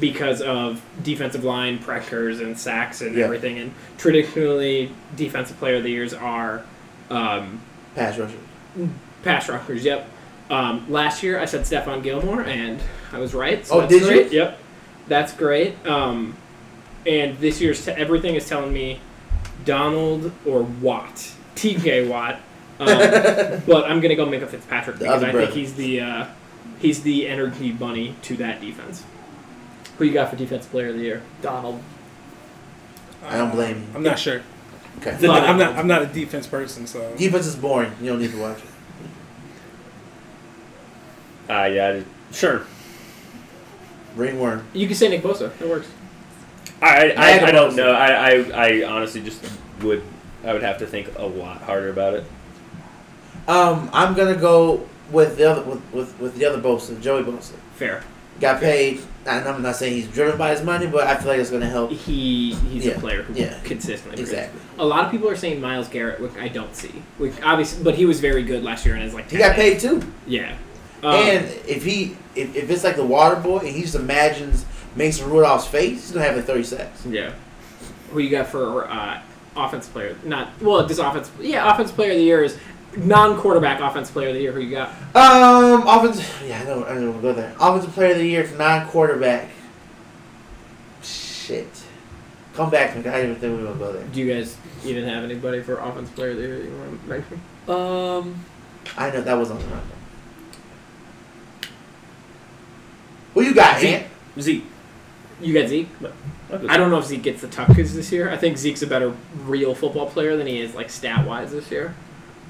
Speaker 5: because of defensive line pressures and sacks and
Speaker 2: Yeah.
Speaker 5: everything. And traditionally, defensive player of the years are um,
Speaker 2: pass rusher.
Speaker 5: pass rushers. Yep. Um, last year I said Stephon Gilmore, and I was right.
Speaker 2: Oh,
Speaker 5: So that's
Speaker 2: did you?
Speaker 5: great. Yep, that's great. Um, and this year's t- everything is telling me Donald or Watt, TK Watt. Um, but I'm gonna go Minka Fitzpatrick because
Speaker 2: other
Speaker 5: I
Speaker 2: brother.
Speaker 5: think he's the uh, he's the energy bunny to that defense. Who you got for defensive player of the year?
Speaker 6: Donald.
Speaker 2: I don't blame you.
Speaker 4: Uh, I'm not sure.
Speaker 2: Okay.
Speaker 5: Fuck.
Speaker 4: I'm not. I'm not a defense person, so
Speaker 2: Defense is boring. You don't need to watch it.
Speaker 3: Ah, yeah, I did- sure.
Speaker 2: Ringworm.
Speaker 5: You can say Nick Bosa. That works.
Speaker 3: I, I, I
Speaker 2: Magnum.
Speaker 3: don't know. I, I, I honestly just would I would have to think a lot harder about it.
Speaker 2: Um, I'm gonna go with the other with, with, with the other Bosa, Joey Bosa.
Speaker 5: Fair.
Speaker 2: got paid. And I'm not saying he's driven by his money, but I feel like it's going to help.
Speaker 5: He he's
Speaker 2: Yeah,
Speaker 5: a player who
Speaker 2: yeah,
Speaker 5: consistently produces.
Speaker 2: Exactly.
Speaker 5: A lot of people are saying Miles Garrett, which I don't see. Which obviously, but he was very good last year and is like
Speaker 2: He
Speaker 5: 10.
Speaker 2: got paid too.
Speaker 5: Yeah, Um,
Speaker 6: Um,
Speaker 2: and if he, if, if it's like the water boy and he just imagines Mason Rudolph's face, he's going to have like 30 sacks.
Speaker 5: yeah. Who you got for uh, offense player? Not well, this offense. Yeah, offense player of the year is non-quarterback offense player of the year. Who you got?
Speaker 2: Um, offensive. Yeah, I don't. I don't wanna go there. Offensive player of the year for non-quarterback. Shit. Come back. I didn't even think we were gonna go there.
Speaker 5: Do you guys even have anybody for offense player of the year that you want to mention?
Speaker 6: Um,
Speaker 2: I know that was on the run. Who you got,
Speaker 5: Zeke.
Speaker 2: Ant?
Speaker 5: Zeke. You got Zeke.
Speaker 3: I'll go
Speaker 5: I don't know if Zeke gets the tuckers this year. I think Zeke's a better real football player than he is like stat wise this year.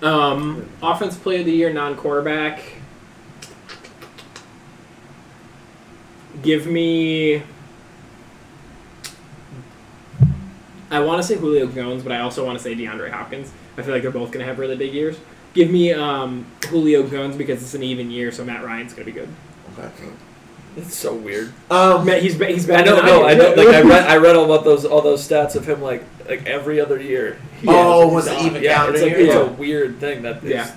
Speaker 5: Um, offense player of the year, non quarterback. Give me. I want to say Julio Jones, but I also want to say DeAndre Hopkins. I feel like they're both going to have really big years. Give me um, Julio Jones because it's an even year, so Matt Ryan's going to be good.
Speaker 2: Okay.
Speaker 6: it's so weird.
Speaker 2: Um,
Speaker 5: Matt, he's ba- he's
Speaker 6: I
Speaker 5: better. than
Speaker 6: don't know.
Speaker 5: am.
Speaker 6: I know. Like I read, I read all about those all those stats of him like like every other year. He
Speaker 2: Oh,
Speaker 6: is-
Speaker 2: was
Speaker 6: he's
Speaker 2: it
Speaker 6: on.
Speaker 2: even
Speaker 6: yeah,
Speaker 2: calendar
Speaker 6: it's, like,
Speaker 2: year?
Speaker 6: it's
Speaker 5: Yeah.
Speaker 6: a weird thing that is-
Speaker 5: Yeah.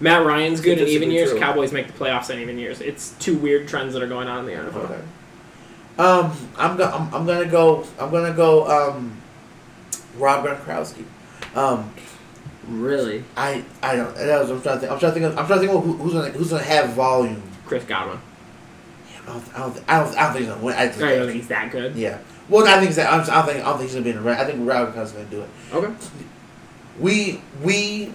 Speaker 5: Matt Ryan's good in even
Speaker 6: Statistically
Speaker 5: years.
Speaker 6: true.
Speaker 5: Cowboys make the playoffs in even years. It's two weird trends that are going on in the NFL.
Speaker 2: okay. Um, I'm gonna. I'm, I'm gonna go. I'm gonna go. Um, Rob Gronkowski. Um,
Speaker 5: Really,
Speaker 2: I. I don't. That was. what I'm trying to think. I'm trying to think. Of, I'm trying to think of who, who's gonna. Who's gonna have volume.
Speaker 5: Chris Godwin.
Speaker 2: I don't. I don't. I don't, I don't think he's gonna win. I
Speaker 5: I don't think he's that good.
Speaker 2: Yeah. Well, I think he's- I don't think I don't think he's gonna be in the right. I think Rob Gronkowski's gonna do it.
Speaker 5: Okay.
Speaker 2: We we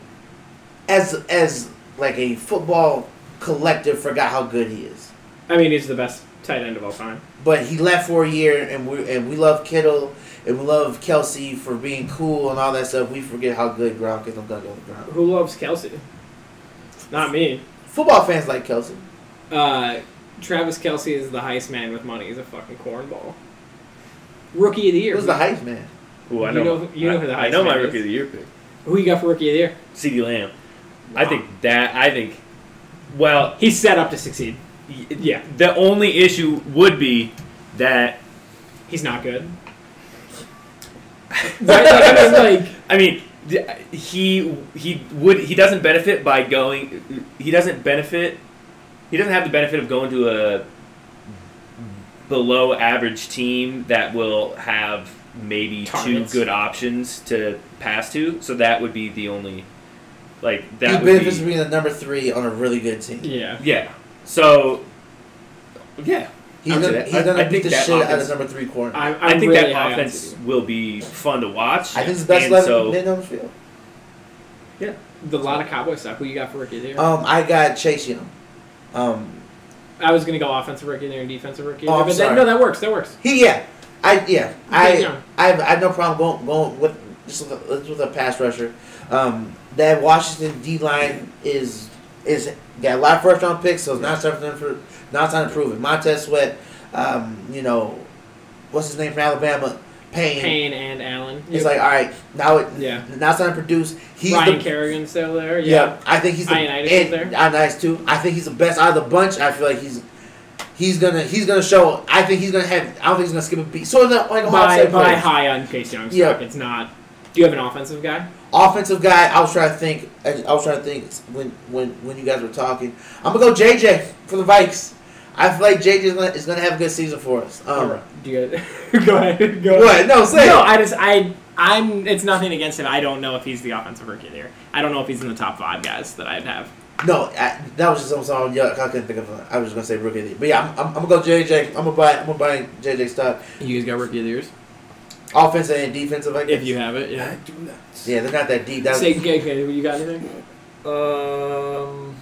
Speaker 2: as as like a football collective forgot how good he is.
Speaker 5: I mean, he's the best tight end of all time.
Speaker 2: But he left for a year, and we and we love Kittle and we love Kelsey for being cool and all that stuff. We forget how good Gronk is. I'm gonna go with Gronk.
Speaker 5: Who loves Kelsey? Not me.
Speaker 2: Football fans like Kelsey.
Speaker 5: Uh, Travis Kelsey is the heist man with money. He's a fucking cornball. Rookie of the year.
Speaker 2: Who's the hype man?
Speaker 3: Ooh, I
Speaker 5: You
Speaker 3: know.
Speaker 5: know- you know
Speaker 3: I,
Speaker 5: who the
Speaker 3: I know my
Speaker 5: Heisman is.
Speaker 3: rookie of the year pick.
Speaker 5: Who you got for rookie of the year?
Speaker 3: C.D. Lamb. I think that. I think. Well,
Speaker 5: He's set up to succeed.
Speaker 3: y-
Speaker 5: Yeah.
Speaker 3: The only issue would be that
Speaker 5: He's not good. right? Like, I mean, like
Speaker 3: I mean, th- he he would he doesn't benefit by going. He doesn't benefit. He doesn't have the benefit of going to a below average team that will have maybe
Speaker 5: Targets.
Speaker 3: two good options to pass to. So that would be the only like
Speaker 2: he
Speaker 3: that would
Speaker 2: benefits from
Speaker 3: be
Speaker 2: being the number three on a really good team.
Speaker 5: yeah.
Speaker 3: yeah. So yeah,
Speaker 2: He's
Speaker 3: I'll do
Speaker 2: gonna,
Speaker 3: that.
Speaker 2: he's
Speaker 3: I-
Speaker 2: gonna
Speaker 3: I
Speaker 2: beat
Speaker 3: think
Speaker 2: the
Speaker 3: that
Speaker 2: shit out of
Speaker 3: offense-
Speaker 2: number three corner.
Speaker 5: I'm, I'm
Speaker 3: i think
Speaker 5: really high
Speaker 3: that
Speaker 5: on
Speaker 3: offense
Speaker 5: CD.
Speaker 3: will be fun to watch.
Speaker 2: I think it's the best
Speaker 3: and
Speaker 2: left
Speaker 3: so-
Speaker 2: mid on the field.
Speaker 5: The lot of Cowboy stuff. Who you got for rookie
Speaker 3: Uh,
Speaker 5: of the year?
Speaker 2: Um, I got Chase Young. Um,
Speaker 5: I was gonna go offensive rookie of the year and defensive rookie.
Speaker 2: Oh,
Speaker 5: of
Speaker 2: I'm
Speaker 5: the year,
Speaker 2: sorry.
Speaker 5: but that, no, that works. That works.
Speaker 2: he yeah, I yeah
Speaker 5: Chase
Speaker 2: I
Speaker 5: Young.
Speaker 2: I have, I have no problem going going with just with a, with a pass rusher. Um, that Washington D line is is got a lot of first round picks, so it's not something for not time to prove it. Montez Sweat, um, you know, what's his name from Alabama, Payne.
Speaker 5: Payne and Allen.
Speaker 2: He's like, all right, now it
Speaker 5: Yeah.
Speaker 2: now it's time to produce. He's
Speaker 5: Ryan
Speaker 2: the
Speaker 5: Kerrigan still there.
Speaker 2: Yeah.
Speaker 5: Yeah.
Speaker 2: I think he's the
Speaker 5: Ionitis
Speaker 2: and,
Speaker 5: is there.
Speaker 2: Ionitis too. I think he's the best out of the bunch. I feel like he's he's gonna he's gonna show. I think he's gonna have. I don't think he's gonna skip a beat. So like like Ohio
Speaker 5: By,
Speaker 2: State
Speaker 5: by
Speaker 2: players.
Speaker 5: high on Case Young.
Speaker 2: Yeah.
Speaker 5: Yeah. It's not. Do you have an offensive guy?
Speaker 2: offensive guy. I was trying to think. I, I was trying to think when when when you guys were talking. I'm gonna go JJ for the Vikes. I feel like JJ is gonna, is gonna have a good season for us. Um,
Speaker 5: Do you? go ahead. Go. Ahead.
Speaker 2: What? No, say
Speaker 5: No,
Speaker 2: it.
Speaker 5: I just I I'm. It's nothing against him. I don't know if he's the offensive rookie of the year. I don't know if he's in the top five guys that I'd have.
Speaker 2: No, I, that was just some song. Yeah, I couldn't think of. it. I was just gonna say rookie. of the year. But yeah, I'm, I'm, I'm gonna go JJ. I'm gonna buy. I'm gonna buy JJ stock.
Speaker 5: You guys got rookie of the years
Speaker 2: Offensive and defensive. I guess.
Speaker 5: if you have it. Yeah.
Speaker 4: do not.
Speaker 2: yeah, they're not that deep. That
Speaker 5: Say, okay, okay, you got anything?
Speaker 6: Um,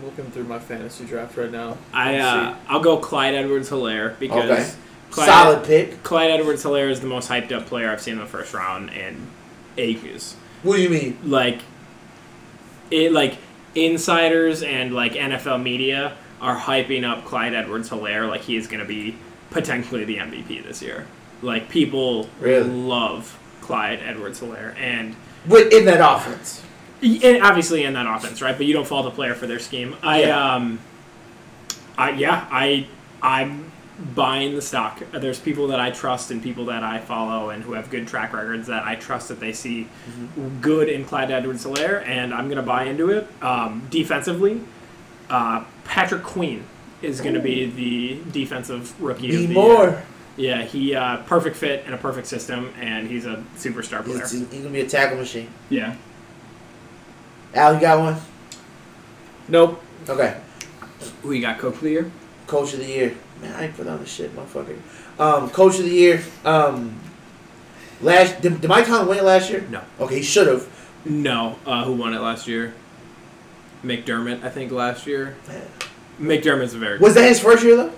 Speaker 6: I'm looking through my fantasy draft right now.
Speaker 5: I
Speaker 6: Let's
Speaker 5: uh, I'll go Clyde Edwards-Hilaire because
Speaker 2: Okay.
Speaker 5: Clyde-
Speaker 2: solid pick.
Speaker 5: Clyde Edwards Hilaire is the most hyped up player I've seen in the first round in ages.
Speaker 2: What do you mean?
Speaker 5: Like it like insiders and like NFL media are hyping up Clyde Edwards Hilaire like he is gonna be potentially the MVP this year. Like people
Speaker 2: Really?
Speaker 5: love Clyde Edwards Hilaire and
Speaker 2: But in that offense.
Speaker 5: and obviously in that offense, right? But you don't fault the player for their scheme. um, I
Speaker 2: Yeah.
Speaker 5: um, I yeah, I I'm buying the stock. There's people that I trust and people that I follow and who have good track records that I trust that they see good in Clyde Edwards Hilaire, and I'm going to buy into it. Um, defensively, uh, Patrick Queen is going to be the defensive rookie. of
Speaker 2: Need
Speaker 5: the uh,
Speaker 2: more.
Speaker 5: Year. Yeah, he uh, perfect fit in a perfect system, and he's a superstar player.
Speaker 2: He's, he's gonna be a tackle machine.
Speaker 5: Yeah.
Speaker 2: Al, you got one?
Speaker 9: Nope.
Speaker 2: Okay.
Speaker 5: Who you got, Coach of the Year?
Speaker 2: Coach of the year. Man, I ain't put on the shit, motherfucker. Um, coach of the year. Um, last did, did Mike Conley win it last year?
Speaker 5: No.
Speaker 2: Okay, he should have.
Speaker 5: No. Uh, who won it last year? McDermott, I think, last year. McDermott's a very
Speaker 2: Was that his first year though?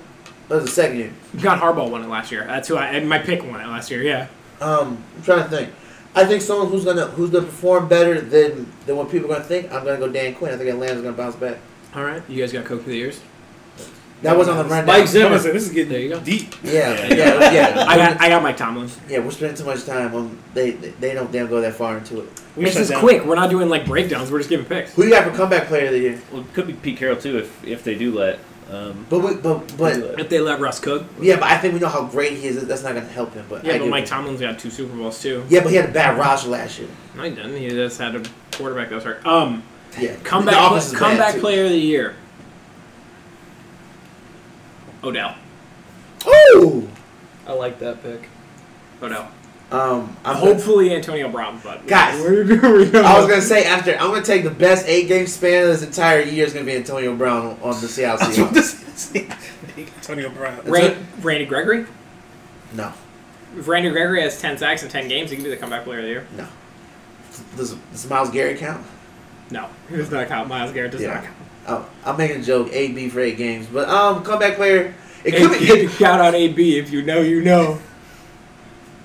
Speaker 2: That was the second year.
Speaker 5: God Harbaugh won it last year. That's who I and my pick won it last year. Yeah.
Speaker 2: Um, I'm trying to think. I think someone who's gonna who's gonna perform better than than what people are gonna think. I'm gonna go Dan Quinn. I think Atlanta's gonna bounce back.
Speaker 5: All right. You guys got Coke of the Years.
Speaker 2: That was on the rundown.
Speaker 6: Mike
Speaker 4: Come on,
Speaker 6: Zimmer.
Speaker 4: so this is getting
Speaker 5: There you go.
Speaker 4: deep.
Speaker 2: Yeah, yeah, yeah.
Speaker 5: I got I got Mike Tomlin.
Speaker 2: yeah, we're spending too much time on they they, they don't damn go that far into it.
Speaker 4: We
Speaker 5: this
Speaker 4: shut
Speaker 5: is
Speaker 4: down.
Speaker 5: quick. We're not doing like breakdowns. We're just giving picks.
Speaker 2: Who you got for comeback player of the year?
Speaker 3: Well, it could be Pete Carroll too if if they do let. Um,
Speaker 2: But we, but but
Speaker 5: If they let Russ cook,
Speaker 2: yeah, but I think we know how great he is. That's not gonna help him. But
Speaker 5: yeah.
Speaker 2: I
Speaker 5: but
Speaker 2: do-
Speaker 5: Mike Tomlin's got two Super Bowls too.
Speaker 2: Yeah, but he had a bad roster last year.
Speaker 5: No, he didn't. He just had a quarterback that was hurt. Um,
Speaker 2: Yeah, The
Speaker 5: comeback
Speaker 2: offense is bad,
Speaker 5: comeback
Speaker 2: too.
Speaker 5: player of the year. Odell.
Speaker 2: Ooh.
Speaker 6: I like that pick.
Speaker 5: Odell.
Speaker 2: Um, I'm hopeful.
Speaker 5: Hopefully Antonio Brown, but
Speaker 2: Guys.
Speaker 5: We're- we're-
Speaker 2: I was gonna say after I'm gonna take the best eight game span of this entire year is gonna be Antonio Brown on, on the Seattle Seahawks.
Speaker 4: Antonio Brown.
Speaker 5: Ray, Randy Gregory.
Speaker 2: No,
Speaker 5: If Randy Gregory has ten sacks in ten games, he can be the comeback player of the year.
Speaker 2: no. Does, does Miles Garrett count?
Speaker 5: No, he does not count. Miles Garrett does
Speaker 2: Yeah.
Speaker 5: not count.
Speaker 2: Oh, I'm making a joke. AB for eight games, but um, comeback player. It could
Speaker 5: If
Speaker 2: be.
Speaker 5: you
Speaker 2: It,
Speaker 5: shout out AB if you know you know.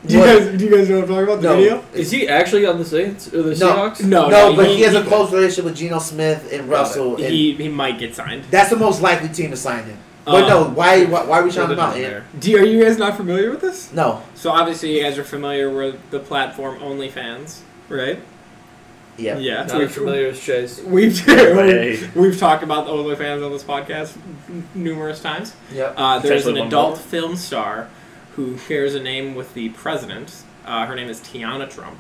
Speaker 5: Do you
Speaker 2: What?
Speaker 5: guys do you guys know what I'm talking about? The
Speaker 2: no,
Speaker 5: video?
Speaker 6: Is he actually on the Saints or the
Speaker 2: No.
Speaker 6: Seahawks?
Speaker 5: No,
Speaker 2: no, but he, has a close relationship with Geno Smith and Russell. And
Speaker 5: He he might get signed. Um,
Speaker 2: that's the most likely team to sign him. But no,
Speaker 5: Uh,
Speaker 2: why? Why, why are we shouting him out? Ant?
Speaker 5: Do are you guys not familiar with this?
Speaker 2: No.
Speaker 5: So obviously you guys are familiar with the platform OnlyFans, right?
Speaker 2: Yeah.
Speaker 5: Yeah.
Speaker 6: Not as familiar as Chase.
Speaker 5: We've
Speaker 3: Hey.
Speaker 5: we've talked about the OnlyFans on this podcast n- numerous times.
Speaker 2: Yep.
Speaker 5: Uh, there's an
Speaker 3: Potentially one
Speaker 5: adult
Speaker 3: more.
Speaker 5: film star who shares a name with the president. Uh, her name is Tiana Trump,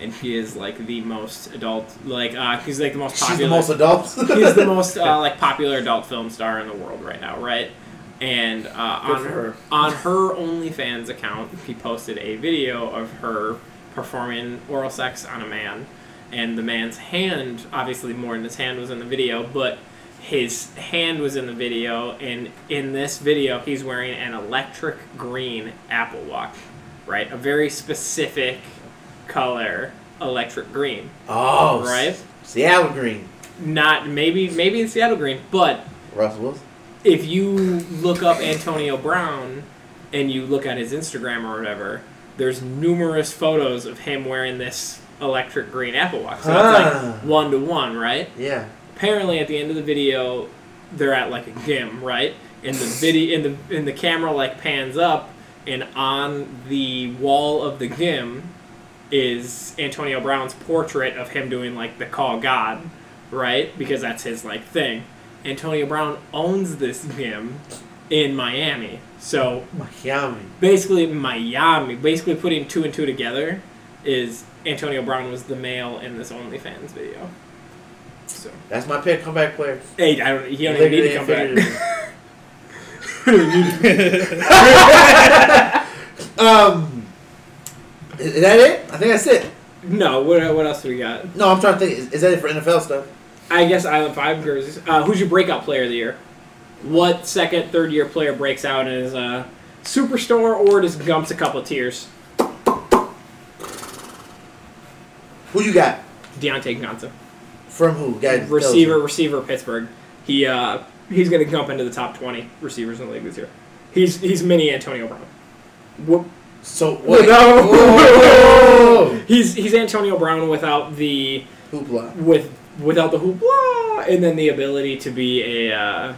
Speaker 5: and she is like the most adult, like uh, she's like the most
Speaker 2: She's
Speaker 5: popular.
Speaker 2: the most adult.
Speaker 5: she's the most uh, like popular adult film star in the world right now, right? And uh,
Speaker 6: Good
Speaker 5: on
Speaker 6: for her.
Speaker 5: on her OnlyFans account, she posted a video of her performing oral sex on a man, and the man's hand, obviously more than his hand was in the video, but his hand was in the video, and in this video, he's wearing an electric green Apple Watch, right? A very specific color, electric green,
Speaker 2: oh,
Speaker 5: right?
Speaker 2: Seattle Green.
Speaker 5: Not maybe maybe it's Seattle green, but
Speaker 2: Russell Wilson.
Speaker 5: if you look up Antonio Brown and you look at his Instagram or whatever, there's numerous photos of him wearing this electric green Apple Watch. So that's
Speaker 2: Huh.
Speaker 5: like one to one, right?
Speaker 2: Yeah.
Speaker 5: Apparently, at the end of the video, they're at like a gym, right? And the video, and the and the camera like pans up, and on the wall of the gym is Antonio Brown's portrait of him doing like the call God, right? Because that's his like thing. Antonio Brown owns this gym in Miami. So
Speaker 2: Miami.
Speaker 5: basically Miami, basically putting two and two together is Antonio Brown was the male in this OnlyFans video. So
Speaker 2: That's my pick. Comeback player.
Speaker 5: hey, I don't he don't even need to come
Speaker 2: Figuratively and
Speaker 5: back.
Speaker 2: Um, is is that it? I think that's it.
Speaker 5: No, what, what else do we got?
Speaker 2: No, I'm trying to think. Is, is that it for NFL stuff?
Speaker 5: I guess Island Five jerseys. Uh, who's your breakout player of the year? What second, third year player breaks out as a superstar or just gumps a couple of tiers?
Speaker 2: Who you got?
Speaker 5: Deontay Johnson,
Speaker 2: From who? Got
Speaker 5: receiver, receiver, Pittsburgh. He uh, he's gonna gump into the top twenty receivers in the league this year. He's he's mini Antonio Brown. Whoop.
Speaker 2: So what?
Speaker 5: No.
Speaker 2: Whoa.
Speaker 5: He's he's Antonio Brown without the
Speaker 2: Hoopla.
Speaker 5: with without the hoopla and then the ability to be a uh,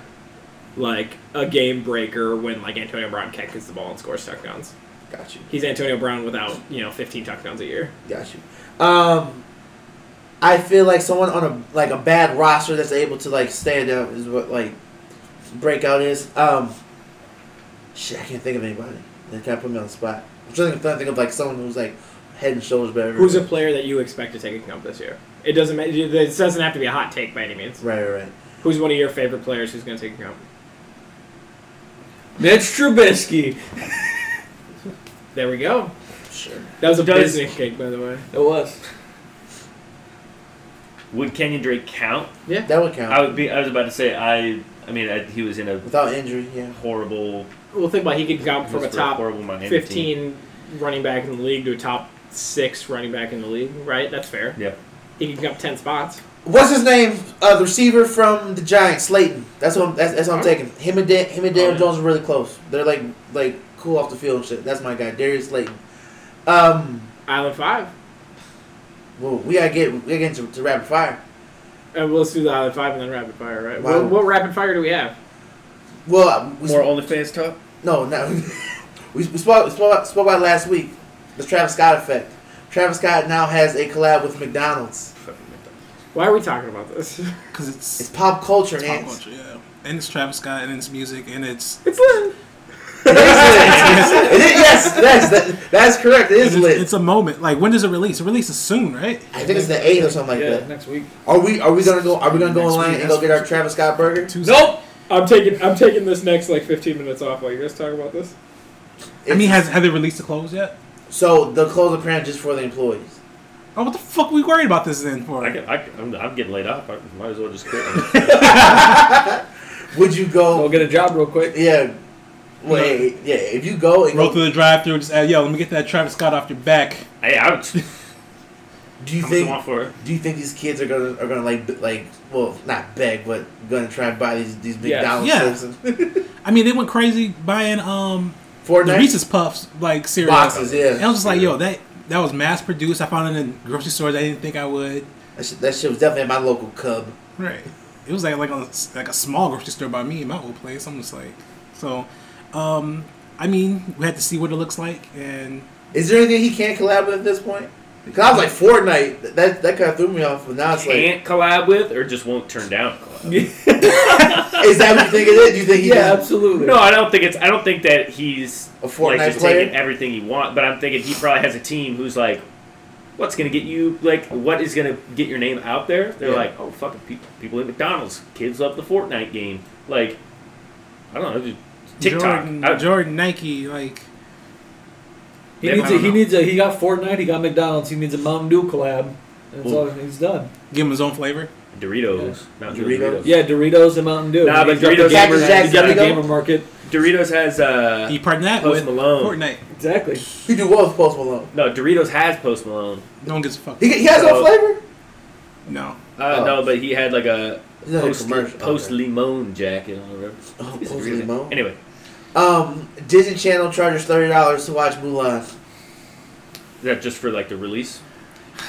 Speaker 5: like a game breaker when like Antonio Brown catches the ball and scores touchdowns.
Speaker 2: Got you.
Speaker 5: He's Antonio Brown without you know 15 touchdowns a year.
Speaker 2: Got you. Um, I feel like someone on a like a bad roster that's able to like stand out is what like breakout is. Um, shit, I can't think of anybody. They kind of put me on the spot. I'm trying to think of like someone who's like head and shoulders better.
Speaker 8: Who's a player that you expect to take a comp this year? It doesn't. ma- It doesn't have to be a hot take by any means.
Speaker 2: right, right, right.
Speaker 8: Who's one of your favorite players who's going to take a comp?
Speaker 6: Mitch Trubisky.
Speaker 8: There we go.
Speaker 2: Sure.
Speaker 8: That was a
Speaker 3: Does-
Speaker 8: Disney cake, by the way.
Speaker 6: It was.
Speaker 3: Would Kenyon Drake count?
Speaker 2: That would count
Speaker 3: I would be. I was about to say. I. I mean, I, he was in a
Speaker 2: without injury. Yeah.
Speaker 3: horrible
Speaker 8: Well, think about it, he could comp
Speaker 3: he
Speaker 8: from
Speaker 3: was
Speaker 8: a
Speaker 3: for
Speaker 8: top
Speaker 3: horrible Miami team.
Speaker 8: 15 running back in the league to a top six running back in the league, right? That's fair.
Speaker 3: Yeah.
Speaker 8: He could comp 10 spots.
Speaker 2: What's his name? Uh, the receiver from the Giants, Slayton. That's what I'm, that's, that's what I'm taking. Him and Dan, him and Daniel
Speaker 8: Oh, yeah.
Speaker 2: Jones are really close. They're like like cool off the field and shit. That's my guy, Darius Slayton. Um,
Speaker 8: Island 5.
Speaker 2: well, we gotta get we gotta get into to rapid fire.
Speaker 8: And Uh, let's do the Island 5 and then rapid fire, right?
Speaker 2: Wow.
Speaker 8: What, what rapid fire do we have?
Speaker 2: Well, uh, we,
Speaker 1: More OnlyFans talk.
Speaker 2: no, no. we, we spoke we spoke about, spoke about it last week. The Travis Scott effect. Travis Scott now has a collab with McDonald's.
Speaker 8: Why are we talking about this?
Speaker 4: because it's,
Speaker 2: It's pop culture,
Speaker 4: it's
Speaker 2: man.
Speaker 4: pop culture, yeah. And it's Travis Scott, and it's music, and it's
Speaker 8: It's lit.
Speaker 2: It is- yes, that's that, that's correct. It is
Speaker 4: it's,
Speaker 2: lit.
Speaker 4: it's a moment. Like when does it release? It releases soon, right?
Speaker 2: I think it's the eighth or something like
Speaker 5: yeah,
Speaker 2: that.
Speaker 5: next week.
Speaker 2: Are we are we gonna go are we gonna go
Speaker 4: Next
Speaker 2: online
Speaker 4: week,
Speaker 2: and
Speaker 4: that's-
Speaker 2: go get our Travis Scott burger?
Speaker 4: Tuesday.
Speaker 8: Nope. I'm taking I'm taking this next like 15 minutes off while you guys talk about this.
Speaker 4: I mean, has have they released the clothes yet?
Speaker 2: so the clothes are printed just for the employees.
Speaker 4: Oh, what the fuck? We worried about this then for?
Speaker 3: I can, I can, I'm, I'm getting laid off. I might as well just quit.
Speaker 2: Would you
Speaker 6: Go
Speaker 2: go?
Speaker 6: get a job real quick.
Speaker 2: Yeah. Wait, yeah. If you go and
Speaker 4: Roll
Speaker 2: go,
Speaker 4: through the drive-through. Just add, yo, let me get that Travis Scott off your back.
Speaker 3: hey, I would, how
Speaker 2: do you
Speaker 3: much you
Speaker 2: think
Speaker 3: want for it?
Speaker 2: do you think these kids are gonna are gonna like b- like well not beg but gonna try and buy these these big
Speaker 6: Yes.
Speaker 2: dollars
Speaker 4: Yeah.
Speaker 2: Fortnite
Speaker 4: I mean, they went crazy buying um the Reese's Puffs like cereal
Speaker 2: boxes?
Speaker 4: And I
Speaker 2: Yeah,
Speaker 4: was just like, yo, that that was mass produced. I found it in grocery stores. I didn't think I would.
Speaker 2: that shit, that shit was definitely at my local Cub.
Speaker 4: Right. It was like like a, like a small grocery store by me in my old place. I'm just like, so, um, I mean, we had to see what it looks like, and
Speaker 2: Is there anything he can't collab with at this point? Because I was like Fortnite. Th- That that kind of threw me off. But now it's like,
Speaker 3: Can't collab with or just won't turn down. Collab.
Speaker 2: is that what you think it is? Do you think he
Speaker 6: Yeah,
Speaker 2: just-
Speaker 6: absolutely.
Speaker 3: No, I don't think it's. I don't think that he's
Speaker 2: A Fortnite
Speaker 3: like just
Speaker 2: player?
Speaker 3: taking everything he wants. But I'm thinking he probably has a team who's like, what's gonna get you like what is gonna get your name out there? They're
Speaker 2: Yeah.
Speaker 3: like, oh fucking people, people at McDonald's, kids love the Fortnite game. Like, I don't know, just TikTok. Uh,
Speaker 4: Jordan,
Speaker 3: I-
Speaker 4: Jordan, Nike, like
Speaker 6: He
Speaker 3: Yeah,
Speaker 6: needs
Speaker 3: I
Speaker 6: a,
Speaker 3: don't
Speaker 6: he
Speaker 3: know.
Speaker 6: needs a he got Fortnite, he got McDonald's, he needs a Mountain Dew collab. And that's all he's done.
Speaker 4: give him his own flavor.
Speaker 3: Doritos, not
Speaker 2: Doritos?
Speaker 3: Doritos. Doritos.
Speaker 6: Yeah, Doritos and Mountain Dew.
Speaker 3: Nah, but
Speaker 6: He's got the
Speaker 3: Doritos-
Speaker 6: gamer,
Speaker 2: Jack-
Speaker 6: he's got the
Speaker 2: Jack-
Speaker 6: gamer market.
Speaker 3: Doritos has uh
Speaker 4: you partner that
Speaker 3: Post
Speaker 4: with
Speaker 3: Malone.
Speaker 4: Fortnite.
Speaker 6: Exactly.
Speaker 2: He do well with Post Malone.
Speaker 3: no Doritos has Post Malone.
Speaker 4: No one gives a fuck.
Speaker 2: He, he has no
Speaker 3: So-
Speaker 2: flavor.
Speaker 4: No,
Speaker 3: Uh,
Speaker 2: Oh.
Speaker 3: No, but he had like a
Speaker 2: He's not a
Speaker 3: post
Speaker 2: commercial-
Speaker 3: post
Speaker 2: okay.
Speaker 3: limon jacket on. whatever.
Speaker 2: Oh,
Speaker 3: It's
Speaker 2: Post
Speaker 3: really-
Speaker 2: Malone.
Speaker 3: Anyway,
Speaker 2: Um, Disney Channel charges thirty dollars to watch Mulan.
Speaker 3: is that just for like the release?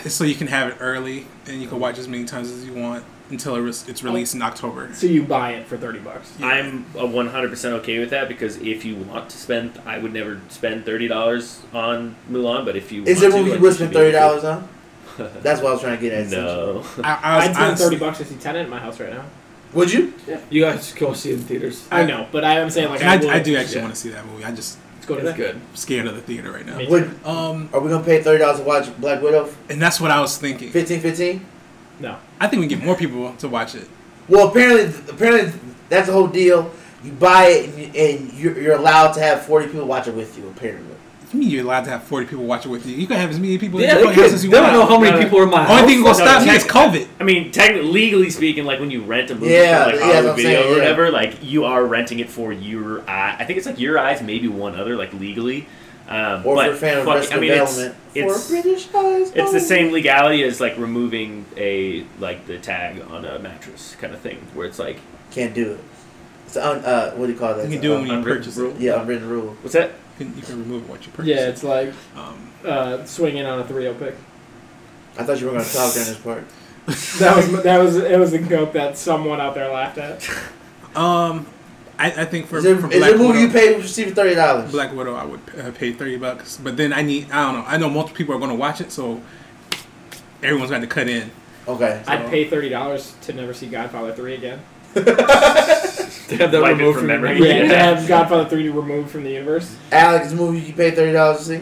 Speaker 4: it's so you can have it early, and you can watch as many times as you want until it re- it's released in October.
Speaker 8: So you buy it for 30 bucks.
Speaker 3: I'm a 100% okay with that because if you want to spend, I would never spend thirty dollars on Mulan. But if you
Speaker 2: Is there
Speaker 3: want
Speaker 2: a movie
Speaker 3: to,
Speaker 2: you
Speaker 3: like, you
Speaker 2: would
Speaker 3: should
Speaker 2: spend
Speaker 3: be able
Speaker 2: thirty
Speaker 3: to.
Speaker 2: dollars on? That's what I was trying to get at. essentially.
Speaker 3: No,
Speaker 4: I, I
Speaker 8: I'd
Speaker 4: was
Speaker 8: spend
Speaker 4: honestly,
Speaker 8: 30 bucks to see Tenant in my house right now.
Speaker 2: Would you?
Speaker 6: You guys go see it in theaters.
Speaker 8: I know, but I am saying like
Speaker 4: and I,
Speaker 8: will.
Speaker 4: I do actually want to see that movie. I just
Speaker 8: Let's go to
Speaker 6: It's
Speaker 8: that.
Speaker 6: good.
Speaker 4: scared of the theater right now.
Speaker 8: Me
Speaker 2: Would
Speaker 4: Um,
Speaker 2: are we gonna pay thirty dollars to watch Black Widow?
Speaker 4: and that's what I was thinking.
Speaker 2: Fifteen, fifteen.
Speaker 8: No.
Speaker 4: I think we can get more people to watch it.
Speaker 2: Well, apparently, apparently that's the whole deal. You buy it and, you, and you're, you're allowed to have forty people watch it with you. Apparently,
Speaker 4: You mean you're allowed to have 40 people watch it with you? You can have as many people
Speaker 6: Yeah,
Speaker 4: in
Speaker 6: they,
Speaker 4: your fucking house
Speaker 6: could,
Speaker 4: as
Speaker 6: they
Speaker 4: you
Speaker 6: don't know
Speaker 4: want.
Speaker 6: how many
Speaker 3: No, no.
Speaker 6: people are in my house.
Speaker 4: Only thing gonna
Speaker 3: No,
Speaker 4: stop me is
Speaker 3: that's-
Speaker 4: COVID.
Speaker 3: I mean, technically, legally speaking, like when you rent a movie
Speaker 2: Yeah,
Speaker 3: from like
Speaker 2: yeah, that's
Speaker 3: Hollywood
Speaker 2: what I'm
Speaker 3: Video
Speaker 2: saying,
Speaker 3: or
Speaker 2: yeah.
Speaker 3: whatever, like you are renting it for your eye. I think it's like your eyes, maybe one other, like legally. Um,
Speaker 2: or
Speaker 3: but
Speaker 2: for a fan of
Speaker 3: fuck,
Speaker 2: Arrested
Speaker 3: I mean, it's,
Speaker 2: Development,
Speaker 3: it's
Speaker 2: for British eyes.
Speaker 3: it's the
Speaker 2: only.
Speaker 3: same legality as like removing a like the tag on a mattress kind of thing, where it's like
Speaker 2: Can't do it. It's un, uh, what do you call that?
Speaker 4: You can
Speaker 2: It's
Speaker 4: do it
Speaker 2: un-
Speaker 4: when you
Speaker 3: unwritten
Speaker 4: purchase
Speaker 3: rule.
Speaker 4: it.
Speaker 2: yeah, unwritten rule.
Speaker 3: what's that?
Speaker 4: You can, you can remove what you purchase.
Speaker 8: Yeah, it's like
Speaker 4: Um,
Speaker 8: uh, swinging on a 3-0 pick.
Speaker 2: I thought you were gonna talk during this part.
Speaker 8: That was that was it was a joke that someone out there laughed at.
Speaker 4: um, I, I think for,
Speaker 2: is there,
Speaker 4: for
Speaker 2: is
Speaker 4: Black,
Speaker 2: there a movie you
Speaker 4: Widow,
Speaker 2: pay to receive thirty dollars?
Speaker 4: Black Widow, I would uh, pay 30 bucks. But then I need, I don't know. I know multiple people are going to watch it, so everyone's going to cut in.
Speaker 2: Okay.
Speaker 8: I'd pay thirty dollars to never see Godfather three again.
Speaker 6: To have that
Speaker 3: Wipe it
Speaker 6: removed
Speaker 3: from
Speaker 6: from your
Speaker 3: memory.
Speaker 6: memory.
Speaker 5: Yeah,
Speaker 3: Yeah.
Speaker 5: to have Godfather 3 removed from the universe.
Speaker 2: Alex, movie you pay thirty dollars to see?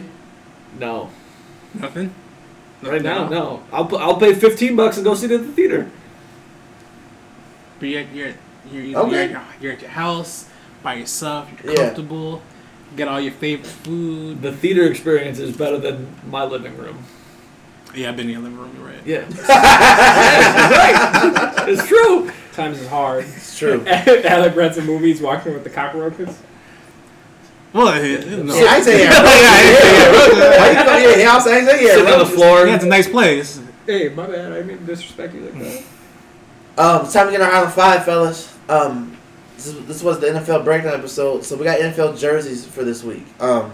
Speaker 6: No,
Speaker 4: Nothing.
Speaker 6: right now, no. I'll pu- I'll pay fifteen bucks and go see it at the theater.
Speaker 4: But you're you're you're, you're,
Speaker 2: Okay.
Speaker 4: you're, you're at your house by yourself. You're
Speaker 2: Yeah.
Speaker 4: comfortable. You Get all your favorite food.
Speaker 6: The theater experience is better than my living room.
Speaker 4: Yeah, I've been in your living room. You're right.
Speaker 6: Yeah, Yes, right. It's true.
Speaker 5: Times is hard.
Speaker 2: It's true.
Speaker 5: Alec rents a movie. He's walking with the cockroaches.
Speaker 4: Well, uh, yeah, no.
Speaker 2: Yeah, I say yeah. Why you go- yeah, yeah, I'm saying say yeah.
Speaker 6: Sitting on the
Speaker 2: bro.
Speaker 6: floor.
Speaker 4: Yeah, it's a nice place.
Speaker 5: Hey, my bad. I didn't disrespect you like
Speaker 6: Mm-hmm.
Speaker 5: that.
Speaker 2: Um, it's time to get on Island Five, fellas. Um, this, is- this was the NFL breakdown episode, so we got NFL jerseys for this week. Um,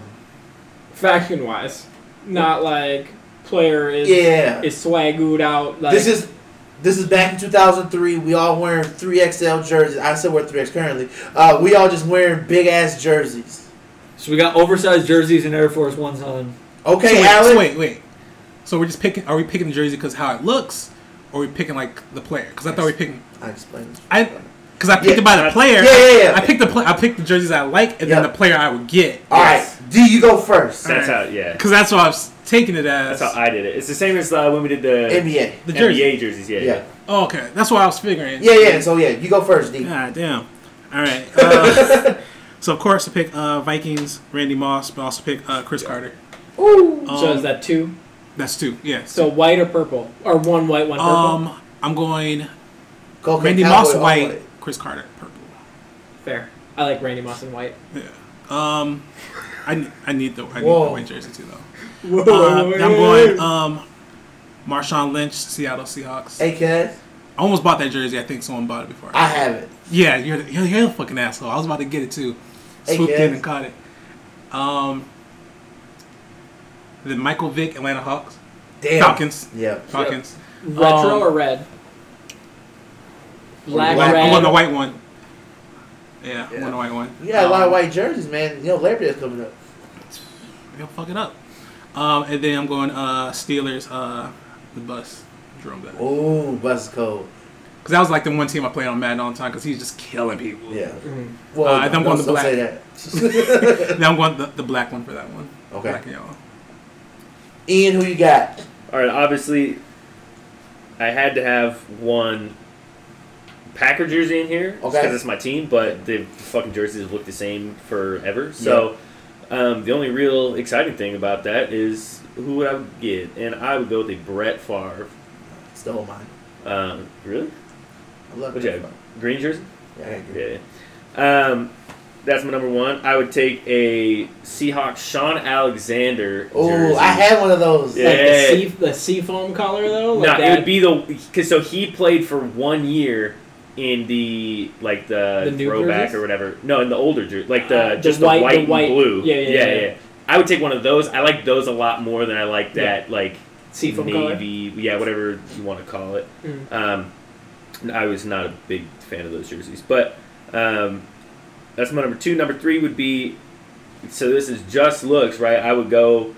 Speaker 5: Faction wise, not like player is
Speaker 2: yeah,
Speaker 5: is swagooed out. Like,
Speaker 2: this is this is back in 2003. We all wearing three XL jerseys. I still wear three X currently. Uh, we all just wearing big ass jerseys.
Speaker 6: So we got oversized jerseys and Air Force Ones on.
Speaker 2: Okay,
Speaker 4: so wait,
Speaker 2: Alex.
Speaker 4: So wait, wait. So we're just picking. Are we picking the jersey because how it looks, or are we picking like the player? Because I thought we were picking.
Speaker 2: I explained. This.
Speaker 4: I because I picked
Speaker 2: Yeah.
Speaker 4: it by the player.
Speaker 2: Yeah, yeah, yeah.
Speaker 4: I picked the play. I picked the jerseys I like, and
Speaker 2: Yeah.
Speaker 4: then the player I would get.
Speaker 2: All right, D, you go first.
Speaker 3: That's how. Yeah.
Speaker 4: Because that's what I was taking it as.
Speaker 3: That's how I did it. It's the same as uh, when we did the
Speaker 2: NBA.
Speaker 4: the jersey.
Speaker 3: NBA jerseys. Yeah.
Speaker 2: Yeah,
Speaker 3: yeah.
Speaker 4: Oh, okay, that's what I was figuring.
Speaker 2: yeah, yeah. So yeah, you go first, D.
Speaker 4: God damn. All right. Uh, so of course I pick uh, Vikings, Randy Moss, but I also pick uh, Chris Carter.
Speaker 5: Ooh. so
Speaker 4: Um,
Speaker 5: is that two?
Speaker 4: That's two. Yeah.
Speaker 5: So white or purple, or one white, one purple.
Speaker 4: um, I'm going
Speaker 2: Go
Speaker 4: Randy
Speaker 2: Cowboy,
Speaker 4: Moss
Speaker 2: all
Speaker 4: white,
Speaker 2: white.
Speaker 4: Chris Carter purple.
Speaker 5: Fair. I like Randy Moss in white.
Speaker 4: Um, I, ne- I need the I need
Speaker 2: Whoa.
Speaker 4: the white jersey too though. Uh, I'm going um, Marshawn Lynch, Seattle Seahawks. I
Speaker 2: Hey, Cass,
Speaker 4: almost bought that jersey. I think someone bought it before.
Speaker 2: I have it.
Speaker 4: Yeah, you're the, you're, you're the fucking asshole. I was about to get it too.
Speaker 2: Hey,
Speaker 4: Swooped
Speaker 2: Kev.
Speaker 4: in and caught it. Um, the Michael Vick Atlanta Hawks
Speaker 2: Damn.
Speaker 4: Falcons
Speaker 2: Yeah.
Speaker 4: Falcons.
Speaker 5: Retro
Speaker 4: Um,
Speaker 5: or red? Black,
Speaker 2: Black.
Speaker 4: I
Speaker 5: red.
Speaker 4: want the white one. Yeah, I
Speaker 2: Yeah.
Speaker 4: want the white one.
Speaker 2: We got a lot
Speaker 4: Um,
Speaker 2: of white jerseys, man. You know, Labor Day's coming up.
Speaker 4: They'll fuck it up. Um, and then I'm going uh, Steelers. Uh, the bus Jerome
Speaker 2: Oh.
Speaker 4: Bettis.
Speaker 2: Ooh, bus is cold.
Speaker 4: Because that was like the one team I played on Madden all the time because he's just killing people.
Speaker 2: Yeah.
Speaker 3: Mm.
Speaker 5: Mhm.
Speaker 2: Well,
Speaker 4: Uh, I think I'm going
Speaker 2: don't,
Speaker 4: to
Speaker 2: don't
Speaker 4: black.
Speaker 2: say that.
Speaker 4: Now I'm going the, the black one for that one.
Speaker 2: okay.
Speaker 4: Black and yellow.
Speaker 2: Ian, who you got?
Speaker 3: All right. Obviously, I had to have one Packer jersey in here because
Speaker 2: Okay.
Speaker 3: it's my team, but the fucking jerseys look the same forever. So um, the only real exciting thing about that is who would I would get, and I would go with a Brett Favre.
Speaker 2: Stole mine.
Speaker 3: Um, really?
Speaker 2: I love
Speaker 3: What'd you
Speaker 2: it.
Speaker 3: have? Green jersey.
Speaker 2: Yeah, I agree.
Speaker 3: Yeah. Um, that's my number one. I would take a Seahawks Sean Alexander.
Speaker 2: Ooh,
Speaker 3: jersey.
Speaker 2: I had one of those.
Speaker 3: Yeah.
Speaker 5: Like the sea, the sea foam color though.
Speaker 3: No,
Speaker 5: Like
Speaker 3: it
Speaker 5: that,
Speaker 3: would be the because so he played for one year in the like the,
Speaker 5: The new
Speaker 3: throwback
Speaker 5: jerseys?
Speaker 3: or whatever. No, in the older jersey, like the
Speaker 5: Ah, the
Speaker 3: just
Speaker 5: white-
Speaker 3: the white
Speaker 5: the
Speaker 3: and
Speaker 5: white-
Speaker 3: blue.
Speaker 5: yeah, yeah, yeah.
Speaker 3: I would take one of those. I like those a lot more than I like
Speaker 5: Yeah.
Speaker 3: that like
Speaker 5: sea foam color.
Speaker 3: navy, yeah, whatever you want to call it.
Speaker 5: Mm.
Speaker 3: Um, I was not a big fan of those jerseys, but um, that's my number two. Number three would be so this is just looks right. I would go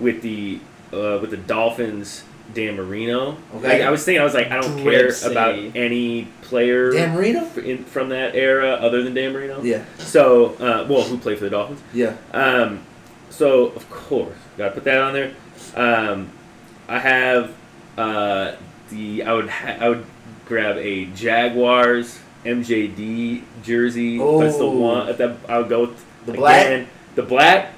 Speaker 3: with the uh, with the Dolphins. Dan Marino.
Speaker 2: Okay.
Speaker 3: Like, I was thinking, I was like, I don't
Speaker 5: Dripsy.
Speaker 3: care about any player
Speaker 2: Dan Marino?
Speaker 3: f- in, from that era other than Dan Marino.
Speaker 2: Yeah.
Speaker 3: So, uh, well, who played for the Dolphins?
Speaker 2: Yeah.
Speaker 3: Um, so of course, gotta put that on there. Um, I have uh, the I would ha- I would grab a Jaguars MJD jersey. That's the
Speaker 2: Oh.
Speaker 3: one uh, that I would go with
Speaker 2: The black?
Speaker 3: the black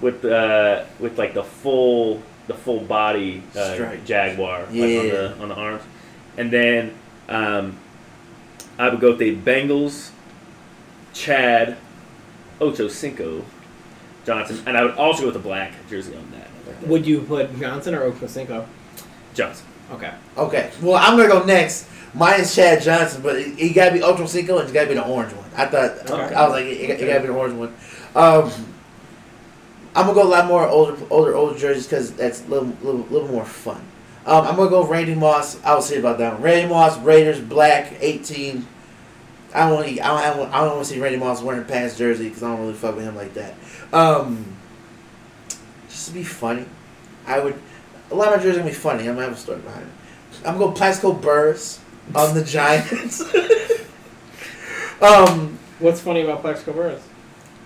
Speaker 3: with uh, with like the full the full body uh,
Speaker 2: Stripes.
Speaker 3: Jaguar like on
Speaker 2: Yeah.
Speaker 3: the on the arms, and then um, I would go with the Bengals Chad Ocho Cinco Johnson, and I would also go with the black jersey on that
Speaker 5: Would you put Johnson or Okosinko?
Speaker 3: Johnson.
Speaker 5: Okay.
Speaker 2: Okay. Well, I'm going to go next. Mine is Chad Johnson, but it, it got to be Ultra Cinco and it's got to be the orange one. I thought,
Speaker 5: Okay.
Speaker 2: I was like, it, it got to be the orange one. Um, I'm going to go a lot more older, older, older jerseys because that's a little, little, little more fun. Um, I'm going to go with Randy Moss. I will say about that one. Randy Moss, Raiders, black, 18. I don't want to. I don't. I don't want to see Randy Moss wearing a Pats jersey because I don't really fuck with him like that. Um, just to be funny, I would. A lot of my jerseys are gonna be funny. I'm gonna have a story behind it. I'm gonna go Plaxico Burris on the Giants. um,
Speaker 5: What's funny about Plexico Burris?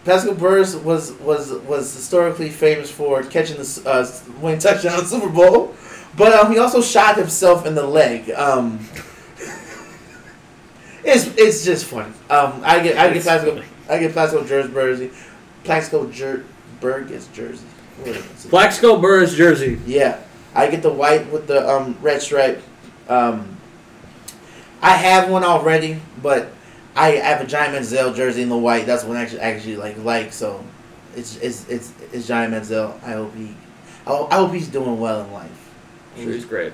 Speaker 2: Pascal Burris was was was historically famous for catching the uh, winning touchdown in the Super Bowl, but um, he also shot himself in the leg. Um, it's it's just funny. Um, I get I get Pascal I get Pascal Burris jersey, Pascal Jer- Burgess jersey. Where is it?
Speaker 6: Black Skull Burris jersey.
Speaker 2: Yeah, I get the white with the um, red stripe. Um, I have one already, but I have a Giant Manziel jersey in the white. That's one I actually actually like like. So it's it's it's, it's Giant Manziel. I hope he, I hope, I hope he's doing well in life.
Speaker 6: Sure, he's great.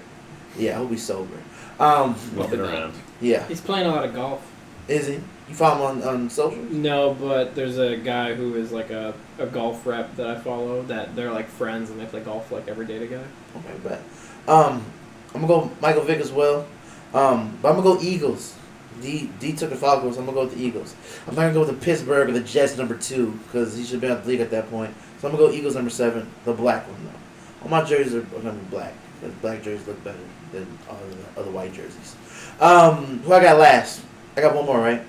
Speaker 2: Yeah, I hope he's sober. Um,
Speaker 3: Walking around.
Speaker 2: yeah,
Speaker 5: He's playing a lot of golf.
Speaker 2: is he? You follow him on on social?
Speaker 5: No, but there's a guy who is like a, a golf rep that I follow that they're like friends and they play golf like every day together.
Speaker 2: Okay, bet. Um, I'm gonna go Michael Vick as well. Um, but I'm gonna go Eagles. D D took the Falcons. I'm gonna go with the Eagles. I'm not gonna go with the Pittsburgh or the Jets number two because he should be out of the league at that point. So I'm gonna go Eagles number seven, the black one though. All my jerseys are gonna be black because black jerseys look better than all the other white jerseys. Um, who I got last? I got one more, right?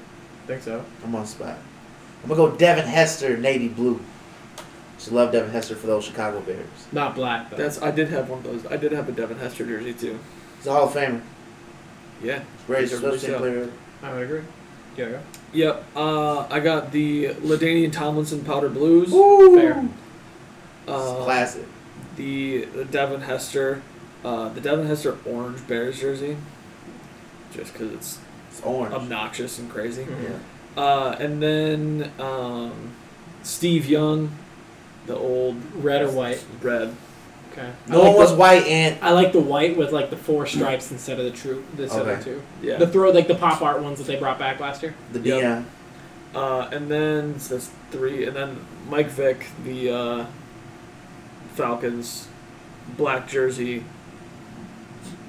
Speaker 5: Think so?
Speaker 2: I'm on spot. I'm gonna go Devin Hester, navy blue. Should love Devin Hester for those Chicago Bears.
Speaker 5: Not black though.
Speaker 6: That's I did have one of those. I did have a Devin Hester jersey too.
Speaker 2: He's a Hall of Famer.
Speaker 6: Yeah.
Speaker 2: Greatest
Speaker 6: Deservedly
Speaker 2: special team
Speaker 6: so.
Speaker 2: player.
Speaker 5: I would agree. Yeah, go.
Speaker 6: Yep. Uh, I got the Ladanian Tomlinson powder blues.
Speaker 5: Fair.
Speaker 6: Uh,
Speaker 2: Classic.
Speaker 6: the the Devin Hester, uh, the Devin Hester orange Bears jersey, just because it's
Speaker 2: It's orange.
Speaker 6: obnoxious and crazy.
Speaker 5: Mhm.
Speaker 6: Uh, and then um, Steve Young, the old
Speaker 5: Red or white.
Speaker 6: red.
Speaker 5: Okay.
Speaker 2: no
Speaker 5: I like
Speaker 2: one was
Speaker 5: the,
Speaker 2: white and
Speaker 5: I like the white with like the four stripes instead of the true the other
Speaker 2: Okay.
Speaker 5: two.
Speaker 6: Yeah.
Speaker 5: The throw like the pop art ones that they brought back last year.
Speaker 2: the
Speaker 6: Yep.
Speaker 2: Dion.
Speaker 6: Uh, and then so that's three. And then Mike Vick, the uh, Falcons, black jersey,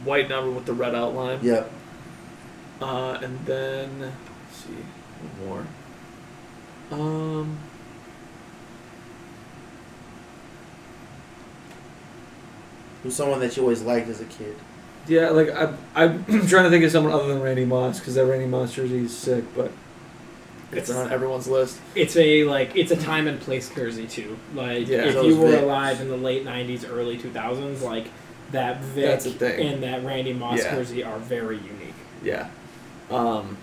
Speaker 6: white number with the red outline.
Speaker 2: Yep.
Speaker 6: Uh, and then let's see one more. Um.
Speaker 2: Who's someone that you always liked as a kid?
Speaker 6: Yeah, like I, I'm trying to think of someone other than Randy Moss because that Randy Moss jersey is sick, but it's,
Speaker 5: It's-
Speaker 6: on everyone's list.
Speaker 5: It's a like it's a time and place jersey too. Like
Speaker 6: Yeah.
Speaker 5: if
Speaker 2: So
Speaker 5: you
Speaker 2: is
Speaker 5: were
Speaker 2: Vic.
Speaker 5: alive in the late '90s, early 2000s, like that Vic
Speaker 6: That's a thing.
Speaker 5: and that Randy Moss
Speaker 6: Yeah.
Speaker 5: jersey are very unique.
Speaker 6: Yeah. Um.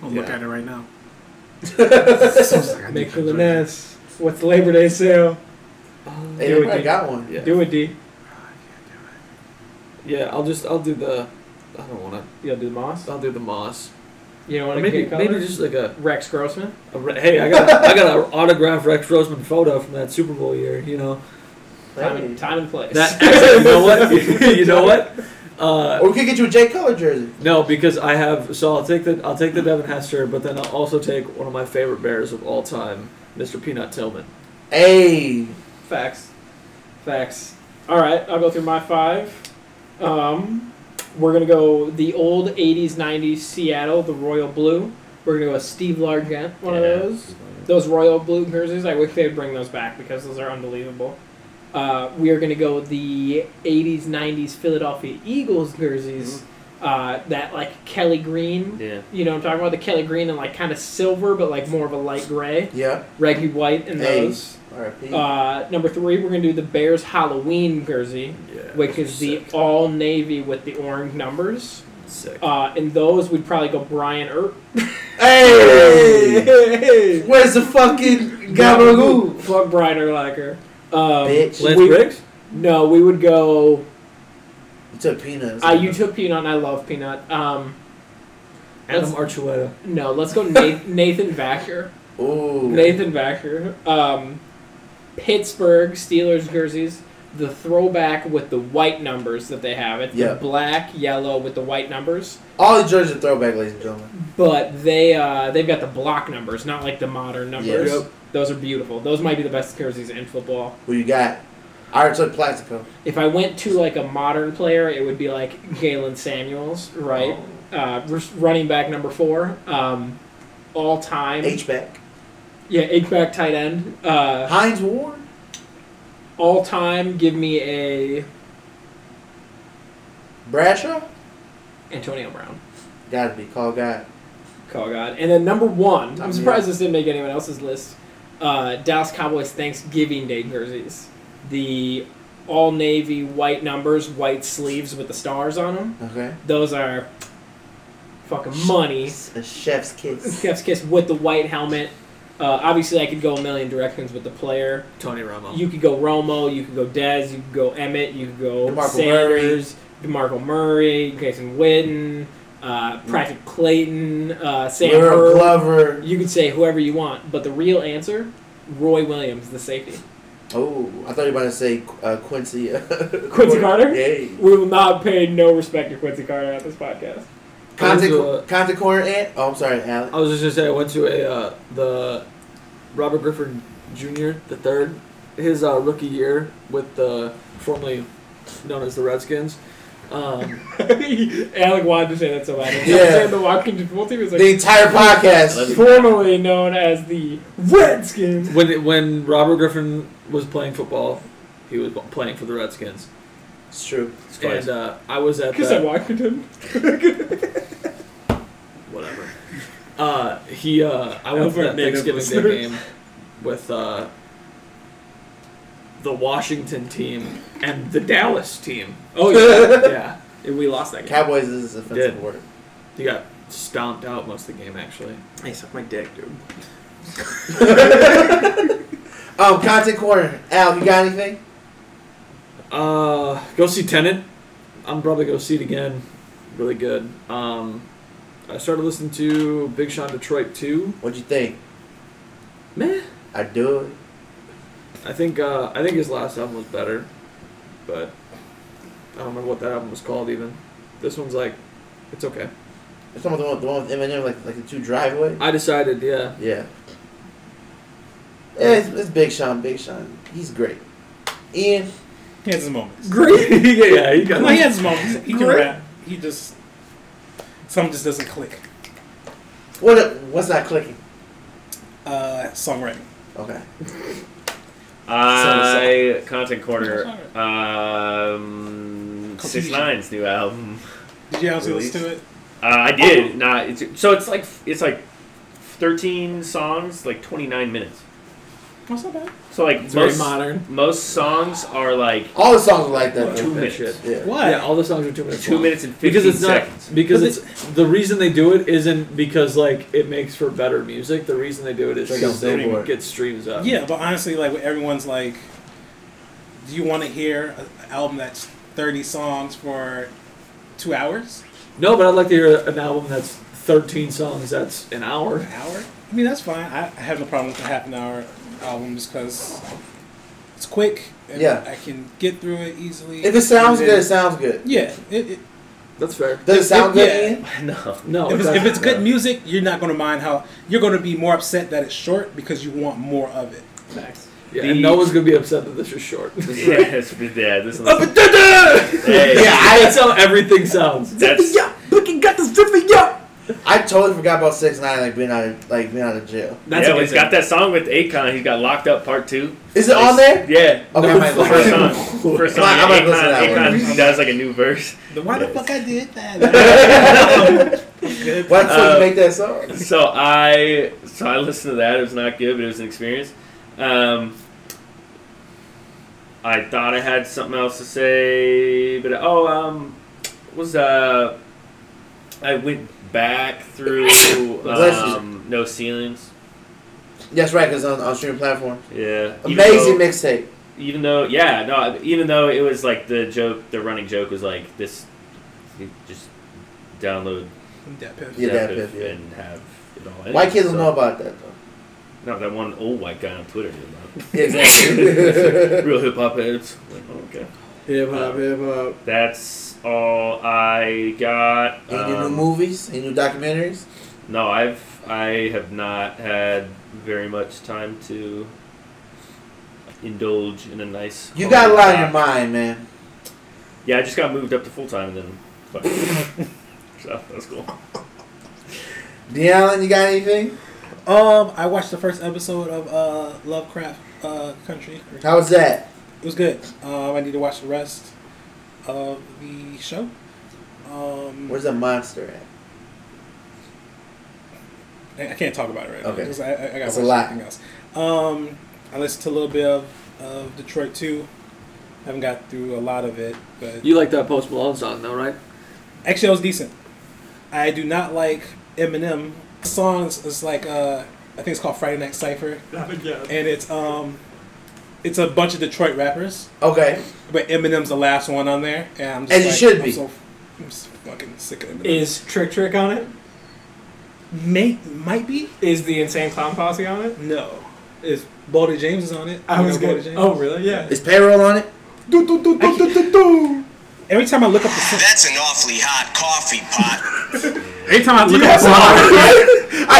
Speaker 4: I'll look
Speaker 6: Yeah.
Speaker 4: at it right now.
Speaker 5: Make for the nest. What's the Labor Day sale?
Speaker 2: Hey,
Speaker 5: Dude,
Speaker 2: I
Speaker 5: dude.
Speaker 2: got one.
Speaker 6: Oh. Yeah.
Speaker 5: Do it, D.
Speaker 4: Ah,
Speaker 6: Yeah. I'll just I'll do the. I don't want to.
Speaker 5: You'll do Moss.
Speaker 6: I'll do the Moss.
Speaker 5: You don't
Speaker 6: Or
Speaker 5: want to
Speaker 6: maybe
Speaker 5: get colors?
Speaker 6: maybe just like a,
Speaker 5: Rex Grossman.
Speaker 6: a re- hey I got I got an autographed Rex Roseman photo from that Super Bowl year. You know
Speaker 5: Time and, time and place.
Speaker 6: that you know what you know what. Uh,
Speaker 2: Or we could get you a Jay Cutler jersey.
Speaker 6: No, because I have. So I'll take the I'll take the Devin Hester, but then I'll also take one of my favorite Bears of all time, Mr. Peanut Tillman.
Speaker 2: Hey,
Speaker 5: Facts. Facts. All right, I'll go through my five. Um, we're going to go the old 80s, 90s Seattle, the Royal Blue. We're going to go a Steve Largent, one of those. Those Royal Blue jerseys, I wish they'd bring those back because those are unbelievable. Uh, we are going to go with the 80s, 90s Philadelphia Eagles jerseys. Uh, that, like, Kelly Green.
Speaker 3: Yeah.
Speaker 5: You know what I'm talking about? The Kelly Green and, like, kind of silver, but, like, more of a light gray.
Speaker 2: yeah.
Speaker 5: Reggie White and
Speaker 2: Hey.
Speaker 5: those.
Speaker 2: R.I.P.
Speaker 5: Uh, number three, we're gonna do the Bears Halloween jersey,
Speaker 6: Yeah.
Speaker 5: which is the all navy with the orange numbers.
Speaker 6: sick.
Speaker 5: Uh, and those we'd probably go Brian Earp.
Speaker 2: hey, where's the fucking Gabaroo?
Speaker 5: Fuck Brian Urlacher. Um,
Speaker 2: Bitch.
Speaker 6: Lance
Speaker 5: we-
Speaker 6: Briggs.
Speaker 5: No, we would go.
Speaker 2: You took peanuts.
Speaker 5: Uh, you took Peanut, and I love Peanut. Um,
Speaker 6: Adam
Speaker 5: let's-
Speaker 6: Archuleta.
Speaker 5: no, let's go Nathan, Nathan Vacher.
Speaker 2: Ooh.
Speaker 5: Nathan Vacher. Um, Pittsburgh Steelers jerseys. The throwback with the white numbers that they have. It's
Speaker 2: Yeah.
Speaker 5: the black, yellow with the white numbers.
Speaker 2: All the jerseys are throwback, ladies and gentlemen.
Speaker 5: But they uh, they've got the block numbers, not like the modern numbers.
Speaker 2: Yes. Yep.
Speaker 5: Those are beautiful. Those might be the best jerseys in football.
Speaker 2: Who you got? I already took Plaxico.
Speaker 5: If I went to like a modern player, it would be like Galen Samuels, right?
Speaker 2: Oh.
Speaker 5: Uh, r- running back number four, um, all time.
Speaker 2: H back.
Speaker 5: yeah, H back tight end. Uh,
Speaker 2: Heinz Ward.
Speaker 5: all time, give me a
Speaker 2: Bradshaw.
Speaker 5: Antonio Brown.
Speaker 2: Gotta be called God.
Speaker 5: Cogod. Oh, And then number one,
Speaker 2: Yeah.
Speaker 5: I'm surprised this didn't make anyone else's list. Uh, Dallas Cowboys Thanksgiving Day jerseys, the all navy white numbers, white sleeves with the stars on them.
Speaker 2: Okay.
Speaker 5: Those are fucking money.
Speaker 2: A chef's kiss.
Speaker 5: Chef's kiss with the white helmet. Uh, obviously, I could go a million directions with the player.
Speaker 6: Tony Romo.
Speaker 5: You could go Romo, you could go Dez, you could go Emmett, you could go
Speaker 2: DeMarco
Speaker 5: Sanders, DeMarco Murray, Jason Witten, uh, Patrick Clayton, uh, Sam
Speaker 2: We're a
Speaker 5: Hurd.
Speaker 2: Glover.
Speaker 5: You could say whoever you want, but the real answer, Roy Williams, the safety.
Speaker 2: Oh, I thought you were about to say uh, Quincy.
Speaker 5: Quincy Carter?
Speaker 2: Hey.
Speaker 5: We will not pay no respect to Quincy Carter at this podcast.
Speaker 2: Contact,
Speaker 6: Angela.
Speaker 2: contact corner ant. Oh, I'm sorry, Alex.
Speaker 6: I was just gonna say I went to a uh, the Robert Griffin Jr. the third his uh, rookie year with the formerly known as the Redskins. Um,
Speaker 5: Alec wanted to say that so bad.
Speaker 2: Yeah.
Speaker 5: Yeah. The Washington football team is
Speaker 2: The
Speaker 5: like
Speaker 2: entire podcast.
Speaker 5: formerly known as the Redskins.
Speaker 6: when when Robert Griffin was playing football, he was playing for the Redskins,
Speaker 2: It's true.
Speaker 6: and uh, I was at
Speaker 5: Because
Speaker 6: that-
Speaker 5: I Washington.
Speaker 6: whatever. Uh, he, uh, I went for
Speaker 5: Over
Speaker 6: that
Speaker 5: native
Speaker 6: Thanksgiving
Speaker 5: listeners.
Speaker 6: Day game with uh, the Washington team and the Dallas team.
Speaker 5: Oh yeah.
Speaker 6: yeah,
Speaker 5: we lost that game.
Speaker 2: Cowboys is an offensive
Speaker 6: Yeah.
Speaker 2: word.
Speaker 6: he got stomped out most of the game actually.
Speaker 8: Hey, suck my dick, dude.
Speaker 2: Um, content corner. Al, you got anything?
Speaker 6: Uh, go see Tenant. I'm probably gonna see it again. Really good. Um, I started listening to Big Sean Detroit too.
Speaker 2: What'd you think?
Speaker 6: Meh.
Speaker 2: I do it.
Speaker 6: I think uh, I think his last album was better, but I don't remember what that album was called even. This one's like, it's okay.
Speaker 2: It's talking about the one, the one with Eminem, like like the two driveway.
Speaker 6: I decided, yeah.
Speaker 2: Yeah. Yeah, it's, it's Big Sean. Big Sean. He's great. Ian.
Speaker 4: He has his moments.
Speaker 6: Great. yeah, you
Speaker 4: No, he has his moments. He can
Speaker 6: Great.
Speaker 4: rap. He just some just doesn't click.
Speaker 2: What? What's not clicking?
Speaker 4: Uh, songwriting.
Speaker 2: Okay.
Speaker 3: I content corner.
Speaker 4: No,
Speaker 3: Um, Six
Speaker 4: Confusion.
Speaker 3: Nine's new album.
Speaker 4: Did you actually
Speaker 2: Release.
Speaker 4: listen to it?
Speaker 3: Uh, I did not. It's, so it's like it's like thirteen songs, like twenty nine minutes.
Speaker 4: That's not bad.
Speaker 3: So like
Speaker 5: It's very
Speaker 3: most
Speaker 5: modern.
Speaker 3: most songs are like
Speaker 2: All the songs are like that.
Speaker 3: two
Speaker 2: Though.
Speaker 6: that
Speaker 3: minutes,
Speaker 6: shit.
Speaker 2: Yeah.
Speaker 4: Why?
Speaker 6: Yeah, all the songs are two minutes.
Speaker 3: two
Speaker 6: long.
Speaker 3: minutes and fifteen
Speaker 6: because it's not
Speaker 3: seconds.
Speaker 6: because
Speaker 5: But
Speaker 6: it's the reason they do it isn't because like it makes for better music. The reason they do it is
Speaker 2: Like
Speaker 6: because
Speaker 2: a
Speaker 6: they
Speaker 2: billboard.
Speaker 6: get streams
Speaker 2: uh,
Speaker 6: up.
Speaker 4: Yeah, but honestly, like with everyone's like, do you want to hear a- an album that's thirty songs for two hours?
Speaker 6: No, but I'd like to hear an album that's 13 songs. That's an hour.
Speaker 4: An hour? I mean, that's fine. I, I have no problem with a half an hour album just because it's quick. And
Speaker 2: Yeah.
Speaker 4: I can get through it easily.
Speaker 2: If it sounds
Speaker 4: And
Speaker 2: good,
Speaker 4: then-
Speaker 2: it sounds good.
Speaker 4: yeah. It, it,
Speaker 6: That's fair.
Speaker 2: Does it sound
Speaker 4: Yeah.
Speaker 2: good? Ian?
Speaker 3: no.
Speaker 2: Oh,
Speaker 6: No,
Speaker 4: if, it's,
Speaker 6: that's-
Speaker 4: if it's good
Speaker 6: no.
Speaker 4: music, you're not going to mind how you're going to be more upset that it's short because you want more of it.
Speaker 6: Yeah,
Speaker 3: The-
Speaker 6: and no one's gonna be upset that this is short.
Speaker 3: yeah, it's, yeah, this
Speaker 2: Oh,
Speaker 6: Up
Speaker 3: one's,
Speaker 6: and da- da!
Speaker 3: Hey.
Speaker 6: yeah, I, that's how everything sounds.
Speaker 3: that's
Speaker 6: Fucking got this zippy yeah.
Speaker 2: I totally forgot about six nine like being out of, like being out of jail.
Speaker 5: That's
Speaker 3: yeah.
Speaker 5: a
Speaker 3: well,
Speaker 5: good
Speaker 3: He's got that song with Akon. He's got locked up part two.
Speaker 2: Is it on there?
Speaker 3: Yeah,
Speaker 2: Okay, I might
Speaker 3: the
Speaker 2: look
Speaker 3: first
Speaker 2: it up.
Speaker 3: song. First song.
Speaker 2: I'm gonna
Speaker 3: Yeah,
Speaker 2: listen to that
Speaker 3: Akon,
Speaker 2: one.
Speaker 3: Akon does like a new verse.
Speaker 4: The why
Speaker 3: Yes.
Speaker 4: the fuck I did that? Good.
Speaker 2: Why the fuck
Speaker 3: Uh,
Speaker 2: you make that song?
Speaker 3: so I so I listened to that. It was not good, but it was an experience. Um, I thought I had something else to say, but oh, um, was uh, I went back through
Speaker 2: Bless you.
Speaker 3: um, no ceilings.
Speaker 2: Yes, right, because on, on streaming platform.
Speaker 3: Yeah, Even
Speaker 2: Amazing
Speaker 3: though-
Speaker 2: mixtape.
Speaker 3: even though yeah no even though it was like the joke the running joke was like this you just download
Speaker 4: That piff.
Speaker 2: Yeah, that
Speaker 3: Zappiff
Speaker 2: bit, yeah.
Speaker 3: and have it all in
Speaker 2: White
Speaker 3: it,
Speaker 2: kids don't
Speaker 3: so-
Speaker 2: know about that though.
Speaker 3: no that one old white guy on twitter did that
Speaker 2: Yeah, exactly.
Speaker 3: real hip-hop heads like oh, okay
Speaker 6: Hip hop, hip hop.
Speaker 3: that's all i got
Speaker 2: Any new
Speaker 3: Um,
Speaker 2: movies? Any new documentaries?
Speaker 3: no i've i have not had very much time to indulge in a nice
Speaker 2: You got a lot on your
Speaker 3: holiday.
Speaker 2: mind, man.
Speaker 3: yeah i just got moved up to full-time and then so that's cool
Speaker 2: Deanna, you got anything?
Speaker 4: Um, I watched the first episode of uh, Lovecraft uh, Country.
Speaker 2: How was that?
Speaker 4: It was good. Um, I need to watch the rest of the show. Um,
Speaker 2: Where's the monster at?
Speaker 4: I I can't talk about it right
Speaker 2: Okay.
Speaker 4: now. 'cause I, I, I got
Speaker 2: That's a
Speaker 4: watch
Speaker 2: lot.
Speaker 4: Everything else. Um, I listened to a little bit of, of Detroit too. Haven't got through a lot of it, but
Speaker 6: You like that Post Malone song though, right?
Speaker 4: actually, that was decent. I do not like Eminem songs. It's like uh, I think it's called Friday Night Cipher, and it's um, it's a bunch of Detroit rappers,
Speaker 2: Okay.
Speaker 4: but Eminem's the last one on there, and I'm just
Speaker 2: As you
Speaker 4: like,
Speaker 2: should
Speaker 4: I'm
Speaker 2: be.
Speaker 4: So, I'm so fucking sick of Eminem.
Speaker 8: Is Trick Trick on it?
Speaker 4: May might be
Speaker 8: Is the Insane Clown Posse on it?
Speaker 4: no. Is Baldy James is on it?
Speaker 8: I
Speaker 4: You
Speaker 8: was
Speaker 4: know
Speaker 8: going
Speaker 4: Boldy James?
Speaker 8: Oh, really? Yeah.
Speaker 2: Is payroll on it?
Speaker 4: Do, do, do, do, do, do, do. Every time I look up the song,
Speaker 10: That's an awfully hot coffee pot.
Speaker 8: Anytime I look
Speaker 2: I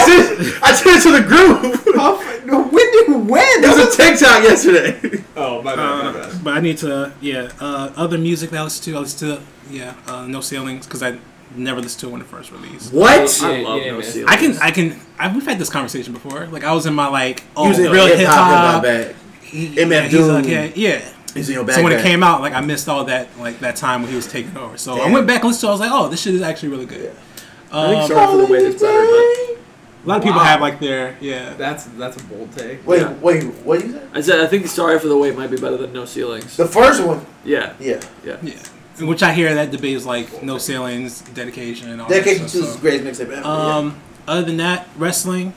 Speaker 2: sent I sent it to the group.
Speaker 8: when did when?
Speaker 2: It was a TikTok yesterday.
Speaker 8: Oh, my bad, my bad.
Speaker 4: but I need to yeah. Uh, other music that I listen to, I listen to yeah. Uh, no ceilings because I never listened to it when it first released.
Speaker 2: What?
Speaker 5: Yeah,
Speaker 6: Oh, love
Speaker 5: yeah,
Speaker 6: No
Speaker 5: man.
Speaker 6: Seal.
Speaker 4: I can I can I, we've had this conversation before. Like I was in my like oh
Speaker 2: Using
Speaker 4: real hip hop.
Speaker 2: bag. MF
Speaker 4: yeah, he's like,
Speaker 2: Doom.
Speaker 4: yeah, yeah.
Speaker 2: He's in your
Speaker 4: so
Speaker 2: bag.
Speaker 4: when it came out, like I missed all that like that time when he was taking over. So
Speaker 2: Damn.
Speaker 4: I went back and listened to. it. I was like, oh, this shit is actually really good.
Speaker 6: I think
Speaker 4: Um,
Speaker 6: sorry for the wait is better, but
Speaker 4: a lot of people
Speaker 6: Wow.
Speaker 4: have like their yeah.
Speaker 8: That's that's a bold take.
Speaker 2: Wait,
Speaker 6: Yeah.
Speaker 2: wait, what you said?
Speaker 6: I said I think sorry for the wait might be better than no ceilings.
Speaker 2: The first one.
Speaker 6: Yeah.
Speaker 2: Yeah.
Speaker 4: Yeah. In which I hear that debate is like no ceilings, dedication,
Speaker 6: Oh,
Speaker 4: and all
Speaker 2: Dedication
Speaker 4: that
Speaker 2: to is
Speaker 4: stuff.
Speaker 2: the greatest mixtape ever.
Speaker 4: So. Um, other than that, wrestling.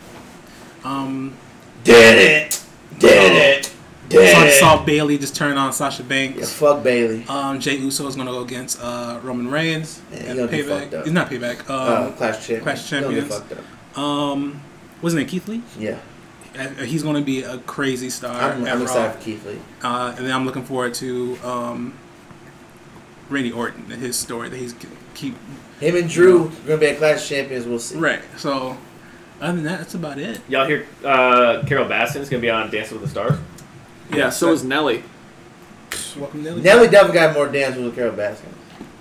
Speaker 4: Um,
Speaker 2: yeah. Did it. Did it. Did
Speaker 4: so I
Speaker 2: it.
Speaker 4: saw Bailey just turn on Sasha
Speaker 2: Yeah,
Speaker 4: Banks.
Speaker 2: fuck Bailey.
Speaker 4: Um, Jay Uso is gonna go against uh, Roman Reigns.
Speaker 2: Yeah,
Speaker 4: at
Speaker 2: he gonna be fucked
Speaker 4: payback.
Speaker 2: up.
Speaker 4: It's not payback.
Speaker 2: Uh,
Speaker 4: Um,
Speaker 2: Clash Champions.
Speaker 4: Clash
Speaker 2: Don't get
Speaker 4: Champions.
Speaker 2: fucked up.
Speaker 4: um, wasn't it Keith Lee?
Speaker 2: Yeah.
Speaker 4: Uh, He's gonna be a crazy star.
Speaker 2: I'm,
Speaker 4: at
Speaker 2: I'm
Speaker 4: Raw.
Speaker 2: excited for Keith Lee.
Speaker 4: Uh, and then I'm looking forward to um, Randy Orton and his story that he's g- keep
Speaker 2: Him and Drew are gonna be at Clash Champions. We'll see.
Speaker 4: right. So other than that, that's about it.
Speaker 3: Y'all hear uh, Carol Baskin's gonna be on Dancing with the Stars?
Speaker 6: Yeah, so is Nelly.
Speaker 4: Welcome, Nelly.
Speaker 2: Nelly Devil got more dances with Carol Baskin.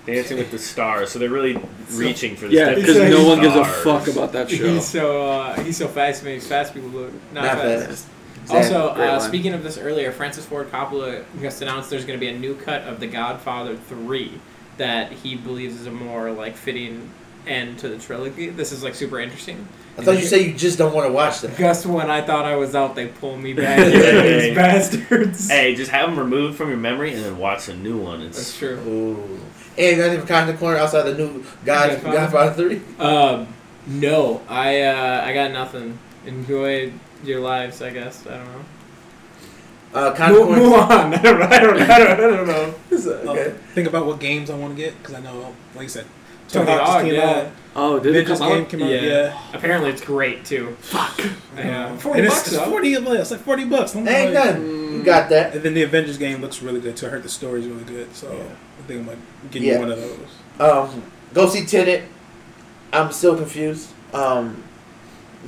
Speaker 3: Dancing with the Stars. So they're really reaching for this.
Speaker 6: Yeah,
Speaker 3: Dancing
Speaker 6: because
Speaker 3: with
Speaker 6: no
Speaker 3: the
Speaker 6: one gives a
Speaker 3: Stars.
Speaker 6: fuck about that show.
Speaker 5: He's so uh, he's so fast. Makes fast people look not,
Speaker 2: Not
Speaker 5: fast.
Speaker 2: fast.
Speaker 5: Also,
Speaker 6: Great
Speaker 5: uh,
Speaker 6: line.
Speaker 5: speaking of this earlier, Francis Ford Coppola just announced there's going to be a new cut of The Godfather 3 that he believes is a more like fitting end to the trilogy. This is like super interesting.
Speaker 2: I thought you said you just don't want to watch that.
Speaker 5: Just when I thought I was out, they pull me back.
Speaker 3: Yeah, yeah,
Speaker 5: These
Speaker 3: yeah.
Speaker 5: bastards.
Speaker 3: Hey, just have them removed from your memory and then watch a new one. It's
Speaker 5: That's true.
Speaker 2: Ooh. And that's from Content Corner outside the new God,
Speaker 5: Godfather?
Speaker 2: Godfather 3.
Speaker 5: Um, no, I uh, I got nothing. Enjoy your lives, I guess. I don't know.
Speaker 2: Uh, Content
Speaker 5: Move,
Speaker 2: Corner.
Speaker 5: move on. I don't, know. I don't, I don't, I don't know.
Speaker 2: It's, uh,
Speaker 4: I'll
Speaker 2: okay.
Speaker 4: think about what games I want to get because I know, like you said,
Speaker 5: Tony
Speaker 4: Tony Hawk just
Speaker 5: Hawk,
Speaker 4: came
Speaker 5: yeah.
Speaker 4: out.
Speaker 6: Oh, did it
Speaker 4: Avengers
Speaker 6: come
Speaker 4: game
Speaker 6: out?
Speaker 4: came out. Yeah,
Speaker 5: Apparently, it's great too. Fuck. Yeah. Forty
Speaker 4: and
Speaker 5: bucks
Speaker 4: it's
Speaker 5: though.
Speaker 4: forty. of it, It's like forty bucks. I'm
Speaker 2: Ain't
Speaker 4: like-
Speaker 2: nothing. You got that.
Speaker 4: And then the Avengers game looks really good too. I heard the story's really good, so
Speaker 2: Yeah.
Speaker 4: I think I'm gonna get
Speaker 2: Yeah.
Speaker 4: you one of those.
Speaker 2: Um, go see Tenet. I'm still confused. Um,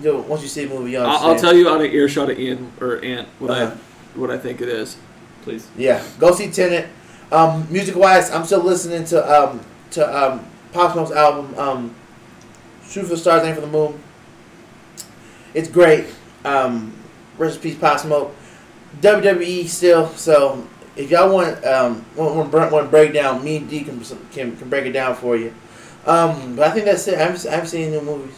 Speaker 2: yo, once you see the movie, you
Speaker 6: I'll, I'll tell you out of earshot of Ian or Ant what
Speaker 2: Uh-huh.
Speaker 6: I what I think it is.
Speaker 5: Please.
Speaker 2: Yeah, go see Tenet. Um, music wise, I'm still listening to um to um Pop Smoke's album um Shoot for the Stars, Aim for the Moon. It's great. Um, rest in peace, Pop Smoke. WWE E still. So if y'all want um want want, break- want to break down, me and D can, can can break it down for you. Um, but I think that's it. I haven't, I haven't seen any new movies.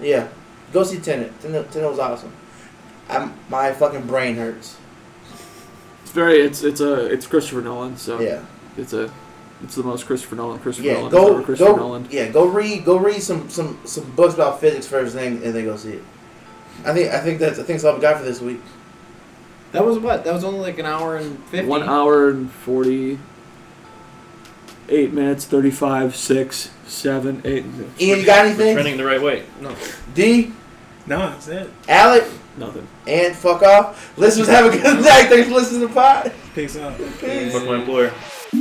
Speaker 2: Yeah, go see Tenet. Tenet, Tenet was awesome. I'm, my fucking brain hurts.
Speaker 6: It's very it's it's a it's Christopher Nolan, so
Speaker 2: Yeah.
Speaker 6: it's a it's the most Christopher Nolan Christopher
Speaker 2: Yeah,
Speaker 6: Nolan
Speaker 2: go,
Speaker 6: ever Christopher
Speaker 2: go,
Speaker 6: Nolan.
Speaker 2: yeah, go read, go read some, some, some books about physics first thing, and then go see it. I think, I think that's, I think that's all we got for this week.
Speaker 5: That was what? That was only like an hour and fifty.
Speaker 6: One hour and forty eight minutes, thirty five, six, seven, eight.
Speaker 2: Ian, you got
Speaker 3: We're
Speaker 2: anything?
Speaker 3: trending the right way.
Speaker 2: D,
Speaker 4: No, that's it.
Speaker 2: Alec,
Speaker 6: Nothing.
Speaker 2: and fuck off. Listeners, have a good night. Thanks for listening to the pod.
Speaker 4: Peace out.
Speaker 3: Fuck my employer.